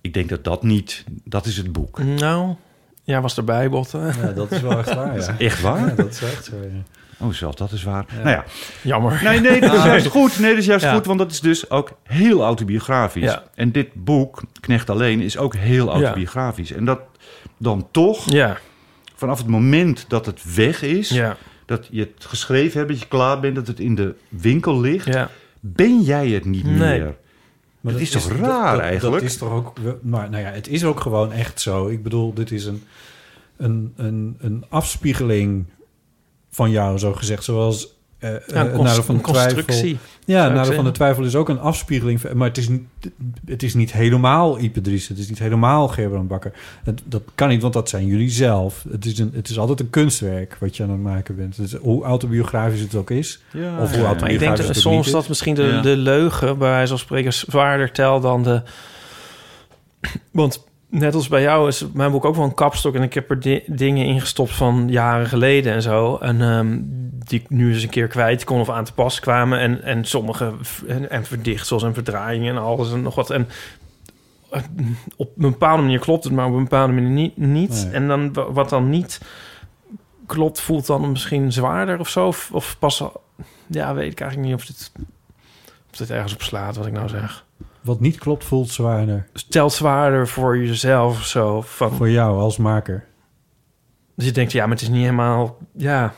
[SPEAKER 1] Ik denk dat dat niet... Dat is het boek.
[SPEAKER 3] nou, jij was erbij, Botten.
[SPEAKER 2] Ja, <laughs> dat is wel echt waar, ja.
[SPEAKER 1] Echt
[SPEAKER 2] Ja,
[SPEAKER 1] waar?
[SPEAKER 2] dat is echt zo. ja.
[SPEAKER 1] Oh, zelfs dat is waar. Nou ja,
[SPEAKER 3] <laughs> Jammer.
[SPEAKER 1] Nee, nee, dat is juist goed. Nee, dat is juist
[SPEAKER 3] Ah. Ja.
[SPEAKER 1] goed, want dat is dus ook heel autobiografisch.
[SPEAKER 3] Ja.
[SPEAKER 1] En dit boek, Knecht Alleen, is ook heel autobiografisch. En dat dan toch,
[SPEAKER 3] Ja,
[SPEAKER 1] vanaf het moment dat het weg is...
[SPEAKER 3] ja,
[SPEAKER 1] dat je het geschreven hebt, dat je klaar bent... dat het in de winkel ligt,
[SPEAKER 3] ja.
[SPEAKER 1] ben jij het niet
[SPEAKER 3] Nee.
[SPEAKER 1] meer. Dat is toch raar eigenlijk?
[SPEAKER 2] Dat is toch ook... wel- Maar nou ja, het is ook gewoon echt zo. Ik bedoel, dit is een, een, een, een afspiegeling van jou, zo gezegd. Zoals eh eh,
[SPEAKER 3] Ja,
[SPEAKER 2] het nadeel
[SPEAKER 3] een const-
[SPEAKER 2] van de twijfel.
[SPEAKER 3] constructie.
[SPEAKER 2] Ja,
[SPEAKER 3] ik
[SPEAKER 2] Nadeel van de
[SPEAKER 3] zeggen.
[SPEAKER 2] Twijfel is ook een afspiegeling. van- Maar het is, niet- het is niet helemaal Ipe Dries. Het is niet helemaal Gerbrand Bakker. Het, dat kan niet, want dat zijn jullie zelf. Het is, een, het is altijd een kunstwerk wat je aan het maken bent. Dus hoe autobiografisch het ook is.
[SPEAKER 1] Ja,
[SPEAKER 2] Of hoe
[SPEAKER 1] ja.
[SPEAKER 3] Maar ik denk
[SPEAKER 2] Autobiografisch
[SPEAKER 3] dat
[SPEAKER 2] natuurlijk
[SPEAKER 3] soms
[SPEAKER 2] niet
[SPEAKER 3] dat
[SPEAKER 2] is.
[SPEAKER 3] misschien de,
[SPEAKER 1] Ja.
[SPEAKER 3] de leugen bij wijze van spreken zwaarder tel dan de... Want net als bij jou is mijn boek ook wel een kapstok... en ik heb er di- dingen ingestopt van jaren geleden en zo... en ehm, die ik nu eens een keer kwijt kon of aan te pas kwamen... en, en sommige v- en, en verdichtsels en verdraaiingen en alles en nog wat... En, eh, op een bepaalde manier klopt het, maar op een bepaalde manier niet. niet.
[SPEAKER 2] Nee.
[SPEAKER 3] En dan, wa- wat dan niet klopt, voelt dan misschien zwaarder of zo. Of, of pas al- ja, weet ik eigenlijk niet of dit, of dit ergens op slaat, wat ik nou zeg.
[SPEAKER 2] Wat niet klopt, voelt zwaarder.
[SPEAKER 3] Telt zwaarder voor jezelf of zo. Van,
[SPEAKER 2] Voor jou als maker.
[SPEAKER 3] dus je denkt, ja, maar het is niet helemaal... Ja,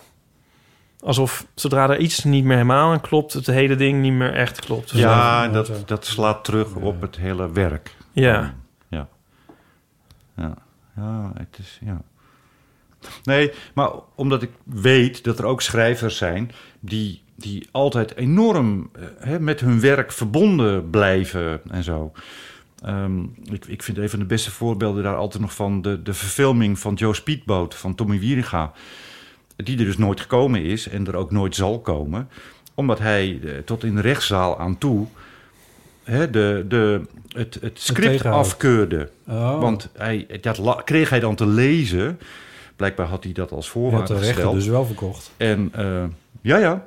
[SPEAKER 3] alsof zodra er iets niet meer helemaal aan klopt... het hele ding niet meer echt klopt. Dus of zo.
[SPEAKER 1] Ja, dat, dat slaat terug op het hele werk.
[SPEAKER 3] ja.
[SPEAKER 1] Ja. Ja. Ja, het is... Ja. Nee, maar omdat ik weet dat er ook schrijvers zijn... die die altijd enorm eh, hè, met hun werk verbonden blijven en zo. Ehm, ik, ik vind een van de beste voorbeelden daar altijd nog van de, de verfilming van Joe Speedboat van Tommy Wieringa. Die er dus nooit gekomen is en er ook nooit zal komen. Omdat hij eh, tot in de rechtszaal aan toe hè, de, de, het, het script
[SPEAKER 2] tegenhoudt.
[SPEAKER 1] afkeurde.
[SPEAKER 2] Oh.
[SPEAKER 1] Want hij, dat la- kreeg hij dan te lezen. Blijkbaar had hij dat als
[SPEAKER 2] Je had
[SPEAKER 1] voorwaarde
[SPEAKER 2] de rechten
[SPEAKER 1] gesteld.
[SPEAKER 2] dus wel verkocht.
[SPEAKER 1] En eh, ja, ja,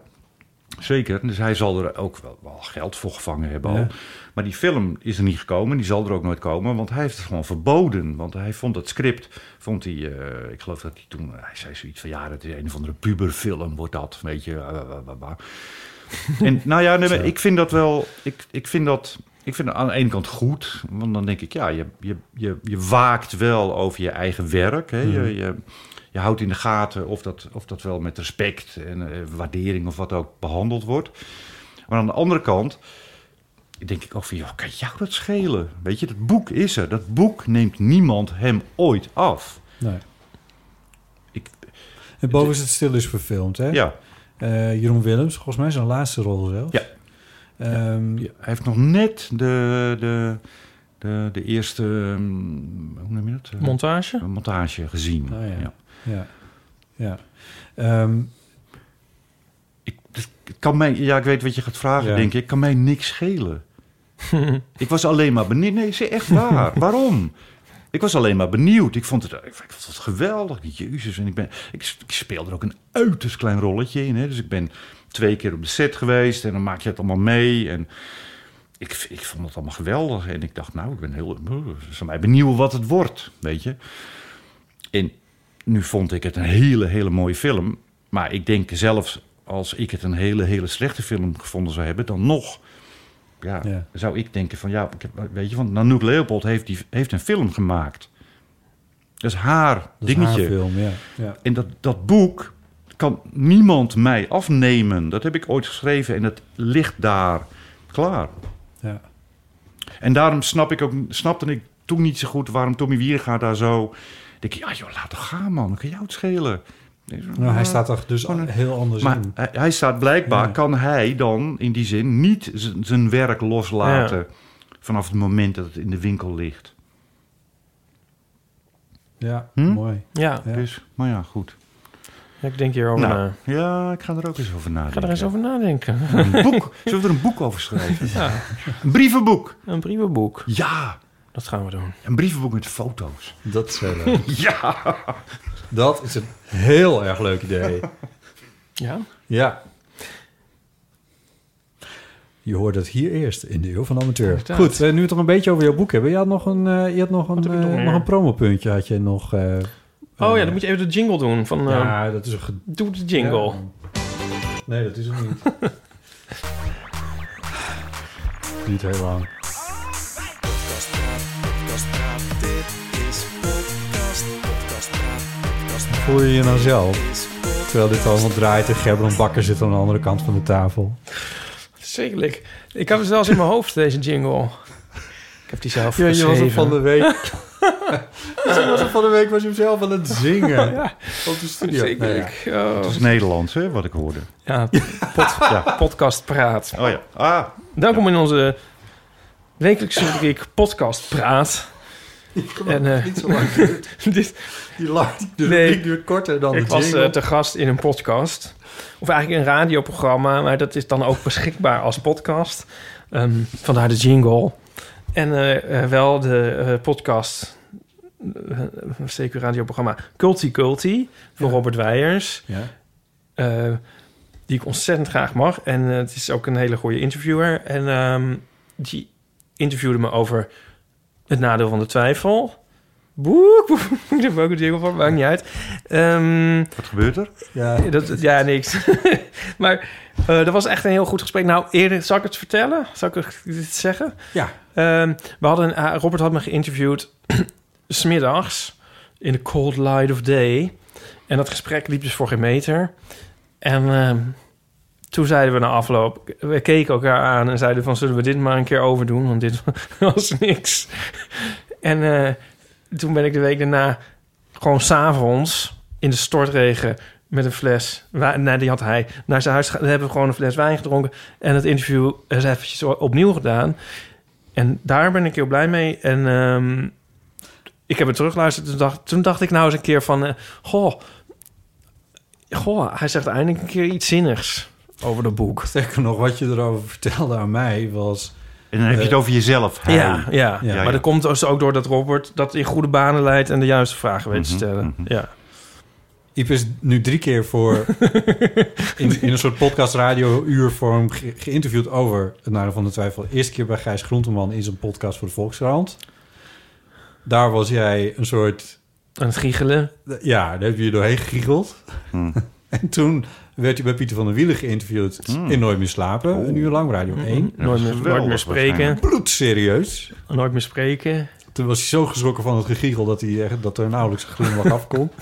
[SPEAKER 1] zeker. Dus hij zal er ook wel, wel geld voor gevangen hebben al.
[SPEAKER 2] Ja.
[SPEAKER 1] Maar die film is er niet gekomen. Die zal er ook nooit komen. Want hij heeft het gewoon verboden. Want hij vond dat script, vond hij... eh, ik geloof dat hij toen... Hij zei zoiets van, ja, dat is een of andere puberfilm, wordt dat. Weet je, eh, eh, eh, eh. En nou ja, nee, maar ik vind dat wel... Ik, ik vind dat... Ik vind het aan de ene kant goed, want dan denk ik, ja, je, je, je, je waakt wel over je eigen werk. Hè? Je, je, je houdt in de gaten of dat, of dat wel met respect en eh, waardering of wat ook behandeld wordt. Maar aan de andere kant denk ik ook van, joh, kan jou dat schelen? Weet je, dat boek is er. Dat boek neemt niemand hem ooit af.
[SPEAKER 2] Nee.
[SPEAKER 1] Ik-
[SPEAKER 2] En boven is het stil is verfilmd, hè?
[SPEAKER 1] Ja,
[SPEAKER 2] Eh, Jeroen Willems, volgens mij zijn laatste rol Ehm, zelf.
[SPEAKER 1] Ja. hij heeft nog net de, de, de, de eerste, mm, hoe noem je dat? Eh,
[SPEAKER 3] Montage?
[SPEAKER 1] montage gezien.
[SPEAKER 2] Oh,
[SPEAKER 1] Ja.
[SPEAKER 2] ja. ja. ja. Ehm,
[SPEAKER 1] Ik, dus het kan mij, ja, ik weet wat je gaat vragen,
[SPEAKER 2] Ja.
[SPEAKER 1] denk ik. Kan mij niks schelen. ik was alleen maar benieuwd. Nee, is echt waar. Waarom? Ik was alleen maar benieuwd. Ik vond het, ik vond het geweldig. Jezus. En ik, ben, ik, ik speel er ook een uiterst klein rolletje in. Hè. Dus ik ben twee keer op de set geweest. En dan maak je het allemaal mee. En ik, ik vond het allemaal geweldig. En ik dacht, nou, ik ben heel... Ik ben mij benieuwd wat het wordt, weet je. En nu vond ik het een hele, hele mooie film. Maar ik denk zelfs als ik het een hele, hele slechte film gevonden zou hebben, dan nog ja,
[SPEAKER 2] Ja.
[SPEAKER 1] zou ik denken van ja, ik heb- weet je, want Nanook Leopold heeft, die, heeft een film gemaakt. Dat is haar
[SPEAKER 2] dat is haar
[SPEAKER 1] dingetje.
[SPEAKER 2] film, ja. ja.
[SPEAKER 1] En dat, dat boek kan niemand mij afnemen. Dat heb ik ooit geschreven en het ligt daar klaar.
[SPEAKER 2] ja.
[SPEAKER 1] En daarom snap ik ook, snapte ik toen niet zo goed waarom Tommy Wierga daar zo. Denk ik, ja joh, laat het gaan man, kan jou het schelen.
[SPEAKER 2] Nou, hij staat er dus
[SPEAKER 1] Gewoon een-
[SPEAKER 2] heel anders
[SPEAKER 1] Maar
[SPEAKER 2] in.
[SPEAKER 1] hij, hij staat blijkbaar,
[SPEAKER 2] Ja.
[SPEAKER 1] kan hij dan in die zin niet z- zijn werk loslaten vanaf het moment dat het in de winkel ligt.
[SPEAKER 2] Ja,
[SPEAKER 1] Hm?
[SPEAKER 2] mooi.
[SPEAKER 3] Ja,
[SPEAKER 2] Ja.
[SPEAKER 1] Dus, maar ja, goed.
[SPEAKER 3] ik denk hierover
[SPEAKER 1] Nou,
[SPEAKER 3] na.
[SPEAKER 1] ja, ik ga er ook eens over
[SPEAKER 3] Ik
[SPEAKER 1] nadenken.
[SPEAKER 3] ga er eens over nadenken.
[SPEAKER 1] Een boek. Zullen we er een boek over schrijven? Een brievenboek.
[SPEAKER 3] Een brievenboek.
[SPEAKER 1] Ja,
[SPEAKER 3] Dat gaan we doen.
[SPEAKER 1] een brievenboek met foto's.
[SPEAKER 5] Dat is heel leuk.
[SPEAKER 1] Ja.
[SPEAKER 5] Dat is een heel erg leuk <laughs> idee.
[SPEAKER 3] Ja?
[SPEAKER 5] Ja. Je hoort het hier eerst in de Eeuw van de Amateur.
[SPEAKER 3] Inderdaad.
[SPEAKER 5] Goed, eh, nu we het nog een beetje over jouw boek hebben. Je had nog een, eh, je had nog een,
[SPEAKER 3] heb ik nog
[SPEAKER 5] eh,
[SPEAKER 3] meer?
[SPEAKER 5] nog een promopuntje. Had je nog... eh,
[SPEAKER 3] Oh ja,
[SPEAKER 5] eh,
[SPEAKER 3] dan moet je even de jingle doen. Van, eh,
[SPEAKER 5] Ja, dat is een... ged-
[SPEAKER 3] Doe de jingle.
[SPEAKER 5] Ja. Nee, dat is het <laughs> niet. niet heel lang. Voel je je nou zelf? Terwijl dit allemaal draait en Gerbrand Bakker zit aan de andere kant van de tafel.
[SPEAKER 3] Zekerlijk. Ik had het zelfs in mijn hoofd, deze jingle. <laughs> Ik heb die zelf
[SPEAKER 5] Ja, je was
[SPEAKER 3] geschreven.
[SPEAKER 5] hem van de week. <laughs> Dus hij was hem van de week was hij hem zelf aan het zingen. Op de studio. Nou
[SPEAKER 3] Zekerlijk. Oh.
[SPEAKER 1] Dat is Nederlands, hè, wat ik hoorde.
[SPEAKER 3] Ja, pod-
[SPEAKER 1] Ja.
[SPEAKER 3] podcast praat.
[SPEAKER 1] Oh ja. Ah,
[SPEAKER 3] Welkom in onze wekelijkse rubriek podcast praat. En, eh,
[SPEAKER 5] Niet zo lang duurt.
[SPEAKER 3] <laughs> dit,
[SPEAKER 5] Die lang, de
[SPEAKER 3] Nee.
[SPEAKER 5] rubriek duurt korter dan
[SPEAKER 3] ik
[SPEAKER 5] de
[SPEAKER 3] was
[SPEAKER 5] jingle.
[SPEAKER 3] eh, te gast in een podcast. Of eigenlijk een radioprogramma, maar dat is dan ook beschikbaar als podcast. Ehm, vandaar de jingle. En eh, eh, wel de eh, podcast, eh, CQ radioprogramma Culti Culti van Robert Weijers.
[SPEAKER 5] ja.
[SPEAKER 3] eh, die ik ontzettend graag mag. En eh, het is ook een hele goede interviewer. En ehm, die interviewde me over het nadeel van de twijfel. Boek, boek, boek, daar heb ik ook een jingle van, maakt niet uit. Ehm,
[SPEAKER 1] wat gebeurt er?
[SPEAKER 5] ja.
[SPEAKER 3] dat, ja, niks. <laughs> maar eh, dat was echt een heel goed gesprek. Nou, eerder, zal ik het vertellen? Zal ik het dit zeggen?
[SPEAKER 5] Ja.
[SPEAKER 3] Ehm, we hadden, ah, Robert had me geïnterviewd <clears throat> smiddags in de cold light of day. En dat gesprek liep dus voor geen meter. En ehm, toen zeiden we na afloop, we keken elkaar aan en zeiden van zullen we dit maar een keer overdoen, want dit <laughs> was niks. En eh, toen ben ik de week daarna gewoon s'avonds in de stortregen met een fles. wa- Nee, die had hij. Naar zijn huis ge- hebben we gewoon een fles wijn gedronken. En het interview is eventjes o- opnieuw gedaan. En daar ben ik heel blij mee. En ehm, ik heb het teruggeluisterd. Toen dacht, toen dacht ik nou eens een keer van... eh, goh, goh, hij zegt eindelijk een keer iets zinnigs over dat boek.
[SPEAKER 2] Sterker nog, wat je erover vertelde aan mij was...
[SPEAKER 1] En dan heb je
[SPEAKER 2] eh,
[SPEAKER 1] het over jezelf. hij.
[SPEAKER 3] Ja, ja,
[SPEAKER 1] Ja,
[SPEAKER 3] maar
[SPEAKER 1] ja.
[SPEAKER 3] dat komt dus ook door dat Robert dat in goede banen leidt... en de juiste vragen weet te
[SPEAKER 1] Mhm,
[SPEAKER 3] stellen.
[SPEAKER 1] mhm.
[SPEAKER 3] Ja.
[SPEAKER 2] Iep is nu drie keer
[SPEAKER 3] <laughs>
[SPEAKER 2] voor in, in een soort podcast radio uurvorm ge- geïnterviewd over het nadeel van de twijfel. Eerste keer bij Gijs Groenteman in zijn podcast voor de Volkskrant. Daar was jij een soort...
[SPEAKER 3] Aan het giechelen.
[SPEAKER 2] Ja, daar heb je je doorheen gegiegeld.
[SPEAKER 1] Hm.
[SPEAKER 2] <laughs> En toen werd hij bij Pieter van der Wielen geïnterviewd in Nooit meer slapen. Een uur lang, Radio
[SPEAKER 3] Hmm.
[SPEAKER 2] 1.
[SPEAKER 3] Nooit meer, nooit meer
[SPEAKER 1] geweldig
[SPEAKER 3] spreken.
[SPEAKER 1] waarschijnlijk.
[SPEAKER 2] Bloedserieus.
[SPEAKER 3] Nooit meer spreken.
[SPEAKER 2] Toen was hij zo geschrokken van het gegiegel dat, hij, echt- dat er nauwelijks een glimlach
[SPEAKER 3] <laughs>
[SPEAKER 2] afkomt.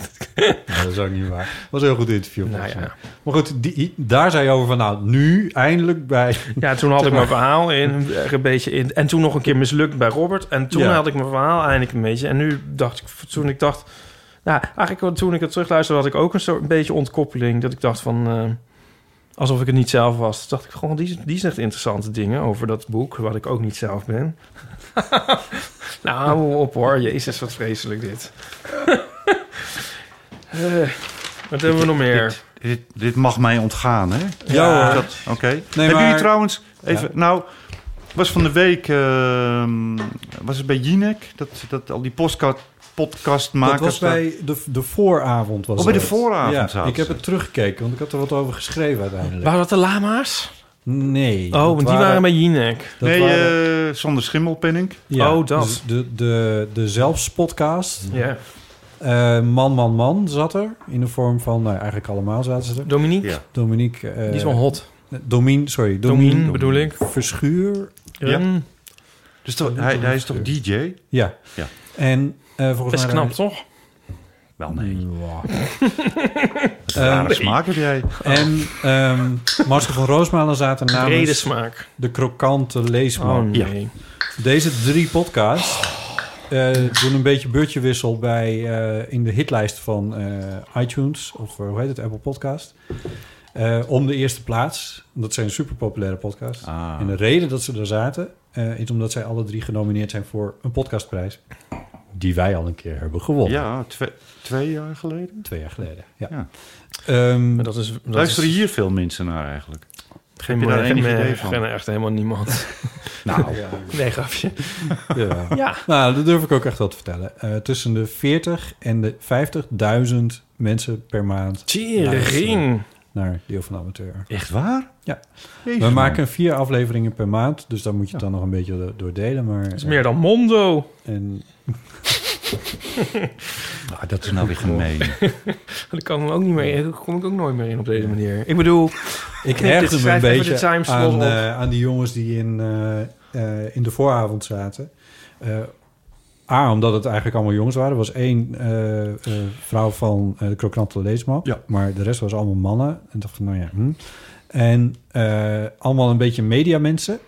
[SPEAKER 2] dat is ook niet waar. Was een heel goed interview.
[SPEAKER 3] Nou
[SPEAKER 2] volgens
[SPEAKER 3] ja.
[SPEAKER 2] mij. Maar goed, die, daar zei je over van nou, nu eindelijk bij...
[SPEAKER 3] Ja, toen had ik mijn verhaal in, eh, een beetje in. En toen nog een keer mislukt bij Robert. En toen
[SPEAKER 2] Ja.
[SPEAKER 3] had ik mijn verhaal eindelijk een beetje. En nu dacht ik, toen ik dacht... Nou, eigenlijk wel toen ik het terugluisterde had ik ook een soort een beetje ontkoppeling. Dat ik dacht van... eh, alsof ik het niet zelf was. Toen dacht ik gewoon, die, die zegt interessante dingen over dat boek... wat ik ook niet zelf
[SPEAKER 2] <laughs>
[SPEAKER 3] ben. nou, hou op hoor. Jezus, wat vreselijk dit. <laughs> Eh, wat hebben we nog meer?
[SPEAKER 1] Dit, dit mag mij ontgaan, hè?
[SPEAKER 2] Ja,
[SPEAKER 1] Is
[SPEAKER 2] hoor.
[SPEAKER 1] dat- Oké. Hebben
[SPEAKER 2] maar-
[SPEAKER 1] jullie trouwens... Even, Nou, was van de week... ehm, was het bij Jinek? Dat, dat al die podcast,
[SPEAKER 2] Dat
[SPEAKER 1] podcastmakers...
[SPEAKER 2] was bij de, de vooravond. Was
[SPEAKER 1] Oh, bij de
[SPEAKER 2] dat.
[SPEAKER 1] vooravond
[SPEAKER 2] Ja,
[SPEAKER 1] zaten
[SPEAKER 2] ik heb
[SPEAKER 1] ze.
[SPEAKER 2] het teruggekeken, want ik had er wat over geschreven uiteindelijk.
[SPEAKER 3] Waren dat de lama's?
[SPEAKER 2] Nee.
[SPEAKER 3] Oh, want die waren bij Jinek.
[SPEAKER 2] dat
[SPEAKER 1] nee,
[SPEAKER 2] waren-
[SPEAKER 1] eh, Sander Schimmelpenning.
[SPEAKER 3] oh, dat.
[SPEAKER 2] dus De, de, de zelfspodcast.
[SPEAKER 3] Ja.
[SPEAKER 2] Eh, man, man, man zat er. In de vorm van, nou, eigenlijk allemaal zaten ze er.
[SPEAKER 3] Dominique?
[SPEAKER 1] Ja.
[SPEAKER 2] Dominique... eh,
[SPEAKER 3] Die is wel hot.
[SPEAKER 2] Domien, sorry.
[SPEAKER 3] Domien,
[SPEAKER 2] Domien
[SPEAKER 3] bedoel ik.
[SPEAKER 2] Verschuur.
[SPEAKER 1] Ja.
[SPEAKER 3] Mm,
[SPEAKER 1] Dus toch, hij, hij is toch DJ?
[SPEAKER 2] Ja.
[SPEAKER 1] Ja.
[SPEAKER 2] En eh volgens
[SPEAKER 3] Best
[SPEAKER 2] mij...
[SPEAKER 3] knap, toch?
[SPEAKER 1] Wel, nee.
[SPEAKER 2] <laughs> Ja. Eh,
[SPEAKER 1] Wat een rare
[SPEAKER 2] nee.
[SPEAKER 1] smaak heb jij.
[SPEAKER 2] En ehm Marcel van Roosmalen zaten namens
[SPEAKER 3] Brede smaak.
[SPEAKER 2] de krokante leesman.
[SPEAKER 3] Oh nee.
[SPEAKER 2] Deze drie podcasts eh, doen een beetje beurtjewissel bij, eh, in de hitlijst van eh, iTunes of eh, hoe heet het, Apple Podcast. Eh, om de eerste plaats. Dat zijn super populaire podcasts.
[SPEAKER 1] Ah.
[SPEAKER 2] En de reden dat ze daar zaten eh, is omdat zij alle drie genomineerd zijn voor een podcastprijs. Die wij al een keer hebben gewonnen.
[SPEAKER 1] Ja, twee, twee jaar geleden.
[SPEAKER 2] Twee jaar geleden. Ja.
[SPEAKER 1] Ja.
[SPEAKER 2] Ehm,
[SPEAKER 3] Maar dat is, dat
[SPEAKER 1] Luisteren
[SPEAKER 3] is
[SPEAKER 1] hier veel mensen naar eigenlijk?
[SPEAKER 3] geen,
[SPEAKER 1] je daar
[SPEAKER 3] geen,
[SPEAKER 1] enig
[SPEAKER 3] eh,
[SPEAKER 1] idee van?
[SPEAKER 3] geen- echt helemaal niemand.
[SPEAKER 2] <laughs> nou,
[SPEAKER 3] Nee, grapje.
[SPEAKER 2] ja.
[SPEAKER 3] Ja.
[SPEAKER 2] Nou, dat durf ik ook echt wel te vertellen. Eh, tussen de 40 en de 50.000 mensen per maand luisteren
[SPEAKER 3] Tering.
[SPEAKER 2] naar Deel van de Amateur.
[SPEAKER 1] Echt waar?
[SPEAKER 2] Ja.
[SPEAKER 1] Jezus,
[SPEAKER 2] We
[SPEAKER 1] man.
[SPEAKER 2] maken vier afleveringen per maand, dus daar moet je het dan nog een beetje do- door delen. Maar, eh,
[SPEAKER 3] Dat is meer dan Mondo.
[SPEAKER 2] En,
[SPEAKER 1] Ah, dat is nou weer gemeen.
[SPEAKER 3] Dat kan ik ook niet meer. Daar kom ik ook nooit meer in op deze manier. Ik bedoel,
[SPEAKER 2] ik
[SPEAKER 3] dit,
[SPEAKER 2] ergde me
[SPEAKER 3] schrijf
[SPEAKER 2] een
[SPEAKER 3] even de
[SPEAKER 2] beetje
[SPEAKER 3] timeslot
[SPEAKER 2] aan,
[SPEAKER 3] op.
[SPEAKER 2] eh, aan die jongens die in, eh, eh, in de vooravond zaten. Eh, A, omdat het eigenlijk allemaal jongens waren. Er was één eh, eh, vrouw van eh, de krokante leesmap.
[SPEAKER 1] Ja.
[SPEAKER 2] Maar de rest was allemaal mannen. En ik dacht van, nou ja. hm. En eh, allemaal een beetje mediamensen.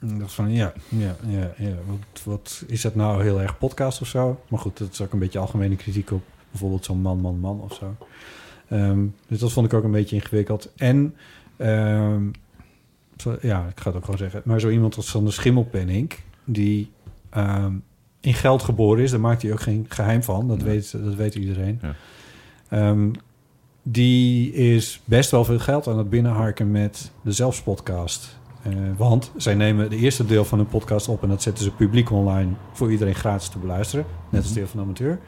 [SPEAKER 2] En ik dacht van, ja, ja, ja, ja. Wat, wat is dat nou heel erg podcast of zo? Maar goed, dat is ook een beetje algemene kritiek op bijvoorbeeld zo'n man, man, man of zo. Ehm, dus dat vond ik ook een beetje ingewikkeld. En, ehm, zo- ja, ik ga het ook gewoon zeggen. Maar zo iemand als Sander Schimmelpenning, die ehm, in geld geboren is, daar maakt hij ook geen geheim van. Dat, weet, dat weet iedereen.
[SPEAKER 1] Ja.
[SPEAKER 2] Ehm, die is best wel veel geld aan het binnenharken met de Zelfspodcast. Eh, want zij nemen de eerste deel van hun podcast op en dat zetten ze publiek online voor iedereen gratis te beluisteren. Net als deel van de amateur.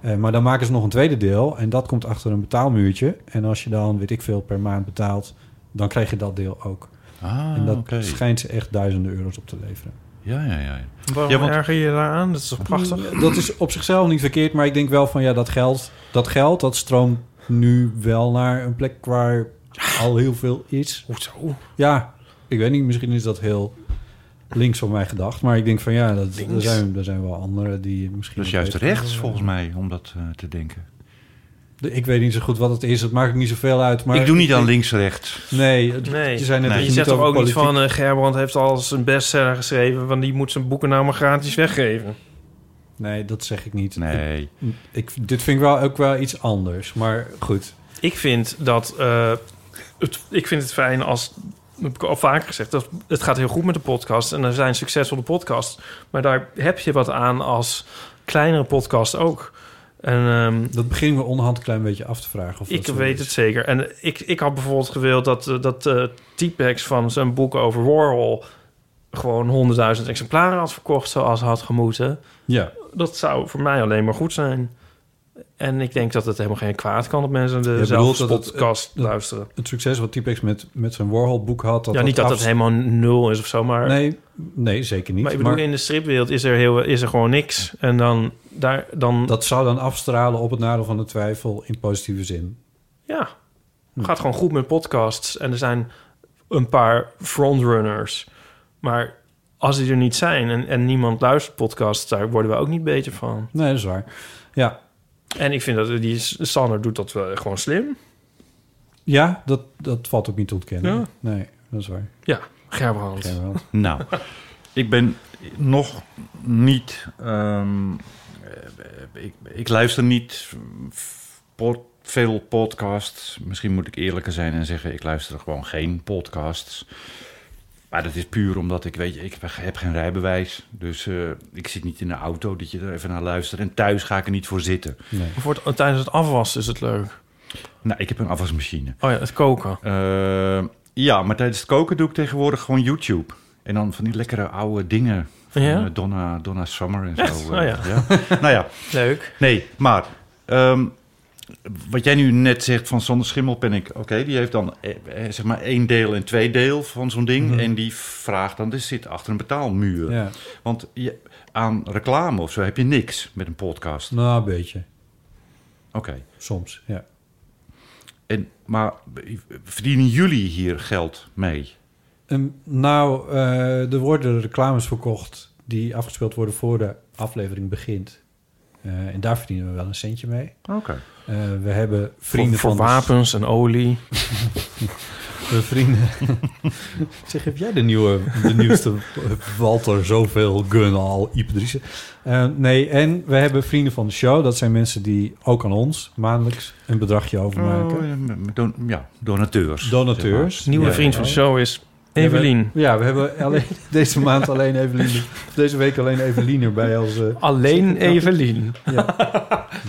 [SPEAKER 2] Eh, maar dan maken ze nog een tweede deel en dat komt achter een betaalmuurtje. En als je dan, weet ik veel, per maand betaalt, dan krijg je dat deel ook.
[SPEAKER 1] Ah,
[SPEAKER 2] <laughs> en dat
[SPEAKER 1] oké.
[SPEAKER 2] schijnt ze echt duizenden euro's op te leveren.
[SPEAKER 1] Ja, ja, ja.
[SPEAKER 3] waarom
[SPEAKER 1] Ja, want-
[SPEAKER 3] erger je daar aan? Dat is toch prachtig?
[SPEAKER 2] Ja, Dat is op zichzelf niet verkeerd, maar ik denk wel van ja, dat geld, dat geld, dat stroomt nu wel naar een plek waar al heel veel is.
[SPEAKER 3] Hoezo?
[SPEAKER 2] Ja, ik weet niet, misschien is dat heel links van mij gedacht, maar ik denk van ja, dat, er,
[SPEAKER 3] Links?
[SPEAKER 2] zijn, er zijn wel anderen die misschien.
[SPEAKER 1] Dat is
[SPEAKER 2] wat
[SPEAKER 1] juist
[SPEAKER 2] beter
[SPEAKER 1] rechts
[SPEAKER 2] doen.
[SPEAKER 1] volgens mij om dat eh, te denken.
[SPEAKER 2] Ik weet niet zo goed wat het is, dat maakt ook niet zoveel uit. Maar
[SPEAKER 1] ik doe niet aan links-rechts.
[SPEAKER 2] Nee,
[SPEAKER 3] Nee.
[SPEAKER 2] je
[SPEAKER 1] Nee.
[SPEAKER 2] zei net dat
[SPEAKER 3] Je
[SPEAKER 2] je,
[SPEAKER 3] zegt
[SPEAKER 2] niet
[SPEAKER 3] toch
[SPEAKER 2] over
[SPEAKER 3] ook niet
[SPEAKER 2] politiek-
[SPEAKER 3] van... eh, Gerbrand heeft al zijn bestseller geschreven... want die moet zijn boeken nou maar gratis weggeven.
[SPEAKER 2] Nee, dat zeg ik niet.
[SPEAKER 1] Nee.
[SPEAKER 2] Ik, ik- dit vind ik wel ook wel iets anders, maar goed.
[SPEAKER 3] Ik vind dat. eh, het, ik vind het fijn als. Dat heb ik al vaker gezegd. Dat het gaat heel goed met de podcast. En er zijn succesvolle podcasts. Maar daar heb je wat aan als kleinere podcast ook. En, ehm,
[SPEAKER 2] Dat beginnen we onderhand een klein beetje af te vragen. Of
[SPEAKER 3] ik
[SPEAKER 2] dat zo
[SPEAKER 3] weet
[SPEAKER 2] is.
[SPEAKER 3] het zeker. En ik, ik had bijvoorbeeld gewild dat, eh, dat eh T-Pex van zijn boek over Warhol... gewoon honderdduizend exemplaren had verkocht zoals had gemoeten.
[SPEAKER 2] Ja.
[SPEAKER 3] Dat zou voor mij alleen maar goed zijn. En ik denk dat het helemaal geen kwaad kan dat mensen
[SPEAKER 2] Je
[SPEAKER 3] de
[SPEAKER 2] bedoelt
[SPEAKER 3] zelfs
[SPEAKER 2] dat het-
[SPEAKER 3] podcast luisteren.
[SPEAKER 2] Het succes wat Typex met, met zijn Warhol-boek had... Dat
[SPEAKER 3] ja, niet dat het
[SPEAKER 2] afs-
[SPEAKER 3] helemaal nul is of zo, maar...
[SPEAKER 2] Nee, nee, zeker niet.
[SPEAKER 3] maar ik bedoel, in de stripwereld is er, heel, is er gewoon niks. En dan... Daar, dan
[SPEAKER 2] Dat zou dan afstralen op het nadeel van de twijfel in positieve zin.
[SPEAKER 3] Ja. Gaat gewoon goed met podcasts. En er zijn een paar frontrunners. Maar als die er niet zijn en, en niemand luistert podcasts, daar worden we ook niet beter van.
[SPEAKER 2] Nee, dat is waar. Ja,
[SPEAKER 3] En ik vind dat die Sander doet dat wel gewoon slim.
[SPEAKER 2] ja dat, dat valt ook niet te ontkennen.
[SPEAKER 3] Ja.
[SPEAKER 2] Nee, dat is waar.
[SPEAKER 3] Ja, Gerbrand.
[SPEAKER 2] Ja, wel.
[SPEAKER 1] <laughs> Nou, ik ben nog niet. ehm, eh, ik, ik luister niet pod- veel podcasts. Misschien moet ik eerlijker zijn en zeggen: ik luister gewoon geen podcasts. Maar dat is puur omdat ik weet, je, ik heb geen rijbewijs. Dus eh, ik zit niet in de auto dat je er even naar luistert. En thuis ga ik er niet voor zitten.
[SPEAKER 3] Voor het- tijdens het afwassen is het leuk.
[SPEAKER 1] Nou, ik heb een afwasmachine.
[SPEAKER 3] Oh ja, het koken.
[SPEAKER 1] Eh, ja, maar tijdens het koken doe ik tegenwoordig gewoon YouTube. En dan van die lekkere oude dingen. Van
[SPEAKER 3] Ja?
[SPEAKER 1] eh, Donna, Donna Summer en
[SPEAKER 3] Echt?
[SPEAKER 1] zo.
[SPEAKER 3] Oh
[SPEAKER 1] eh,
[SPEAKER 3] ja.
[SPEAKER 1] nou ja, <laughs>
[SPEAKER 3] Leuk.
[SPEAKER 1] nee, maar... ehm, wat jij nu net zegt van Sander Schimmelpenninck, oké, die heeft dan eh, eh, zeg maar één deel en twee deel van zo'n ding.
[SPEAKER 3] Mhm.
[SPEAKER 1] En die vraagt dan, dit zit achter een betaalmuur.
[SPEAKER 2] Ja,
[SPEAKER 1] Want je, aan reclame of zo heb je niks met een podcast.
[SPEAKER 3] Mhm.
[SPEAKER 2] nou, een beetje.
[SPEAKER 1] Oké.
[SPEAKER 2] Soms, ja.
[SPEAKER 1] En, maar eh, verdienen jullie hier geld mee?
[SPEAKER 2] En, nou, eh, er worden reclames verkocht die afgespeeld worden voor de aflevering begint. Eh, en daar verdienen we wel een centje mee.
[SPEAKER 1] Oké.
[SPEAKER 2] Eh, we hebben vrienden
[SPEAKER 3] voor,
[SPEAKER 2] van
[SPEAKER 3] voor
[SPEAKER 2] de-
[SPEAKER 3] wapens en olie.
[SPEAKER 2] we vrienden. <laughs> zeg, heb jij de, nieuwe, de nieuwste Walter zoveel gun al, Iep Driessen? Eh, nee, en we hebben vrienden van de show. Dat zijn mensen die ook aan ons maandelijks een bedragje overmaken.
[SPEAKER 1] Oh, ja, m- m- don- ja, donateurs.
[SPEAKER 2] Donateurs.
[SPEAKER 3] Nieuwe
[SPEAKER 2] Ja.
[SPEAKER 3] vriend van de show is
[SPEAKER 2] Ja, we-
[SPEAKER 3] Evelien.
[SPEAKER 2] Ja, we hebben alleen, <laughs> deze maand alleen Evelien. Deze week alleen Evelien erbij als... eh, Dus
[SPEAKER 3] Alleen Evelien. <laughs>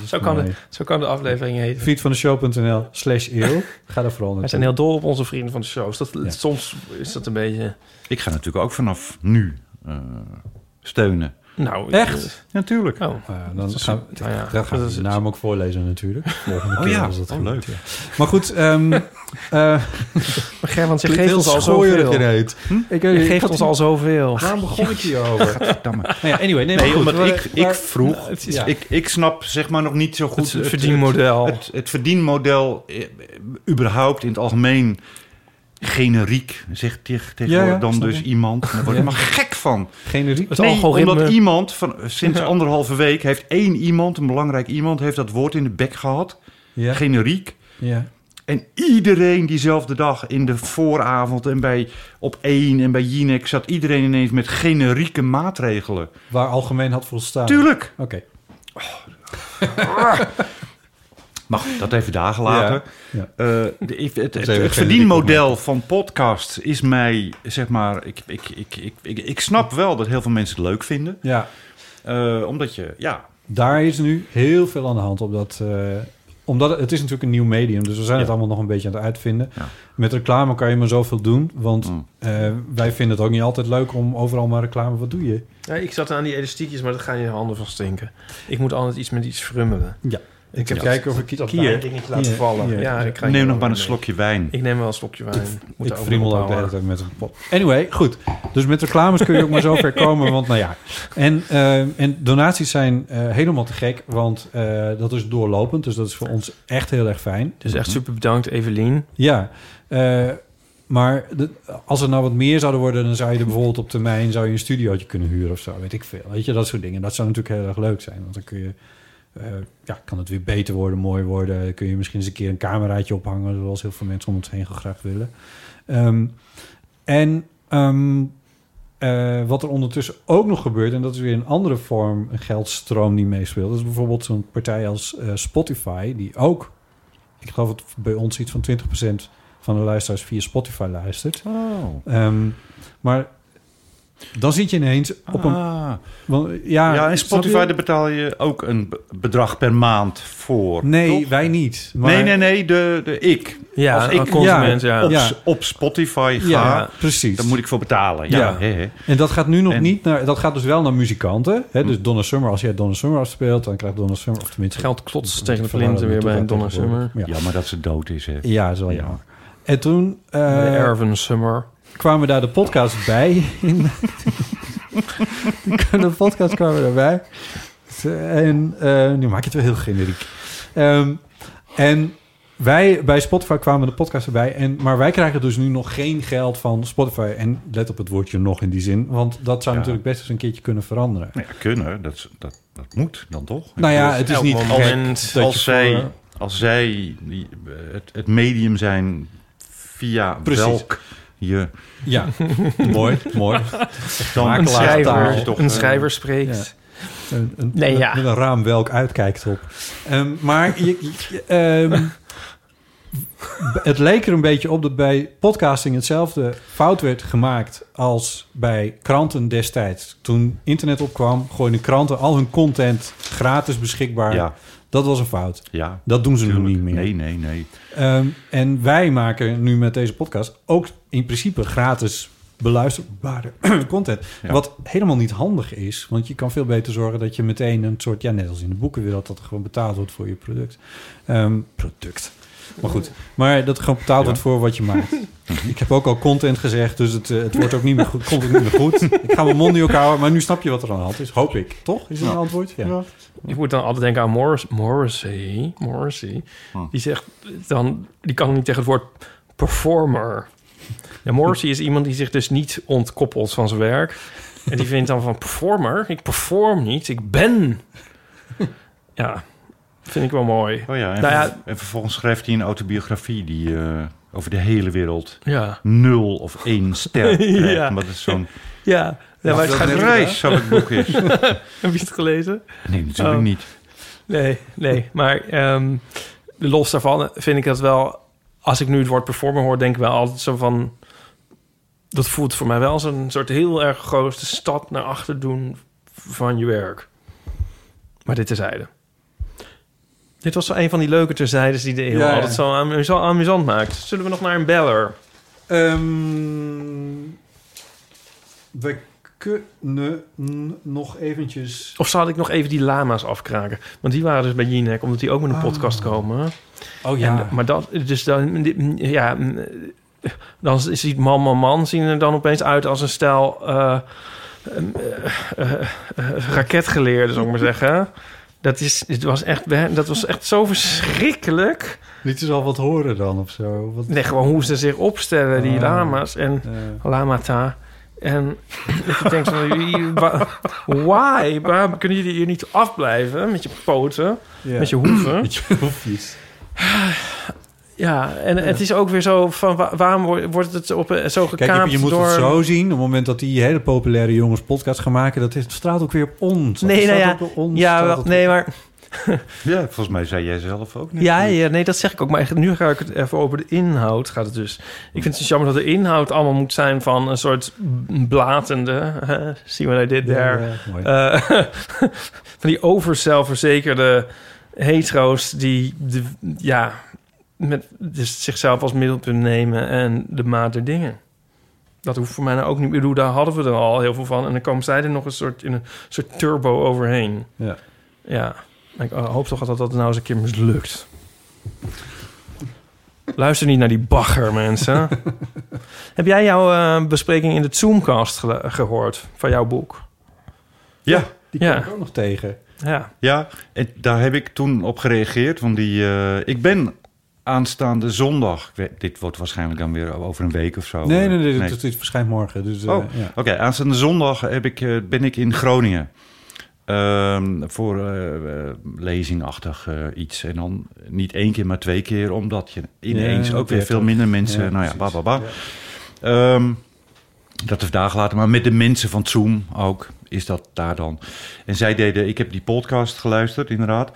[SPEAKER 3] Zo kan,
[SPEAKER 2] nee.
[SPEAKER 3] de, zo kan de aflevering heten.
[SPEAKER 2] Vriend van de show.nl slash eeuw. Ga daar vooral
[SPEAKER 3] Wij
[SPEAKER 2] naartoe.
[SPEAKER 3] zijn heel dol op onze vrienden van de shows. Dat,
[SPEAKER 2] Ja.
[SPEAKER 3] Soms is dat een beetje...
[SPEAKER 1] Ik ga natuurlijk ook vanaf nu eh, steunen.
[SPEAKER 3] Nou,
[SPEAKER 2] Echt?
[SPEAKER 1] Natuurlijk.
[SPEAKER 3] eh, oh.
[SPEAKER 2] Ah, dan gaan we,
[SPEAKER 3] nou ja,
[SPEAKER 2] dan gaan
[SPEAKER 3] dat
[SPEAKER 2] we
[SPEAKER 3] is-
[SPEAKER 2] de naam ook voorlezen natuurlijk. Volgende
[SPEAKER 1] Oh
[SPEAKER 2] keer
[SPEAKER 1] ja,
[SPEAKER 2] als dat
[SPEAKER 1] oh,
[SPEAKER 2] gebeurt,
[SPEAKER 1] leuk.
[SPEAKER 2] ja. Maar goed, ehm eh
[SPEAKER 3] Maar Gerbrand,
[SPEAKER 2] klinkt
[SPEAKER 3] je geeft
[SPEAKER 2] heel
[SPEAKER 3] ons al
[SPEAKER 2] schooierig
[SPEAKER 3] zoveel.
[SPEAKER 2] je reet. Ik weet
[SPEAKER 3] Je
[SPEAKER 2] niet,
[SPEAKER 3] geeft
[SPEAKER 2] wat-
[SPEAKER 3] ons al zoveel.
[SPEAKER 2] Waarom begon ik hierover? nou
[SPEAKER 1] Gadverdamme.
[SPEAKER 2] ja, anyway, nee, maar
[SPEAKER 1] Nee,
[SPEAKER 2] goed,
[SPEAKER 1] omdat
[SPEAKER 2] maar-
[SPEAKER 1] ik, ik
[SPEAKER 2] maar-
[SPEAKER 1] vroeg.
[SPEAKER 2] het is-
[SPEAKER 1] Ik, ik snap zeg maar nog niet zo goed
[SPEAKER 3] Het verdienmodel.
[SPEAKER 1] Het, het verdienmodel, eh, überhaupt in het algemeen generiek, zegt tegen, tegenwoordig
[SPEAKER 2] Ja, ja,
[SPEAKER 1] dan
[SPEAKER 2] snap
[SPEAKER 1] dus
[SPEAKER 2] ik.
[SPEAKER 1] iemand. Daar word ik
[SPEAKER 2] Ja.
[SPEAKER 1] maar gek van.
[SPEAKER 2] generiek.
[SPEAKER 3] Het
[SPEAKER 1] Nee,
[SPEAKER 3] algoritme.
[SPEAKER 1] omdat iemand van, sinds anderhalve week heeft één iemand, een belangrijk iemand, heeft dat woord in de bek gehad.
[SPEAKER 2] Ja,
[SPEAKER 1] Generiek.
[SPEAKER 2] ja.
[SPEAKER 1] En iedereen diezelfde dag in de vooravond en bij op één en bij Jinek zat iedereen ineens met generieke maatregelen.
[SPEAKER 2] Waar algemeen had volstaan.
[SPEAKER 1] Tuurlijk.
[SPEAKER 2] Oké.
[SPEAKER 1] Maar goed, dat even dagen later.
[SPEAKER 2] Ja.
[SPEAKER 1] Eh, de- ik- het, het,
[SPEAKER 2] even
[SPEAKER 1] het verdienmodel van podcasts is mij, zeg maar, ik, ik, ik, ik, ik, ik snap wel dat heel veel mensen het leuk vinden.
[SPEAKER 2] Ja,
[SPEAKER 1] Eh, omdat je, ja,
[SPEAKER 2] daar is nu heel veel aan de hand op dat... eh, omdat het, het is natuurlijk een nieuw medium, dus we zijn het
[SPEAKER 1] Ja.
[SPEAKER 2] allemaal nog een beetje aan het uitvinden.
[SPEAKER 1] Ja.
[SPEAKER 2] Met reclame kan je maar zoveel doen, want
[SPEAKER 1] Mm.
[SPEAKER 2] eh, wij vinden het ook niet altijd leuk om overal maar reclame. Wat doe je?
[SPEAKER 3] Ja, ik zat aan die elastiekjes, maar dat gaan je handen van stinken. Ik moet altijd iets met iets frummelen.
[SPEAKER 2] Ja.
[SPEAKER 3] Ik heb
[SPEAKER 2] Kijken of ik iets
[SPEAKER 3] hier dingetje laten
[SPEAKER 2] Hier,
[SPEAKER 3] vallen.
[SPEAKER 2] hier.
[SPEAKER 3] Ja, ik ga hier
[SPEAKER 1] neem nog
[SPEAKER 3] wel
[SPEAKER 1] maar een
[SPEAKER 3] mee.
[SPEAKER 1] slokje wijn.
[SPEAKER 3] Ik neem wel een slokje wijn. Moet
[SPEAKER 2] Ik
[SPEAKER 3] daar
[SPEAKER 2] friemel
[SPEAKER 3] nog
[SPEAKER 2] ook de hele
[SPEAKER 3] ophouden.
[SPEAKER 2] tijd met een pop. Anyway, goed. Dus met reclames kun je ook maar zo ver komen. Want nou ja. En, eh, en donaties zijn eh, helemaal te gek. Want eh, dat is doorlopend. Dus dat is voor ons echt heel erg fijn.
[SPEAKER 3] Dus echt super bedankt, Evelien.
[SPEAKER 2] Ja. eh, maar de- als er nou wat meer zouden worden... dan zou je er bijvoorbeeld op termijn... zou je een studiootje kunnen huren of zo. Weet ik veel. Weet je, dat soort dingen. Dat zou natuurlijk heel erg leuk zijn. Want dan kun je... eh, ja, kan het weer beter worden, mooi worden. Dan kun je misschien eens een keer een cameraatje ophangen... zoals heel veel mensen om ons heen graag willen. Ehm, en ehm, eh, wat er ondertussen ook nog gebeurt, en dat is weer een andere vorm een geldstroom die meespeelt, dat is bijvoorbeeld zo'n partij als eh, Spotify, die ook Ik geloof dat bij ons iets van 20% van de luisteraars via Spotify luistert.
[SPEAKER 1] Oh.
[SPEAKER 2] Ehm, maar dan zit je ineens op een...
[SPEAKER 1] Ah.
[SPEAKER 2] want-
[SPEAKER 1] Ja,
[SPEAKER 2] ja,
[SPEAKER 1] en
[SPEAKER 2] snap je?
[SPEAKER 1] Spotify, daar betaal je ook een be- bedrag per maand voor.
[SPEAKER 2] Nee,
[SPEAKER 1] toch?
[SPEAKER 2] wij niet. Maar,
[SPEAKER 1] nee, nee, nee, de, de ik.
[SPEAKER 3] Ja,
[SPEAKER 1] Als ik
[SPEAKER 3] een consument, ja.
[SPEAKER 1] Op,
[SPEAKER 2] Ja.
[SPEAKER 1] op Spotify ga,
[SPEAKER 2] Ja, precies.
[SPEAKER 1] daar moet ik voor betalen. Ja,
[SPEAKER 2] Ja.
[SPEAKER 1] hè, hè.
[SPEAKER 2] En dat gaat nu nog
[SPEAKER 1] En- Hm.
[SPEAKER 2] niet naar... Dat gaat dus wel naar muzikanten. Hè? Dus Donna Summer, als jij Donna Summer speelt... dan krijgt Donna Summer... Of tenminste,
[SPEAKER 3] Geld klotst tegen de
[SPEAKER 2] verwarrende
[SPEAKER 3] plinten weer bij
[SPEAKER 2] toegang
[SPEAKER 3] Donna
[SPEAKER 2] tegenwoordig.
[SPEAKER 3] Summer.
[SPEAKER 2] Ja,
[SPEAKER 1] Jammer dat ze dood is, hè.
[SPEAKER 2] ja dat is wel
[SPEAKER 1] Ja.
[SPEAKER 2] jammer. En toen eh,
[SPEAKER 3] de Erven Summer.
[SPEAKER 2] kwamen daar de podcast bij. In, <laughs> de podcast kwamen daarbij. En eh, nu maak je het wel heel generiek. Ehm, en wij bij Spotify kwamen de podcast erbij. En, maar wij krijgen dus nu nog geen geld van Spotify. En let op het woordje nog in die zin. Want dat zou
[SPEAKER 1] Ja.
[SPEAKER 2] natuurlijk best eens een keertje kunnen veranderen.
[SPEAKER 1] Nou ja, kunnen, dat, is- dat, dat moet dan toch?
[SPEAKER 2] Nou ja, het is
[SPEAKER 3] Dus Elk
[SPEAKER 2] niet
[SPEAKER 3] moment
[SPEAKER 2] gek dat je
[SPEAKER 1] als, zij,
[SPEAKER 2] voor- eh,
[SPEAKER 1] als zij die, eh, het, het medium zijn via
[SPEAKER 2] Precies.
[SPEAKER 1] welk je...
[SPEAKER 3] <laughs>
[SPEAKER 2] Ja, mooi, mooi.
[SPEAKER 1] Dan eh,
[SPEAKER 3] Een
[SPEAKER 1] schrijver
[SPEAKER 3] schrijver, een schrijver spreekt.
[SPEAKER 2] Een, een,
[SPEAKER 3] Nee,
[SPEAKER 2] met-
[SPEAKER 3] ja.
[SPEAKER 2] met een raam welk uitkijkt op. Ehm, maar je, je- ehm, het leek er een beetje op dat bij podcasting hetzelfde fout werd gemaakt als bij kranten destijds. Toen internet opkwam, gooiden kranten al hun content gratis beschikbaar.
[SPEAKER 1] Ja,
[SPEAKER 2] Dat was een fout.
[SPEAKER 1] ja.
[SPEAKER 2] Dat doen ze nu
[SPEAKER 1] tuurlijk.
[SPEAKER 2] niet meer.
[SPEAKER 1] Nee, nee, nee.
[SPEAKER 2] Ehm, en wij maken nu met deze podcast ook in principe gratis beluisterbare <clears throat> content.
[SPEAKER 1] Ja.
[SPEAKER 2] Wat helemaal niet handig is, want je kan veel beter zorgen dat je meteen een soort, ja, net als in de boekenwereld, dat er gewoon betaald wordt voor je product. Ehm, product. Maar goed, maar dat er gewoon betaald
[SPEAKER 1] Ja.
[SPEAKER 2] wordt voor wat je
[SPEAKER 1] <laughs>
[SPEAKER 2] maakt. Ik heb ook al content gezegd, dus het, eh, het wordt ook niet meer goed. Komt ook niet meer goed. Ik ga mijn mond niet ook houden, maar nu snap je wat er aan de hand is. Hoop ik. Toch? Is dat
[SPEAKER 1] Nou,
[SPEAKER 2] een antwoord? Ja.
[SPEAKER 3] Ik moet dan altijd denken aan Morris, Morrissey. Morrissey. Die zegt dan, die kan niet tegen het woord performer. Ja, Morrissey is iemand die zich dus niet ontkoppelt van zijn werk. En die vindt dan van performer. Ik perform niet, ik ben. Ja, vind ik wel mooi.
[SPEAKER 1] Oh ja, en,
[SPEAKER 3] Nou ja.
[SPEAKER 1] ver- en vervolgens schrijft hij een autobiografie die eh, over de hele wereld
[SPEAKER 3] Ja,
[SPEAKER 1] nul of één
[SPEAKER 2] <laughs>
[SPEAKER 1] ster krijgt.
[SPEAKER 3] Ja.
[SPEAKER 1] Maar dat is zo'n
[SPEAKER 3] ja. ja maar het gaat
[SPEAKER 1] reis zo het boek is.
[SPEAKER 3] <laughs> Heb je het gelezen?
[SPEAKER 1] Nee, natuurlijk
[SPEAKER 3] Oh.
[SPEAKER 1] niet.
[SPEAKER 3] Nee, nee. Maar ehm, los daarvan vind ik dat wel... Als ik nu het woord performer hoor, denk ik wel altijd zo van... Dat voelt voor mij wel als een soort heel erg grote stap naar achter doen van je werk. Maar dit terzijde. Dit was zo een van die leuke terzijdes die de eeuw
[SPEAKER 2] Ja, ja.
[SPEAKER 3] altijd zo amusant, amusant maakt. Zullen we nog naar een beller?
[SPEAKER 2] Ehm, we kunnen nog eventjes...
[SPEAKER 3] Of zal ik nog even die lama's afkraken? Want die waren dus bij Jinek, omdat die ook met een
[SPEAKER 2] Ah.
[SPEAKER 3] podcast komen.
[SPEAKER 2] Oh
[SPEAKER 3] En, maar dat, dus dan, dit- ja, dan ziet man, man, man zien er dan opeens uit als een stel eh, eh, eh, eh, raketgeleerden, zou ik maar zeggen. Dat, is, het was echt, dat was echt zo verschrikkelijk.
[SPEAKER 2] Liet ze al wat horen dan of zo? Wat,
[SPEAKER 3] Nee, gewoon hoe ze zich opstellen, die
[SPEAKER 2] Ah.
[SPEAKER 3] lama's en
[SPEAKER 2] eh,
[SPEAKER 3] lamata. En ik denk van, wie- wa- why? Waarom kunnen jullie hier niet afblijven met je poten,
[SPEAKER 2] ja.
[SPEAKER 3] met je hoeven?
[SPEAKER 2] Met je hoefjes.
[SPEAKER 3] Ja, en het is ook weer zo van wa- waarom wo- wordt het op, eh, zo gekaapt
[SPEAKER 2] Kijk, je- je moet
[SPEAKER 3] door...
[SPEAKER 2] het zo zien. Op het moment dat die hele populaire jongens podcast gaan maken... dat is, het straalt ook weer op ons. Dat
[SPEAKER 3] Nee, nou
[SPEAKER 2] straalt
[SPEAKER 3] ja,
[SPEAKER 2] ook op ons,
[SPEAKER 3] ja,
[SPEAKER 2] straalt
[SPEAKER 3] wel,
[SPEAKER 2] het
[SPEAKER 3] nee,
[SPEAKER 2] op-
[SPEAKER 3] maar
[SPEAKER 1] Ja, volgens mij zei jij zelf ook net.
[SPEAKER 3] ja, ja, nee, dat zeg ik ook. Maar echt, nu ga ik het even over de inhoud gaat het dus. Ik vind het dus jammer dat de inhoud allemaal moet zijn van een soort b- blatende. hè, <laughs> Zie wat hij dit daar.
[SPEAKER 2] Ja, ja, mooi.
[SPEAKER 3] Eh, <laughs> van die overzelfverzekerde hetero's die de, ja, met, dus zichzelf als middelpunt nemen en de maat der dingen. Dat hoeft voor mij nou ook niet meer. Ik bedoel, daar hadden we er al heel veel van. En dan komen zij er nog een soort, in een soort turbo overheen.
[SPEAKER 2] Ja.
[SPEAKER 3] ja. Ik eh, hoop toch dat dat nou eens een keer mislukt. Luister niet naar die bagger, mensen. Heb jij jouw eh, bespreking in de Zoomcast gele- gehoord van jouw boek?
[SPEAKER 1] Ja,
[SPEAKER 2] die
[SPEAKER 3] ja.
[SPEAKER 2] kom ik ook nog tegen.
[SPEAKER 3] Ja.
[SPEAKER 1] ja, en daar heb ik toen op gereageerd. Want die, eh, ik ben aanstaande zondag... ik weet- dit wordt waarschijnlijk dan weer over een week of
[SPEAKER 3] Oh,
[SPEAKER 1] zo.
[SPEAKER 2] nee, nee, nee,
[SPEAKER 1] Eh,
[SPEAKER 2] Het, het verschijnt morgen. Dus, eh,
[SPEAKER 1] Oh.
[SPEAKER 2] ja.
[SPEAKER 1] Oké, aanstaande zondag heb ik, eh, ben ik in Groningen. Ehm, voor eh, eh, lezingachtig eh, iets. En dan niet één keer, maar twee keer. Omdat je ineens
[SPEAKER 2] Ja,
[SPEAKER 1] ook weer veel
[SPEAKER 2] dertig.
[SPEAKER 1] minder mensen... nou ja,
[SPEAKER 2] precies.
[SPEAKER 1] ba, ba, ba. Ehm, dat is dagen later, maar met de mensen van Zoom ook is dat daar dan. En zij deden, ik heb die podcast geluisterd inderdaad.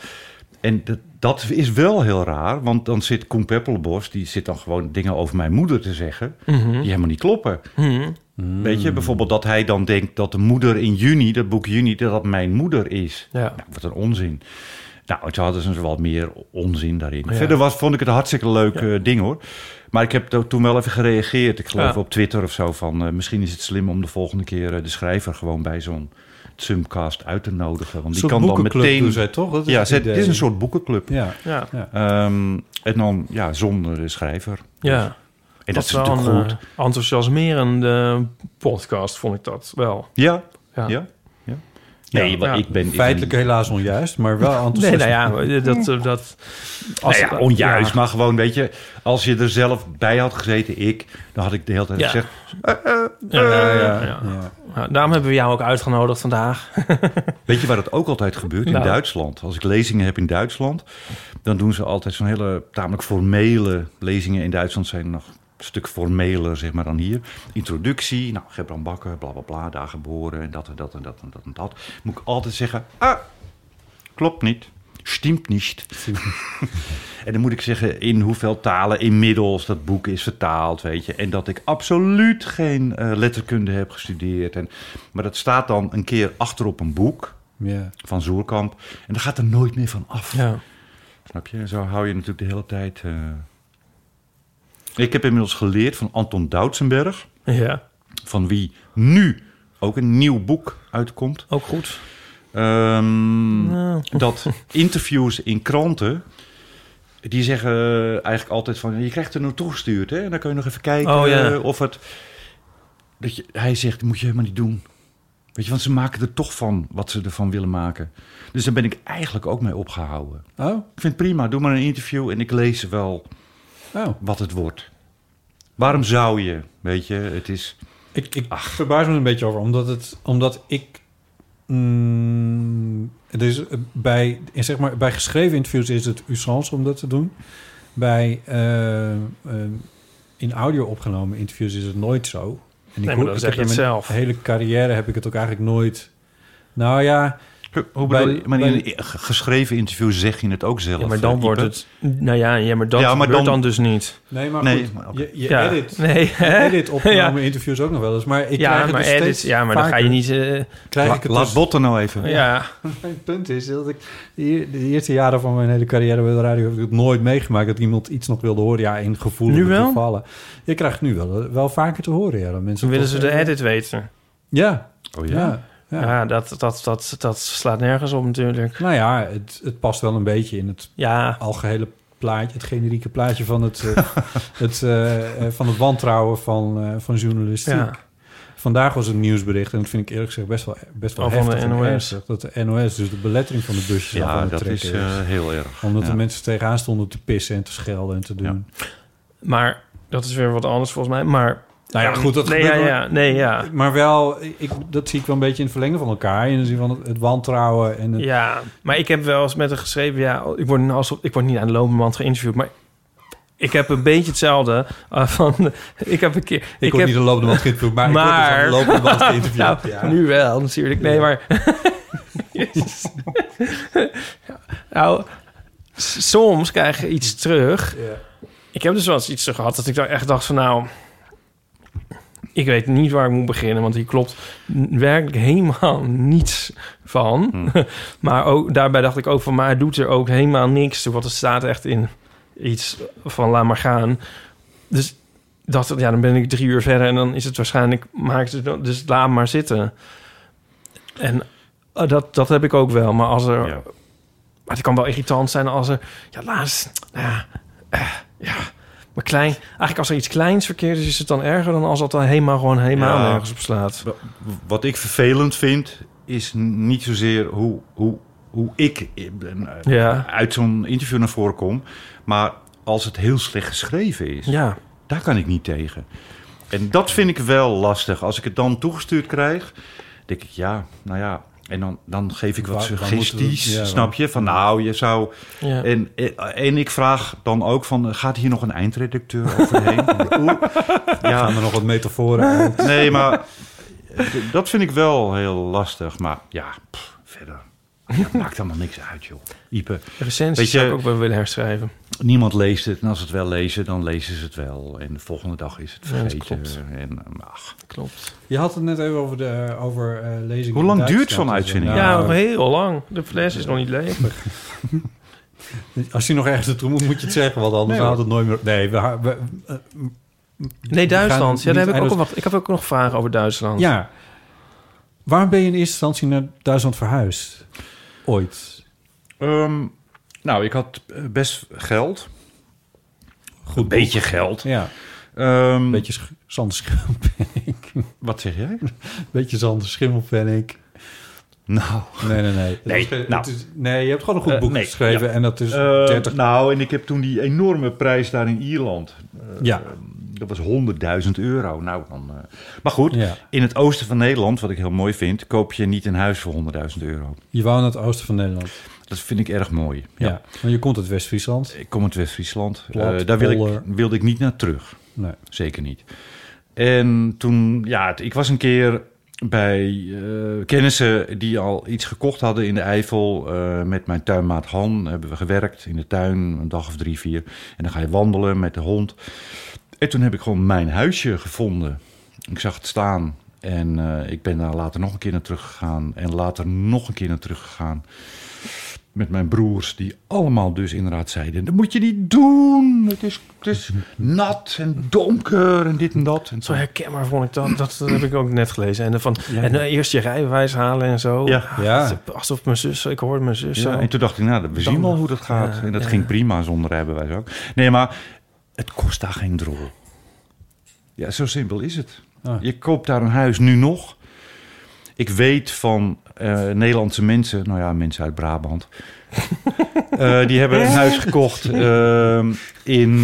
[SPEAKER 1] En dat, dat is wel heel raar, want dan zit Koen Peppelbos... die zit dan gewoon dingen over mijn moeder te zeggen...
[SPEAKER 2] Mhm.
[SPEAKER 1] die helemaal niet kloppen. Hmm. Weet je, bijvoorbeeld dat hij dan denkt dat de moeder in juni... dat boek juni, dat dat mijn moeder is.
[SPEAKER 3] Ja.
[SPEAKER 1] Nou, wat een onzin. Nou, toen hadden ze dus wat meer onzin daarin. Verder was, vond ik het een hartstikke leuk eh, ding, hoor. Maar ik heb to- toen wel even gereageerd. Ik geloof
[SPEAKER 3] Ja.
[SPEAKER 1] op Twitter of zo van... eh, misschien is het slim om de volgende keer eh, de schrijver... gewoon bij zo'n Tsumcast uit te nodigen. Want die
[SPEAKER 2] soort
[SPEAKER 1] kan dan
[SPEAKER 2] boekenclub
[SPEAKER 1] meteen...
[SPEAKER 2] doen zij toch? Dat is
[SPEAKER 1] ja,
[SPEAKER 2] het
[SPEAKER 1] ze- het
[SPEAKER 2] idee.
[SPEAKER 1] is een soort boekenclub.
[SPEAKER 2] Ja.
[SPEAKER 3] Ja.
[SPEAKER 1] Ehm, en dan ja, zonder de schrijver.
[SPEAKER 3] ja.
[SPEAKER 1] En dat, is
[SPEAKER 3] wel
[SPEAKER 1] natuurlijk
[SPEAKER 3] een
[SPEAKER 1] goed.
[SPEAKER 3] eh, enthousiasmerende podcast, vond ik dat wel.
[SPEAKER 1] ja,
[SPEAKER 3] Ja.
[SPEAKER 1] ja, ja. Nee,
[SPEAKER 3] Ja.
[SPEAKER 1] maar ik ben... ik
[SPEAKER 2] Feitelijk
[SPEAKER 1] ben-
[SPEAKER 2] helaas onjuist, maar wel enthousiast.
[SPEAKER 3] <laughs> Nee, nou ja, dat... eh, dat als-
[SPEAKER 1] nou ja, onjuist,
[SPEAKER 3] ja.
[SPEAKER 1] maar gewoon, weet je... Als je er zelf bij had gezeten, ik... Dan had ik de hele tijd
[SPEAKER 3] Ja.
[SPEAKER 1] gezegd...
[SPEAKER 3] Ja, ja, ja, ja.
[SPEAKER 2] Ja.
[SPEAKER 3] Nou, daarom hebben we jou ook uitgenodigd vandaag.
[SPEAKER 1] Weet je waar dat ook altijd gebeurt? In
[SPEAKER 3] Nou.
[SPEAKER 1] Duitsland. Als ik lezingen heb in Duitsland... Dan doen ze altijd zo'n hele tamelijk formele... Lezingen in Duitsland zijn nog een stuk formeler, zeg maar, dan hier. Introductie, nou, Gebran Bakker, bla, bla, bla, daar geboren... en dat en dat en dat en dat en dat. Moet ik altijd zeggen... Ah, klopt niet. Stimmt niet. en dan moet ik zeggen in hoeveel talen inmiddels dat boek is vertaald, weet je. En dat ik absoluut geen eh, letterkunde heb gestudeerd. En, maar dat staat dan een keer achterop een boek
[SPEAKER 2] Ja.
[SPEAKER 1] van Zoerkamp. En daar gaat er nooit meer van af.
[SPEAKER 3] Ja.
[SPEAKER 1] Snap je? En zo hou je natuurlijk de hele tijd. eh. Ik heb inmiddels geleerd van Anton Doutsenberg,
[SPEAKER 3] ja,
[SPEAKER 1] van wie nu ook een nieuw boek uitkomt.
[SPEAKER 3] ook goed.
[SPEAKER 1] Ehm,
[SPEAKER 3] Nou.
[SPEAKER 1] Dat interviews in kranten. Die zeggen eigenlijk altijd van... je krijgt er naartoe gestuurd, hè? En dan kun je nog even kijken
[SPEAKER 3] Oh, ja.
[SPEAKER 1] eh, of het... Dat je, hij zegt, dat moet je helemaal niet doen. Weet je, want ze maken er toch van wat ze ervan willen maken. Dus daar ben ik eigenlijk ook mee opgehouden.
[SPEAKER 2] Oh,
[SPEAKER 1] Ik vind het prima, doe maar een interview en ik lees wel
[SPEAKER 2] oh.
[SPEAKER 1] wat het wordt. Waarom zou je, weet je? Het is...
[SPEAKER 2] Ik, ik verbaas me er een beetje over, omdat, het, omdat ik... mm, er is eh, bij, in zeg maar, bij geschreven interviews is het usance om dat te doen. Bij eh, eh, in audio opgenomen interviews is het nooit zo. En
[SPEAKER 3] maar
[SPEAKER 2] hoor-
[SPEAKER 3] dan zeg
[SPEAKER 2] heb
[SPEAKER 3] je het
[SPEAKER 2] in mijn
[SPEAKER 3] zelf.
[SPEAKER 2] hele carrière heb ik het ook eigenlijk nooit... Nou ja,
[SPEAKER 1] Hoe
[SPEAKER 2] Bij-
[SPEAKER 1] bedoel je? Maar in
[SPEAKER 2] bij-
[SPEAKER 1] een ge- geschreven interview zeg je het ook zelf.
[SPEAKER 3] Ja, maar dan
[SPEAKER 1] eh,
[SPEAKER 3] wordt
[SPEAKER 1] Ipe.
[SPEAKER 3] het... Nou ja, ja maar dat
[SPEAKER 1] Ja, maar
[SPEAKER 3] gebeurt dan,
[SPEAKER 1] dan-
[SPEAKER 3] dus niet.
[SPEAKER 2] nee, maar
[SPEAKER 1] Nee,
[SPEAKER 2] goed.
[SPEAKER 1] maar oké.
[SPEAKER 2] Je, je
[SPEAKER 3] Ja.
[SPEAKER 2] edit,
[SPEAKER 3] <laughs> Nee, hè?
[SPEAKER 2] edit opgenomen interviews ook nog wel eens. Maar ik krijg
[SPEAKER 3] Ja,
[SPEAKER 2] het
[SPEAKER 3] maar
[SPEAKER 2] dus
[SPEAKER 3] edit,
[SPEAKER 2] steeds
[SPEAKER 3] ja, maar dan ga je
[SPEAKER 2] vaker.
[SPEAKER 3] niet... eh,
[SPEAKER 2] Krijg ik het
[SPEAKER 1] Laat
[SPEAKER 2] dus-
[SPEAKER 1] botten nou even.
[SPEAKER 3] ja,
[SPEAKER 2] Mijn punt is dat ik de, de eerste jaren van mijn hele carrière bij de radio heb ik het nooit meegemaakt dat iemand iets nog wilde horen. Ja, in gevoelens
[SPEAKER 3] Nu wel?
[SPEAKER 2] gevallen. Je krijgt het nu wel, eh, wel vaker te horen. Ja, dat mensen
[SPEAKER 3] dan willen ze
[SPEAKER 2] toch- eh,
[SPEAKER 3] de edit weten.
[SPEAKER 2] Ja,
[SPEAKER 1] Oh
[SPEAKER 2] ja. ja.
[SPEAKER 3] Ja, dat, dat, dat, dat slaat nergens op natuurlijk.
[SPEAKER 2] Nou ja, het, het past wel een beetje in het
[SPEAKER 3] Ja,
[SPEAKER 2] algehele plaatje, het generieke plaatje van het, eh,
[SPEAKER 3] <laughs>
[SPEAKER 2] het, eh, eh, van het wantrouwen van, eh, van journalistiek.
[SPEAKER 3] ja.
[SPEAKER 2] Vandaag was het nieuwsbericht, en dat vind ik eerlijk gezegd best wel, best wel
[SPEAKER 3] Oh, van de
[SPEAKER 2] heftig en
[SPEAKER 3] NOS.
[SPEAKER 2] ernstig, dat de NOS dus de belettering van de busjes af aan
[SPEAKER 1] Ja,
[SPEAKER 2] het
[SPEAKER 1] dat is
[SPEAKER 2] trekken
[SPEAKER 1] eh, heel erg.
[SPEAKER 2] Omdat
[SPEAKER 1] Ja.
[SPEAKER 2] de mensen tegenaan stonden te pissen en te schelden en te doen.
[SPEAKER 3] Maar dat is weer wat anders volgens mij. Maar,
[SPEAKER 2] Nou ja, goed, dat
[SPEAKER 3] nee, ja,
[SPEAKER 2] gebeurt wel.
[SPEAKER 3] ja, nee, ja.
[SPEAKER 2] Maar wel, ik, dat zie ik wel een beetje in het verlengde van elkaar. In de zin van het, het wantrouwen en het...
[SPEAKER 3] Ja, maar ik heb wel eens met haar geschreven... ja, ik word, als, ik word niet aan de lopende band geïnterviewd... maar ik heb een beetje hetzelfde eh, <laughs> van... Ik heb een keer... Ik,
[SPEAKER 2] Ik, word
[SPEAKER 3] heb,
[SPEAKER 2] niet de lopende band geïnterviewd, maar,
[SPEAKER 3] Maar-
[SPEAKER 2] ik word dus aan de lopende band
[SPEAKER 3] <laughs>
[SPEAKER 2] geïnterviewd.
[SPEAKER 3] nou,
[SPEAKER 2] ja.
[SPEAKER 3] nu wel natuurlijk.
[SPEAKER 2] <laughs>
[SPEAKER 3] Nee, maar... Jezus. nou, s- soms krijg je iets terug. Ik heb dus wel eens iets terug gehad... dat ik daar echt dacht van nou... Ik weet niet waar ik moet beginnen, want hier klopt werkelijk helemaal <laughs> niets van. <laughs> Maar ook, daarbij dacht ik ook van, maar het doet er ook helemaal niks toe. Want er staat echt in iets van laat maar gaan. Dus dacht ik, ja, dan ben ik drie uur verder en dan is het waarschijnlijk, maakt het dan- dus laat maar zitten. En eh, dat, dat heb ik ook wel. Maar als er,
[SPEAKER 1] Ja.
[SPEAKER 3] maar het kan wel irritant zijn als er, ja, laatst, nou ja, eh, ja. Maar klein, eigenlijk als er iets kleins verkeerd is, is het dan erger dan als dat dan helemaal gewoon helemaal
[SPEAKER 1] Ja.
[SPEAKER 3] nergens op slaat.
[SPEAKER 1] Wat ik vervelend vind, is n- niet zozeer hoe, hoe, hoe ik eh, eh,
[SPEAKER 3] Ja.
[SPEAKER 1] uit zo'n interview naar voren kom, maar als het heel slecht geschreven is.
[SPEAKER 3] Ja,
[SPEAKER 1] Daar kan ik niet tegen. En dat vind ik wel lastig. Als ik het dan toegestuurd krijg, denk ik ja, nou ja. En dan, dan geef ik wat
[SPEAKER 2] Waar- waar moeten
[SPEAKER 1] suggesties,
[SPEAKER 2] we- ja, waar-
[SPEAKER 1] snap je? Van nou, je zou...
[SPEAKER 3] ja.
[SPEAKER 1] En, eh, en ik vraag dan ook van, eh, gaat hier nog een eindredacteur overheen? Oeh. ja,
[SPEAKER 2] Gaan er nog wat metaforen uit.
[SPEAKER 1] eh, Nee, maar d- dat vind ik wel heel lastig. Maar ja, pff, verder. Dat maakt allemaal niks uit, joh. Ipe.
[SPEAKER 3] Recensies
[SPEAKER 1] Weet je-
[SPEAKER 3] zou ik ook wel willen herschrijven.
[SPEAKER 1] Niemand leest het. En als ze het wel lezen, dan lezen ze het wel. En de volgende dag is het
[SPEAKER 3] Ja, dat
[SPEAKER 1] vergeten.
[SPEAKER 3] klopt.
[SPEAKER 1] en, eh, ach.
[SPEAKER 3] Klopt.
[SPEAKER 2] Je had het net even over, de, over eh, lezingen.
[SPEAKER 1] Hoe
[SPEAKER 2] in
[SPEAKER 1] lang
[SPEAKER 2] Duitsland
[SPEAKER 1] duurt zo'n
[SPEAKER 2] en zo.
[SPEAKER 1] uitzending?
[SPEAKER 2] Nou,
[SPEAKER 3] ja, heel lang. De fles is nog niet leeg.
[SPEAKER 2] Nou, Als je nog ergens naartoe moet, moet je het zeggen, want anders
[SPEAKER 1] Nee,
[SPEAKER 2] haalt het nooit meer. Nee, we, ha- we- eh,
[SPEAKER 3] Nee, Duitsland.
[SPEAKER 2] niet
[SPEAKER 3] Ja, daar heb ik, ook
[SPEAKER 2] eindig-
[SPEAKER 3] al wat, ik heb ook nog vragen over Duitsland.
[SPEAKER 2] ja. Waarom ben je in eerste instantie naar Duitsland verhuisd? Ooit.
[SPEAKER 1] Ehm, nou, ik had eh, best geld. Goed een beetje geld.
[SPEAKER 2] Ja,
[SPEAKER 1] Ehm,
[SPEAKER 2] een beetje sch Sander Schimmelpenninck.
[SPEAKER 1] Wat zeg jij?
[SPEAKER 2] beetje Sander Schimmelpenninck.
[SPEAKER 1] nou,
[SPEAKER 2] Nee, nee, nee.
[SPEAKER 1] Nee,
[SPEAKER 2] Het is-
[SPEAKER 1] nou.
[SPEAKER 2] het is- nee, je hebt gewoon een goed
[SPEAKER 1] Eh,
[SPEAKER 2] boek
[SPEAKER 1] nee,
[SPEAKER 2] geschreven
[SPEAKER 1] ja.
[SPEAKER 2] en dat is
[SPEAKER 1] Eh,
[SPEAKER 2] 30...
[SPEAKER 1] nou, en ik heb toen die enorme prijs daar in Ierland.
[SPEAKER 2] ja,
[SPEAKER 1] Dat was 100.000 euro. Nou, dan, eh, Maar goed,
[SPEAKER 2] Ja.
[SPEAKER 1] in het oosten van Nederland, wat ik heel mooi vind, koop je niet een huis voor 100.000 euro.
[SPEAKER 2] je wou naar het oosten van Nederland.
[SPEAKER 1] Dat vind ik erg mooi.
[SPEAKER 2] Ja, want je komt uit West-Friesland.
[SPEAKER 1] Ik kom uit West-Friesland.
[SPEAKER 2] Plat,
[SPEAKER 1] Eh, daar wil ik,
[SPEAKER 2] polder.
[SPEAKER 1] wilde ik niet naar terug.
[SPEAKER 2] Nee.
[SPEAKER 1] Zeker niet. En toen, ja, t- ik was een keer bij eh, kennissen die al iets gekocht hadden in de Eifel. Eh, met mijn tuinmaat Han hebben we gewerkt in de tuin, een dag of drie, vier. En dan ga je wandelen met de hond. En toen heb ik gewoon mijn huisje gevonden. Ik zag het staan en eh, ik ben daar later nog een keer naar teruggegaan. En later nog een keer naar teruggegaan. Met mijn broers, die allemaal dus inderdaad zeiden: Dat moet je niet doen. Het is, het is nat en donker en dit en dat. En
[SPEAKER 3] Zo
[SPEAKER 1] zo.
[SPEAKER 3] herkenbaar vond ik dat. Dat, dat heb ik ook net gelezen. En, dan van,
[SPEAKER 1] Ja.
[SPEAKER 3] en dan eerst je rijbewijs halen en zo.
[SPEAKER 1] Ja.
[SPEAKER 3] Ah,
[SPEAKER 2] Ja.
[SPEAKER 3] dat- Alsof mijn zus... Ik hoorde mijn zus Dus zo.
[SPEAKER 1] Ja, en toen dacht ik: Nou, we zien wel hoe dat gaat.
[SPEAKER 3] Ja,
[SPEAKER 1] en dat
[SPEAKER 3] ja.
[SPEAKER 1] ging prima zonder rijbewijs ook. Nee, maar het kost daar geen drol. Ja, zo simpel is het.
[SPEAKER 2] Ah.
[SPEAKER 1] Je koopt daar een huis nu nog. Ik weet van eh, Nederlandse mensen, nou ja, mensen uit
[SPEAKER 3] <laughs>
[SPEAKER 1] Brabant. eh, die hebben een huis gekocht ehm, in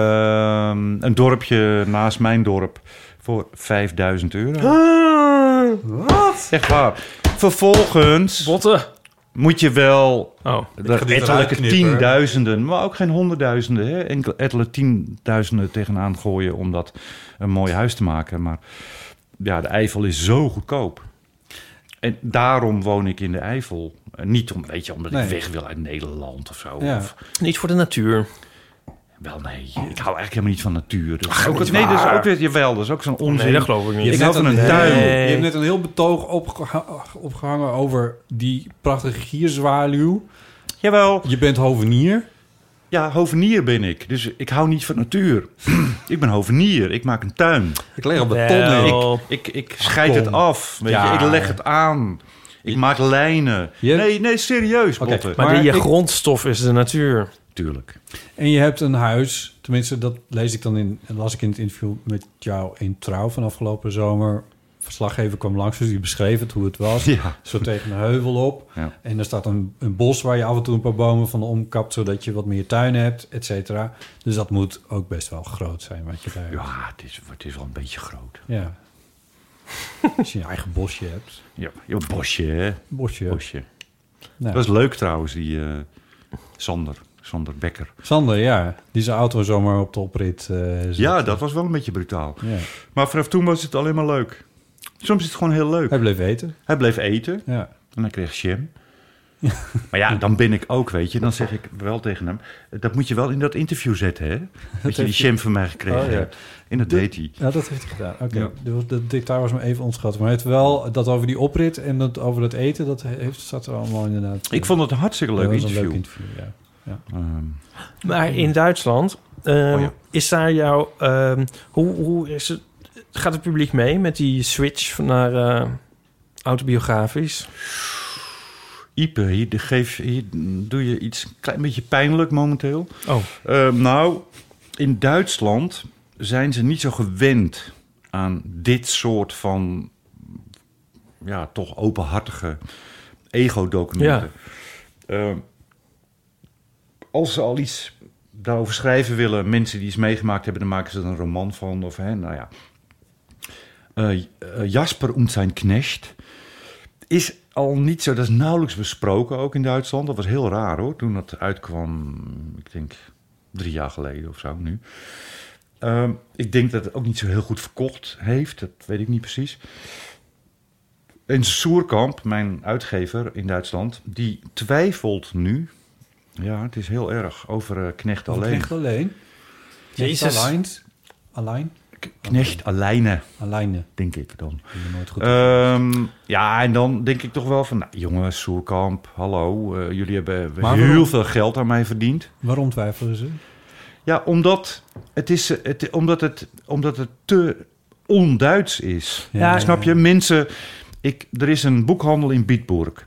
[SPEAKER 1] ehm, een dorpje naast mijn dorp voor 5000 euro.
[SPEAKER 3] Ah,
[SPEAKER 1] wat? Echt waar. Vervolgens
[SPEAKER 3] Botten. moet
[SPEAKER 1] moet je wel
[SPEAKER 3] Oh.
[SPEAKER 1] daar ettelijke tienduizenden, maar ook geen honderdduizenden. Hè? Enkele ettelijke tienduizenden tegenaan gooien om dat een mooi huis te maken. Maar ja, de Eifel is zo goedkoop. En daarom woon ik in de Eifel. En Niet om, weet je, omdat
[SPEAKER 2] Nee.
[SPEAKER 1] ik weg wil uit Nederland of zo.
[SPEAKER 2] Ja.
[SPEAKER 1] Of,
[SPEAKER 3] Niet voor de natuur.
[SPEAKER 1] wel nee, ik hou eigenlijk helemaal niet van natuur. Dus ook,
[SPEAKER 3] niet
[SPEAKER 1] nee, dat is
[SPEAKER 3] waar.
[SPEAKER 1] ook weer, jawel, dat is ook zo'n onzin.
[SPEAKER 3] Nee, dat geloof ik niet.
[SPEAKER 1] ik
[SPEAKER 2] hebt
[SPEAKER 1] hou
[SPEAKER 2] net
[SPEAKER 1] van een
[SPEAKER 2] een-
[SPEAKER 1] tuin.
[SPEAKER 3] Nee.
[SPEAKER 2] Je hebt net een heel betoog opgeha- opgehangen over die prachtige gierzwaluw.
[SPEAKER 1] Jawel.
[SPEAKER 2] Je bent hovenier.
[SPEAKER 1] Ja, hovenier ben ik. Dus ik hou niet van natuur. <clears throat> ik ben hovenier. Ik maak een tuin.
[SPEAKER 2] Ik leg op beton
[SPEAKER 3] Wel.
[SPEAKER 2] in.
[SPEAKER 1] Ik, ik scheid
[SPEAKER 2] kom.
[SPEAKER 1] het af. Weet
[SPEAKER 2] Ja.
[SPEAKER 1] je? Ik leg het aan. Ik maak lijnen.
[SPEAKER 2] Je-
[SPEAKER 1] Nee, nee, serieus,
[SPEAKER 2] Oké,
[SPEAKER 1] Botte.
[SPEAKER 3] Maar,
[SPEAKER 2] Maar
[SPEAKER 3] die
[SPEAKER 2] ik-
[SPEAKER 3] grondstof is de natuur.
[SPEAKER 1] Tuurlijk.
[SPEAKER 2] En je hebt een huis. Tenminste, dat lees ik dan in, las ik in het interview met jou in Trouw van afgelopen zomer. Verslaggever kwam langs, dus die beschreef het hoe het was.
[SPEAKER 1] Ja.
[SPEAKER 2] Zo tegen een heuvel op.
[SPEAKER 1] Ja.
[SPEAKER 2] En er staat een, een bos waar je af en toe een paar bomen van omkapt... zodat je wat meer tuin hebt, et cetera. Dus dat moet ook best wel groot zijn wat je daar
[SPEAKER 1] Ja, het is, het is wel een beetje groot.
[SPEAKER 2] Ja. Als je een eigen bosje hebt.
[SPEAKER 1] Ja, je bosje, hè?
[SPEAKER 2] Bosje.
[SPEAKER 1] Bosje.
[SPEAKER 2] Nou,
[SPEAKER 1] Dat is leuk trouwens, die eh, Sander. Sander Becker.
[SPEAKER 2] Sander, ja. Die zijn auto zomaar op de oprit eh, zet.
[SPEAKER 1] Ja, dat was wel een beetje brutaal.
[SPEAKER 2] Ja.
[SPEAKER 1] Maar vanaf toen was het alleen maar leuk. Soms is het gewoon heel leuk.
[SPEAKER 2] Hij bleef eten.
[SPEAKER 1] Hij bleef eten.
[SPEAKER 2] Ja.
[SPEAKER 1] En dan kreeg Jim. Maar ja, dan ben ik ook, weet je. Dan zeg ik wel tegen hem... Dat moet je wel in dat interview zetten,
[SPEAKER 2] <laughs>
[SPEAKER 1] hè? Dat je die Jim van mij gekregen
[SPEAKER 2] Oh, ja.
[SPEAKER 1] hebt. En dat deed hij.
[SPEAKER 2] ja, dat heeft hij gedaan. Oké,
[SPEAKER 1] Ja.
[SPEAKER 2] dat, dat detail was me even ontschat. Maar het wel, dat over die oprit en dat over dat eten... dat heeft, zat er allemaal inderdaad...
[SPEAKER 1] Ik vond het een hartstikke leuk
[SPEAKER 2] dat was
[SPEAKER 1] interview.
[SPEAKER 2] Een leuk interview, ja.
[SPEAKER 1] Ehm,
[SPEAKER 3] Maar in Duitsland ehm,
[SPEAKER 1] Oh ja.
[SPEAKER 3] is daar jouw... ehm, hoe, hoe is het... Gaat het publiek mee met die switch naar eh, autobiografisch?
[SPEAKER 1] Ipe, hier, de- geef, hier doe je iets een klein beetje pijnlijk momenteel.
[SPEAKER 3] Oh.
[SPEAKER 1] Ehm, nou, in Duitsland zijn ze niet zo gewend aan dit soort van... ja, toch openhartige ego-documenten. Ehm, als ze al iets daarover schrijven willen... mensen die iets meegemaakt hebben, dan maken ze er een roman van. Of, hè, nou ja. Eh, eh, Jasper und zijn knecht... is al niet zo, dat is nauwelijks besproken ook in Duitsland. Dat was heel raar hoor, toen dat uitkwam, ik denk drie jaar geleden of zo nu. Ehm, ik denk dat het ook niet zo heel goed verkocht heeft, dat weet ik niet precies. En Soerkamp, mijn uitgever in Duitsland, die twijfelt nu. Ja, het is heel erg over eh, Knecht
[SPEAKER 2] Of
[SPEAKER 1] alleen.
[SPEAKER 2] Knecht alleen.
[SPEAKER 3] Jezus.
[SPEAKER 2] Alleen. Alleen.
[SPEAKER 1] Knecht Alleine,
[SPEAKER 2] Alleine.
[SPEAKER 1] denk ik dan.
[SPEAKER 2] Ik ben er nooit goed. op.
[SPEAKER 1] Ehm, ja, en dan denk ik toch wel van, nou, jongens, Soerkamp, hallo, eh, jullie hebben
[SPEAKER 2] Maar
[SPEAKER 1] heel
[SPEAKER 2] waarom?
[SPEAKER 1] veel geld aan mij verdiend.
[SPEAKER 2] Waarom twijfelen ze? Eh?
[SPEAKER 1] Ja, omdat het, is, eh, het, omdat het, omdat het te onduits is.
[SPEAKER 2] Ja, ja,
[SPEAKER 1] Snap je? Mensen, ik, er is een boekhandel in Bietburg.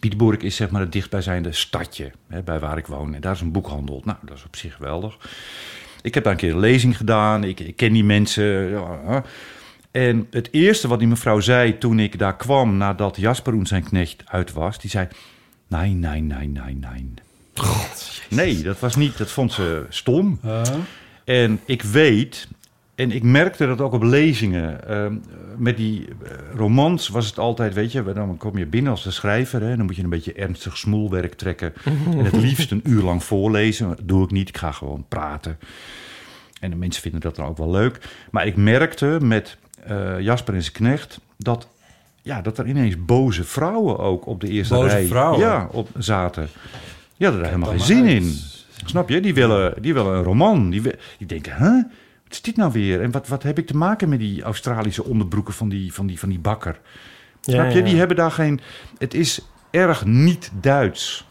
[SPEAKER 1] Bietburg is zeg maar het dichtbijzijnde stadje, hè, bij waar ik woon. En daar is een boekhandel. Nou, dat is op zich geweldig. Ik heb daar een keer een lezing gedaan. Ik, ik ken die mensen. ja, hè. En het eerste wat die mevrouw zei toen ik daar kwam... nadat Jasper en zijn knecht uit was... die zei... Nee, nee, nee, nee, nee. Nee, dat was niet... Dat vond ze stom.
[SPEAKER 2] Eh,
[SPEAKER 1] En ik weet, en ik merkte dat ook op lezingen. ehm, met die eh, romans was het altijd, weet je, dan kom je binnen als de schrijver. Hè, dan moet je een beetje ernstig smoelwerk trekken. En het liefst een uur lang voorlezen. Maar Dat doe ik niet, ik ga gewoon praten. En de mensen vinden dat dan ook wel leuk. Maar ik merkte met eh, Jasper en zijn knecht dat. Ja, dat er ineens boze vrouwen ook op de eerste
[SPEAKER 2] Boze
[SPEAKER 1] rij
[SPEAKER 2] vrouwen?
[SPEAKER 1] Ja, op, zaten. Die hadden er helemaal geen
[SPEAKER 2] dan
[SPEAKER 1] zin
[SPEAKER 2] maar
[SPEAKER 1] in. Snap je? Die willen, die willen een roman. Die, wi- die denken, hè? Wat is dit nou weer? En wat, wat heb ik te maken met die Australische onderbroeken van die, van die, van die bakker? Snap je?
[SPEAKER 3] ja.
[SPEAKER 1] Die hebben daar geen... Het is erg niet Duits.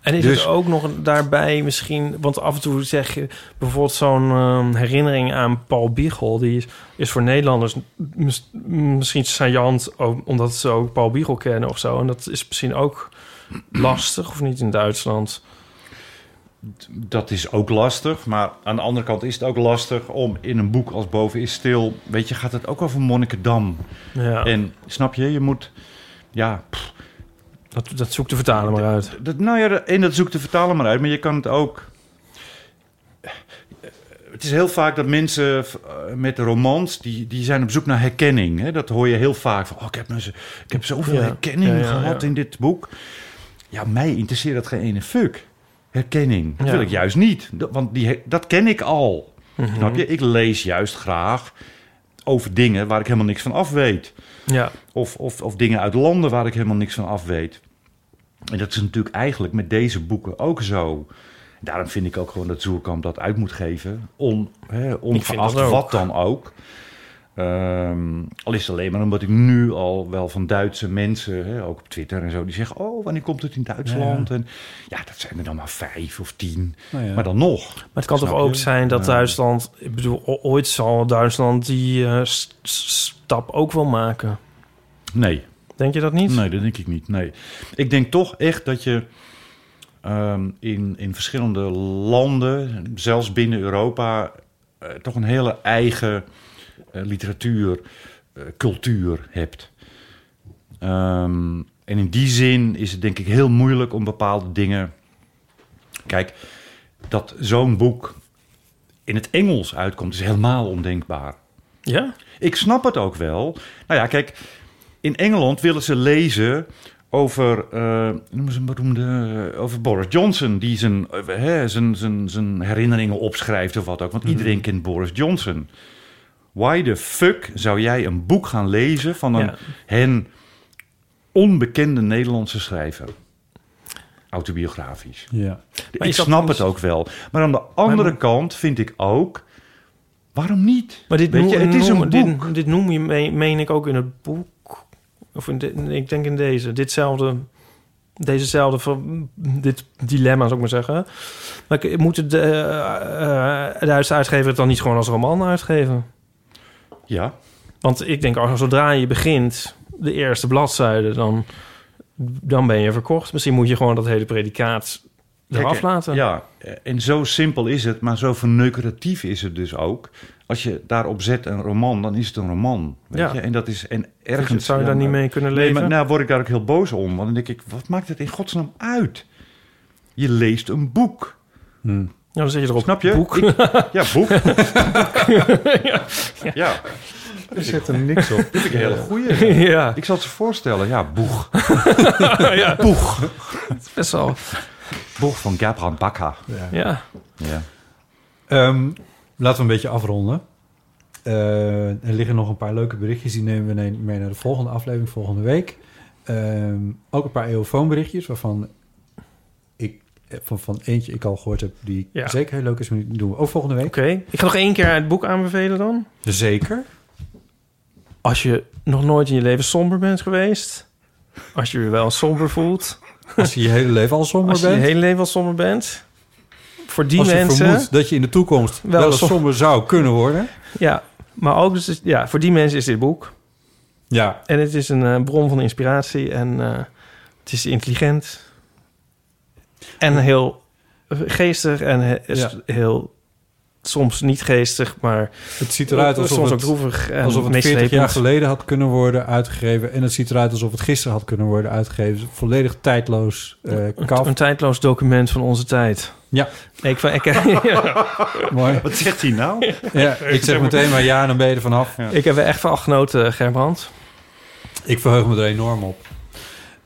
[SPEAKER 3] En is
[SPEAKER 1] Dus-
[SPEAKER 3] het ook nog daarbij misschien... Want af en toe zeg je bijvoorbeeld zo'n ehm, herinnering aan Paul Biegel. Die is, is voor Nederlanders mis- misschien saillant... ook omdat ze ook Paul Biegel kennen of zo. En dat is misschien ook lastig, of niet, in Duitsland.
[SPEAKER 1] Dat is ook lastig. Maar aan de andere kant is het ook lastig om in een boek als Boven is Stil... Weet je, gaat het ook over Monnikendam.
[SPEAKER 3] Ja,
[SPEAKER 1] En snap je? Je moet... Ja,
[SPEAKER 3] dat, dat zoekt de vertaler maar uit.
[SPEAKER 1] Dat, nou ja, en dat zoekt de vertaler maar uit, maar je kan het ook. Het is heel vaak dat mensen eh, met de romans, die, die zijn op zoek naar herkenning. Hè? Dat hoor je heel vaak van, oh, ik heb, nou zo, ik heb zoveel
[SPEAKER 3] Ja.
[SPEAKER 1] herkenning
[SPEAKER 3] Ja, ja,
[SPEAKER 1] gehad
[SPEAKER 3] ja.
[SPEAKER 1] in dit boek. Ja, mij interesseert dat geen ene fuck. Herkenning, dat
[SPEAKER 3] Ja.
[SPEAKER 1] wil ik juist niet. Dat- want die, he- dat ken ik al.
[SPEAKER 3] Mhm.
[SPEAKER 1] Snap je? Ik lees juist graag over dingen waar ik helemaal niks van af weet.
[SPEAKER 3] Ja,
[SPEAKER 1] Of, of, of dingen uit landen waar ik helemaal niks van af weet. En dat is natuurlijk eigenlijk met deze boeken ook zo. Daarom vind ik ook gewoon dat Zoerkamp dat uit moet geven. On, hè, ongeacht
[SPEAKER 3] dat ook.
[SPEAKER 1] wat dan ook. Ehm, al is het alleen maar omdat ik nu al wel van Duitse mensen, hè, ook op Twitter en zo, die zeggen: Oh, wanneer komt het in Duitsland? En ja, dat zijn er dan maar vijf of tien.
[SPEAKER 2] nou ja.
[SPEAKER 1] Maar dan nog.
[SPEAKER 3] maar het kan toch ook zijn dat Duitsland... Ik bedoel, o- ooit zal Duitsland die eh, s- s- stap ook wel maken.
[SPEAKER 1] Nee,
[SPEAKER 3] Denk je dat niet?
[SPEAKER 1] Nee, dat denk ik niet. Nee. Ik denk toch echt dat je ehm, in, in verschillende landen, zelfs binnen Europa, eh, toch een hele eigen eh, literatuur, eh, cultuur hebt. Ehm, en in die zin is het denk ik heel moeilijk om bepaalde dingen. Kijk, dat zo'n boek in het Engels uitkomt, is helemaal ondenkbaar.
[SPEAKER 3] Ja?
[SPEAKER 1] Ik snap het ook wel. Nou ja, kijk, in Engeland willen ze lezen over, eh noem eens een beroemde, eh, over Boris Johnson, die zijn, eh, hè, zijn, zijn, zijn herinneringen opschrijft of wat ook. Want
[SPEAKER 3] Mhm.
[SPEAKER 1] iedereen kent Boris Johnson. Why the fuck zou jij een boek gaan lezen van een
[SPEAKER 3] Ja.
[SPEAKER 1] hen onbekende Nederlandse schrijver? Autobiografisch.
[SPEAKER 2] Ja.
[SPEAKER 3] Maar
[SPEAKER 1] ik
[SPEAKER 3] is dat
[SPEAKER 1] snap
[SPEAKER 3] ons-
[SPEAKER 1] het ook wel. Maar aan de andere kant vind ik ook, waarom niet?
[SPEAKER 3] Maar dit,
[SPEAKER 1] Weet
[SPEAKER 3] noem,
[SPEAKER 1] je, het is
[SPEAKER 3] noem-
[SPEAKER 1] een
[SPEAKER 3] dit-
[SPEAKER 1] boek.
[SPEAKER 3] Dit, noem je, me- meen ik ook in het boek. Of in de- ik denk in deze. Ditzelfde, dezezelfde, ver- dit dilemma, zou ik maar zeggen. Maar ik- moet het de, eh, eh, de Duitse uitgever het dan niet gewoon als roman uitgeven?
[SPEAKER 1] Ja.
[SPEAKER 3] Want ik denk, als zodra je begint, de eerste bladzijde, dan, dan ben je verkocht. Misschien moet je gewoon dat hele predicaat eraf
[SPEAKER 1] Kijk, eh,
[SPEAKER 3] laten.
[SPEAKER 1] Ja, eh, en zo simpel is het, maar zo verneukeratief is het dus ook. Als je daarop zet een roman, dan is het een roman. Weet
[SPEAKER 3] Ja.
[SPEAKER 1] je? En dat is en
[SPEAKER 3] Vind je-
[SPEAKER 1] ergens.
[SPEAKER 3] zou je daar
[SPEAKER 1] ja,
[SPEAKER 3] niet mee kunnen
[SPEAKER 1] Nee,
[SPEAKER 3] leven?
[SPEAKER 1] maar nou word ik daar ook heel boos om. Want dan denk ik, wat maakt het in godsnaam uit? Je leest een boek.
[SPEAKER 3] Ja, dan zit je erop.
[SPEAKER 1] Snap je? <laughs>
[SPEAKER 3] Boek.
[SPEAKER 1] Ik- ja,
[SPEAKER 3] <laughs>
[SPEAKER 1] boek. ja.
[SPEAKER 2] Er zit er niks op.
[SPEAKER 1] dat vind ik een hele goeie.
[SPEAKER 3] <laughs> ja,
[SPEAKER 1] Ik zal het ze voorstellen. Ja, boeg.
[SPEAKER 3] <laughs> ja. Boeg. Best wel.
[SPEAKER 1] Boeg van Gabriel Bakka.
[SPEAKER 3] Ja.
[SPEAKER 1] Ja.
[SPEAKER 2] Ehm, laten we een beetje afronden. Eh, er liggen nog een paar leuke berichtjes. Die nemen we mee naar de volgende aflevering volgende week. Ehm, ook een paar eeuwfoonberichtjes waarvan ik eh, van, van eentje ik al gehoord heb die
[SPEAKER 3] Ja.
[SPEAKER 2] zeker heel leuk is. Maar die doen we ook volgende week.
[SPEAKER 3] Oké, ik ga nog één keer het boek aanbevelen dan.
[SPEAKER 2] Zeker.
[SPEAKER 3] Als je nog nooit in je leven somber bent geweest. Als je je wel somber voelt.
[SPEAKER 2] <laughs> Als je je hele leven al somber
[SPEAKER 3] als je
[SPEAKER 2] bent.
[SPEAKER 3] je hele leven al somber bent. Voor die
[SPEAKER 2] als je
[SPEAKER 3] mensen.
[SPEAKER 2] vermoedt dat je in de toekomst wel,
[SPEAKER 3] Wel
[SPEAKER 2] eens
[SPEAKER 3] som-
[SPEAKER 2] somber zou kunnen worden.
[SPEAKER 3] Ja, maar ook dus, ja, voor die mensen is dit boek.
[SPEAKER 2] Ja.
[SPEAKER 3] En het is een eh, bron van inspiratie. En eh, het is intelligent. En heel eh, geestig. En he- is
[SPEAKER 2] Ja.
[SPEAKER 3] heel. Soms niet geestig, maar
[SPEAKER 2] Het ziet eruit alsof
[SPEAKER 3] soms ook
[SPEAKER 2] het-
[SPEAKER 3] droevig. En
[SPEAKER 2] Alsof het 40 jaar
[SPEAKER 3] meeslepend.
[SPEAKER 2] geleden had kunnen worden uitgegeven. En het ziet eruit alsof het gisteren had kunnen worden uitgegeven. Volledig tijdloos eh
[SPEAKER 3] Een-
[SPEAKER 2] kaf.
[SPEAKER 3] Een tijdloos document van onze tijd.
[SPEAKER 2] Ja.
[SPEAKER 3] Ik, van, ik,
[SPEAKER 2] <laughs>
[SPEAKER 3] ja.
[SPEAKER 2] Mooi.
[SPEAKER 1] Wat zegt hij nou?
[SPEAKER 2] Ja, ik zeg meteen maar ja, dan ben je er vanaf.
[SPEAKER 3] <laughs> ik heb er echt van genoten, Gerbrand.
[SPEAKER 2] Ik verheug me er enorm op.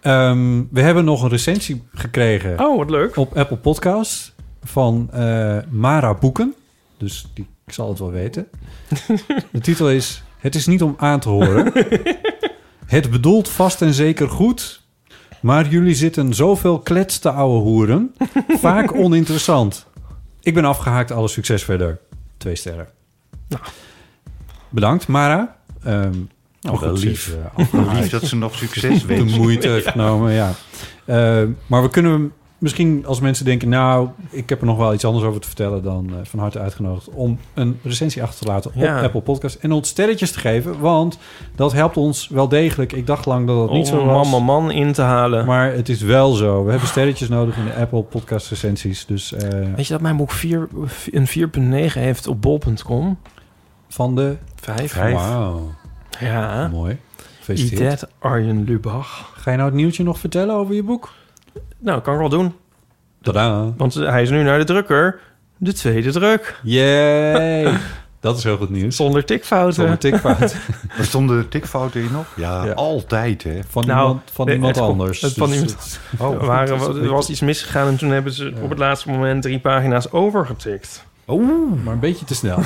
[SPEAKER 2] Ehm, we hebben nog een recensie gekregen
[SPEAKER 3] Oh, wat leuk.
[SPEAKER 2] op Apple Podcasts van eh, Mara Boeken. Dus die, ik zal het wel
[SPEAKER 1] <laughs>
[SPEAKER 2] weten. De titel is Het is niet om aan te
[SPEAKER 1] <laughs>
[SPEAKER 2] horen. het bedoelt vast en zeker goed. Maar jullie zitten zoveel kletste ouwe hoeren.
[SPEAKER 1] <laughs>
[SPEAKER 2] Vaak oninteressant. Ik ben afgehaakt. Alle succes verder. Twee sterren. Bedankt, Mara. Ehm
[SPEAKER 1] Nou,
[SPEAKER 2] goed,
[SPEAKER 1] wel
[SPEAKER 2] ze
[SPEAKER 1] lief.
[SPEAKER 2] is,
[SPEAKER 1] <laughs>
[SPEAKER 2] eh, afgehaakt
[SPEAKER 1] Lief dat ze nog succes
[SPEAKER 3] <laughs>
[SPEAKER 2] de
[SPEAKER 1] wensen.
[SPEAKER 2] moeite heeft genomen, ja. Eh, maar we kunnen hem misschien als mensen denken... nou, ik heb er nog wel iets anders over te vertellen... dan eh, van harte uitgenodigd om een recensie achter te laten op
[SPEAKER 3] Ja.
[SPEAKER 2] Apple Podcast... en ons sterretjes te geven, want dat helpt ons wel degelijk. Ik dacht lang dat dat niet
[SPEAKER 3] Om
[SPEAKER 2] zo
[SPEAKER 3] een
[SPEAKER 2] was,
[SPEAKER 3] man, man, man in te halen.
[SPEAKER 2] maar het is wel zo. We hebben sterretjes nodig in de Apple Podcast recensies. Dus eh,
[SPEAKER 3] Weet je dat mijn boek 4, een 4.9 heeft op bol.com?
[SPEAKER 2] van de...
[SPEAKER 3] Vijf.
[SPEAKER 1] Vijf.
[SPEAKER 2] Wauw,
[SPEAKER 3] Ja.
[SPEAKER 2] mooi. Gefeliciteerd.
[SPEAKER 3] Idet Arjen Lubach.
[SPEAKER 2] Ga je nou het nieuwtje nog vertellen over je boek?
[SPEAKER 3] Nou, kan ik wel doen.
[SPEAKER 2] Tadaa.
[SPEAKER 3] Want hij is nu naar de drukker. De tweede druk.
[SPEAKER 2] Yay. <laughs> dat is heel goed nieuws.
[SPEAKER 3] Zonder tikfouten.
[SPEAKER 2] Zonder tikfout.
[SPEAKER 1] Er stonden er tikfouten in nog? Ja,
[SPEAKER 2] Ja.
[SPEAKER 1] altijd hè.
[SPEAKER 2] Van
[SPEAKER 3] Nou,
[SPEAKER 2] iemand, van
[SPEAKER 3] eh,
[SPEAKER 2] iemand
[SPEAKER 3] het komt-
[SPEAKER 2] anders.
[SPEAKER 3] het van
[SPEAKER 2] Dus
[SPEAKER 3] iemand-
[SPEAKER 2] het-
[SPEAKER 3] <laughs> er, waren, er was iets misgegaan en toen hebben ze op het laatste moment drie pagina's overgetikt.
[SPEAKER 2] Oeh, maar een beetje te snel.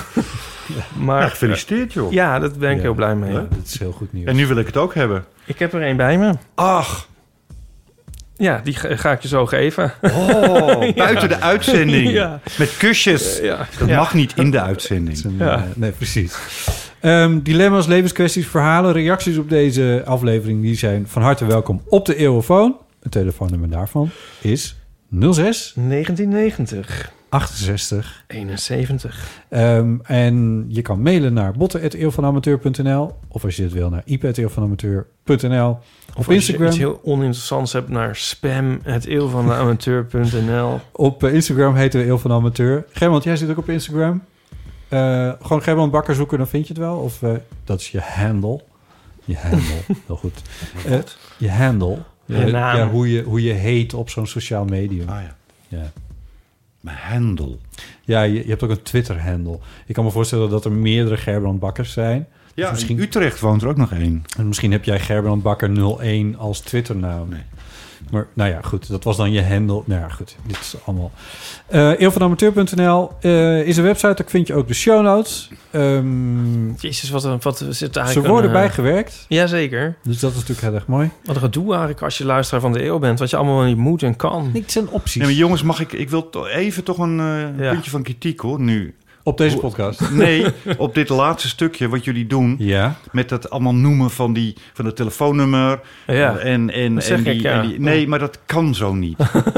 [SPEAKER 1] Ja,
[SPEAKER 3] Maar
[SPEAKER 1] gefeliciteerd joh.
[SPEAKER 3] ja, daar ben ik
[SPEAKER 2] Ja.
[SPEAKER 3] heel blij mee.
[SPEAKER 2] Ja, <laughs> dat is heel goed nieuws.
[SPEAKER 1] En nu wil ik het ook hebben.
[SPEAKER 3] Ik heb er één bij me.
[SPEAKER 1] Ach,
[SPEAKER 3] Ja, die ga ga ik je zo geven. <laughs>
[SPEAKER 1] oh, buiten de uitzending.
[SPEAKER 3] Ja.
[SPEAKER 1] Met kusjes.
[SPEAKER 3] Ja.
[SPEAKER 1] Dat mag niet in de uitzending.
[SPEAKER 2] Het is een,
[SPEAKER 3] Ja.
[SPEAKER 2] eh, nee, precies. Ehm, dilemma's, levenskwesties, verhalen, reacties op deze aflevering... die zijn van harte welkom op de Eeuwofoon. Het telefoonnummer daarvan is 06
[SPEAKER 3] 1990,
[SPEAKER 2] 68
[SPEAKER 3] 71.
[SPEAKER 2] Ehm, en je kan mailen naar botten.eeuwvanamateur.nl... of als je het wil naar ip.eeuwvanamateur.nl. Op
[SPEAKER 3] Als je
[SPEAKER 2] Instagram.
[SPEAKER 3] iets heel oninteressants hebt naar spam, het eeuw van de amateur.nl.
[SPEAKER 2] Op eh, Instagram heten we Eel van de Amateur. Gerbrand, jij zit ook op Instagram. Eh, gewoon Gerbrand Bakker zoeken, dan vind je het wel. Of eh, dat is je handle. Je handle, <laughs> heel goed. Eh, je handle.
[SPEAKER 3] Je naam.
[SPEAKER 2] Ja, hoe, je, hoe je heet op zo'n sociaal medium.
[SPEAKER 1] Ah ja,
[SPEAKER 2] Ja,
[SPEAKER 1] mijn hendel.
[SPEAKER 2] ja je, je hebt ook een Twitter-handle. Ik kan me voorstellen dat er meerdere Gerbrand Bakkers zijn. Dus
[SPEAKER 1] Ja,
[SPEAKER 2] misschien-
[SPEAKER 1] in Utrecht woont er ook nog één.
[SPEAKER 2] En misschien heb jij Gerbrand Bakker 01 als Twitternaam.
[SPEAKER 1] Nee.
[SPEAKER 2] Maar nou ja, goed, dat was dan je handle. Nou ja, goed, dit is allemaal. Eh Eeuwvanamateur.nl eh, is een website, daar vind je ook de show notes. Ehm,
[SPEAKER 3] <laughs> Jezus, wat, een, wat zit er eigenlijk...
[SPEAKER 2] ze worden
[SPEAKER 3] een, eh,
[SPEAKER 2] bijgewerkt,
[SPEAKER 3] Jazeker.
[SPEAKER 2] dus dat is natuurlijk heel erg mooi.
[SPEAKER 3] Wat een gedoe eigenlijk als je luisteraar van de eeuw bent. Wat je allemaal niet moet en kan.
[SPEAKER 2] Niet zijn opties
[SPEAKER 1] Nee, maar jongens, mag ik, ik wil to- even toch een eh,
[SPEAKER 3] Ja.
[SPEAKER 1] puntje van kritiek hoor, nu.
[SPEAKER 2] op deze podcast.
[SPEAKER 1] Nee,
[SPEAKER 3] <laughs>
[SPEAKER 1] op dit laatste stukje wat jullie doen,
[SPEAKER 2] Ja,
[SPEAKER 1] met dat allemaal noemen van, die, van het telefoonnummer.
[SPEAKER 3] Ja.
[SPEAKER 1] En, en,
[SPEAKER 3] Dat zeg
[SPEAKER 1] en, die,
[SPEAKER 3] ik, ja.
[SPEAKER 1] en die- nee, maar dat kan zo
[SPEAKER 3] <laughs>
[SPEAKER 1] niet.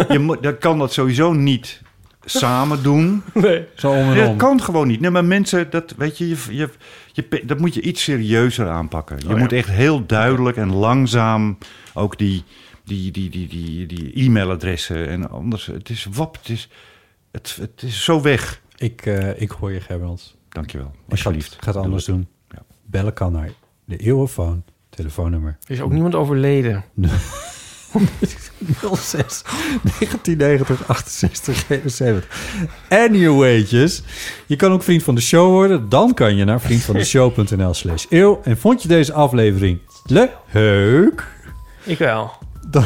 [SPEAKER 1] Je moet- dat kan dat sowieso niet samen doen.
[SPEAKER 3] Nee.
[SPEAKER 2] zo om
[SPEAKER 1] Nee,
[SPEAKER 2] en
[SPEAKER 1] dat
[SPEAKER 2] om.
[SPEAKER 1] kan gewoon niet. Nee, maar mensen, dat, weet je, je, je, je pe- dat moet je iets serieuzer aanpakken.
[SPEAKER 3] Oh,
[SPEAKER 1] Je moet echt heel duidelijk en langzaam ook die, die, die, die, die, die e-mailadressen en anders. Het is wap, het is, het, het is zo weg.
[SPEAKER 2] Ik, eh, ik hoor je, Gerbrand.
[SPEAKER 1] Dankjewel.
[SPEAKER 2] Ik ga,
[SPEAKER 1] Alsjeblieft.
[SPEAKER 2] ga het anders doen.
[SPEAKER 1] Ja.
[SPEAKER 2] Bellen kan naar de Eeuwofoon, telefoonnummer
[SPEAKER 3] Er is ook niemand overleden.
[SPEAKER 2] 06 1990 68 71. Anywaytjes. Je kan ook vriend van de show worden. Dan kan je naar vriendvandeshow.nl slash eeuw. En vond je deze aflevering leuk?
[SPEAKER 3] Ik wel.
[SPEAKER 2] dan,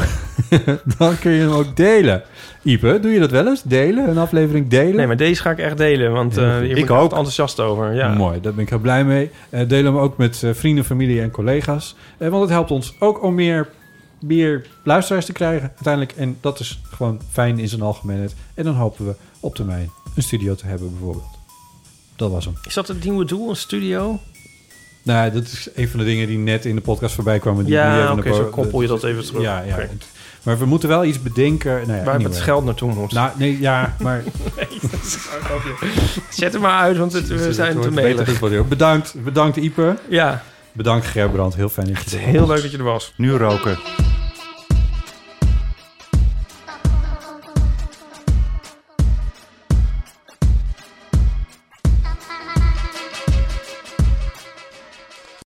[SPEAKER 2] dan kun je hem ook delen. Ipe, doe je dat wel eens? Delen? Een aflevering delen?
[SPEAKER 3] Nee, maar deze ga ik echt delen, want eh, hier ben ik ook enthousiast over. Ja.
[SPEAKER 2] Mooi, daar ben ik heel blij mee. Eh, deel hem ook met eh, vrienden, familie en collega's. Eh, want het helpt ons ook om meer, meer luisteraars te krijgen uiteindelijk. En dat is gewoon fijn in zijn algemeenheid. En dan hopen we op termijn een studio te hebben bijvoorbeeld. Dat was hem.
[SPEAKER 3] Is dat het nieuwe doel, een studio?
[SPEAKER 2] Nou, dat is een van de dingen die net in de podcast voorbij kwamen. Die
[SPEAKER 3] Ja,
[SPEAKER 2] nu even
[SPEAKER 3] oké,
[SPEAKER 2] naar bo-
[SPEAKER 3] zo koppel je dat even terug.
[SPEAKER 2] Ja, ja.
[SPEAKER 3] Oké.
[SPEAKER 2] Het- Maar we moeten wel iets bedenken. Nou ja,
[SPEAKER 3] Waar
[SPEAKER 2] anyway.
[SPEAKER 3] het geld naartoe moet.
[SPEAKER 2] Nou, nee, ja, maar...
[SPEAKER 3] Zet hem maar uit, want het, <laughs> we zijn te
[SPEAKER 2] wordt beter,
[SPEAKER 3] melig.
[SPEAKER 2] dit wordt heel- Bedankt, bedankt Ipe.
[SPEAKER 3] Ja,
[SPEAKER 2] Bedankt Gerbrand, heel fijn dat je er was.
[SPEAKER 3] heel leuk dat je er was.
[SPEAKER 1] Nu roken.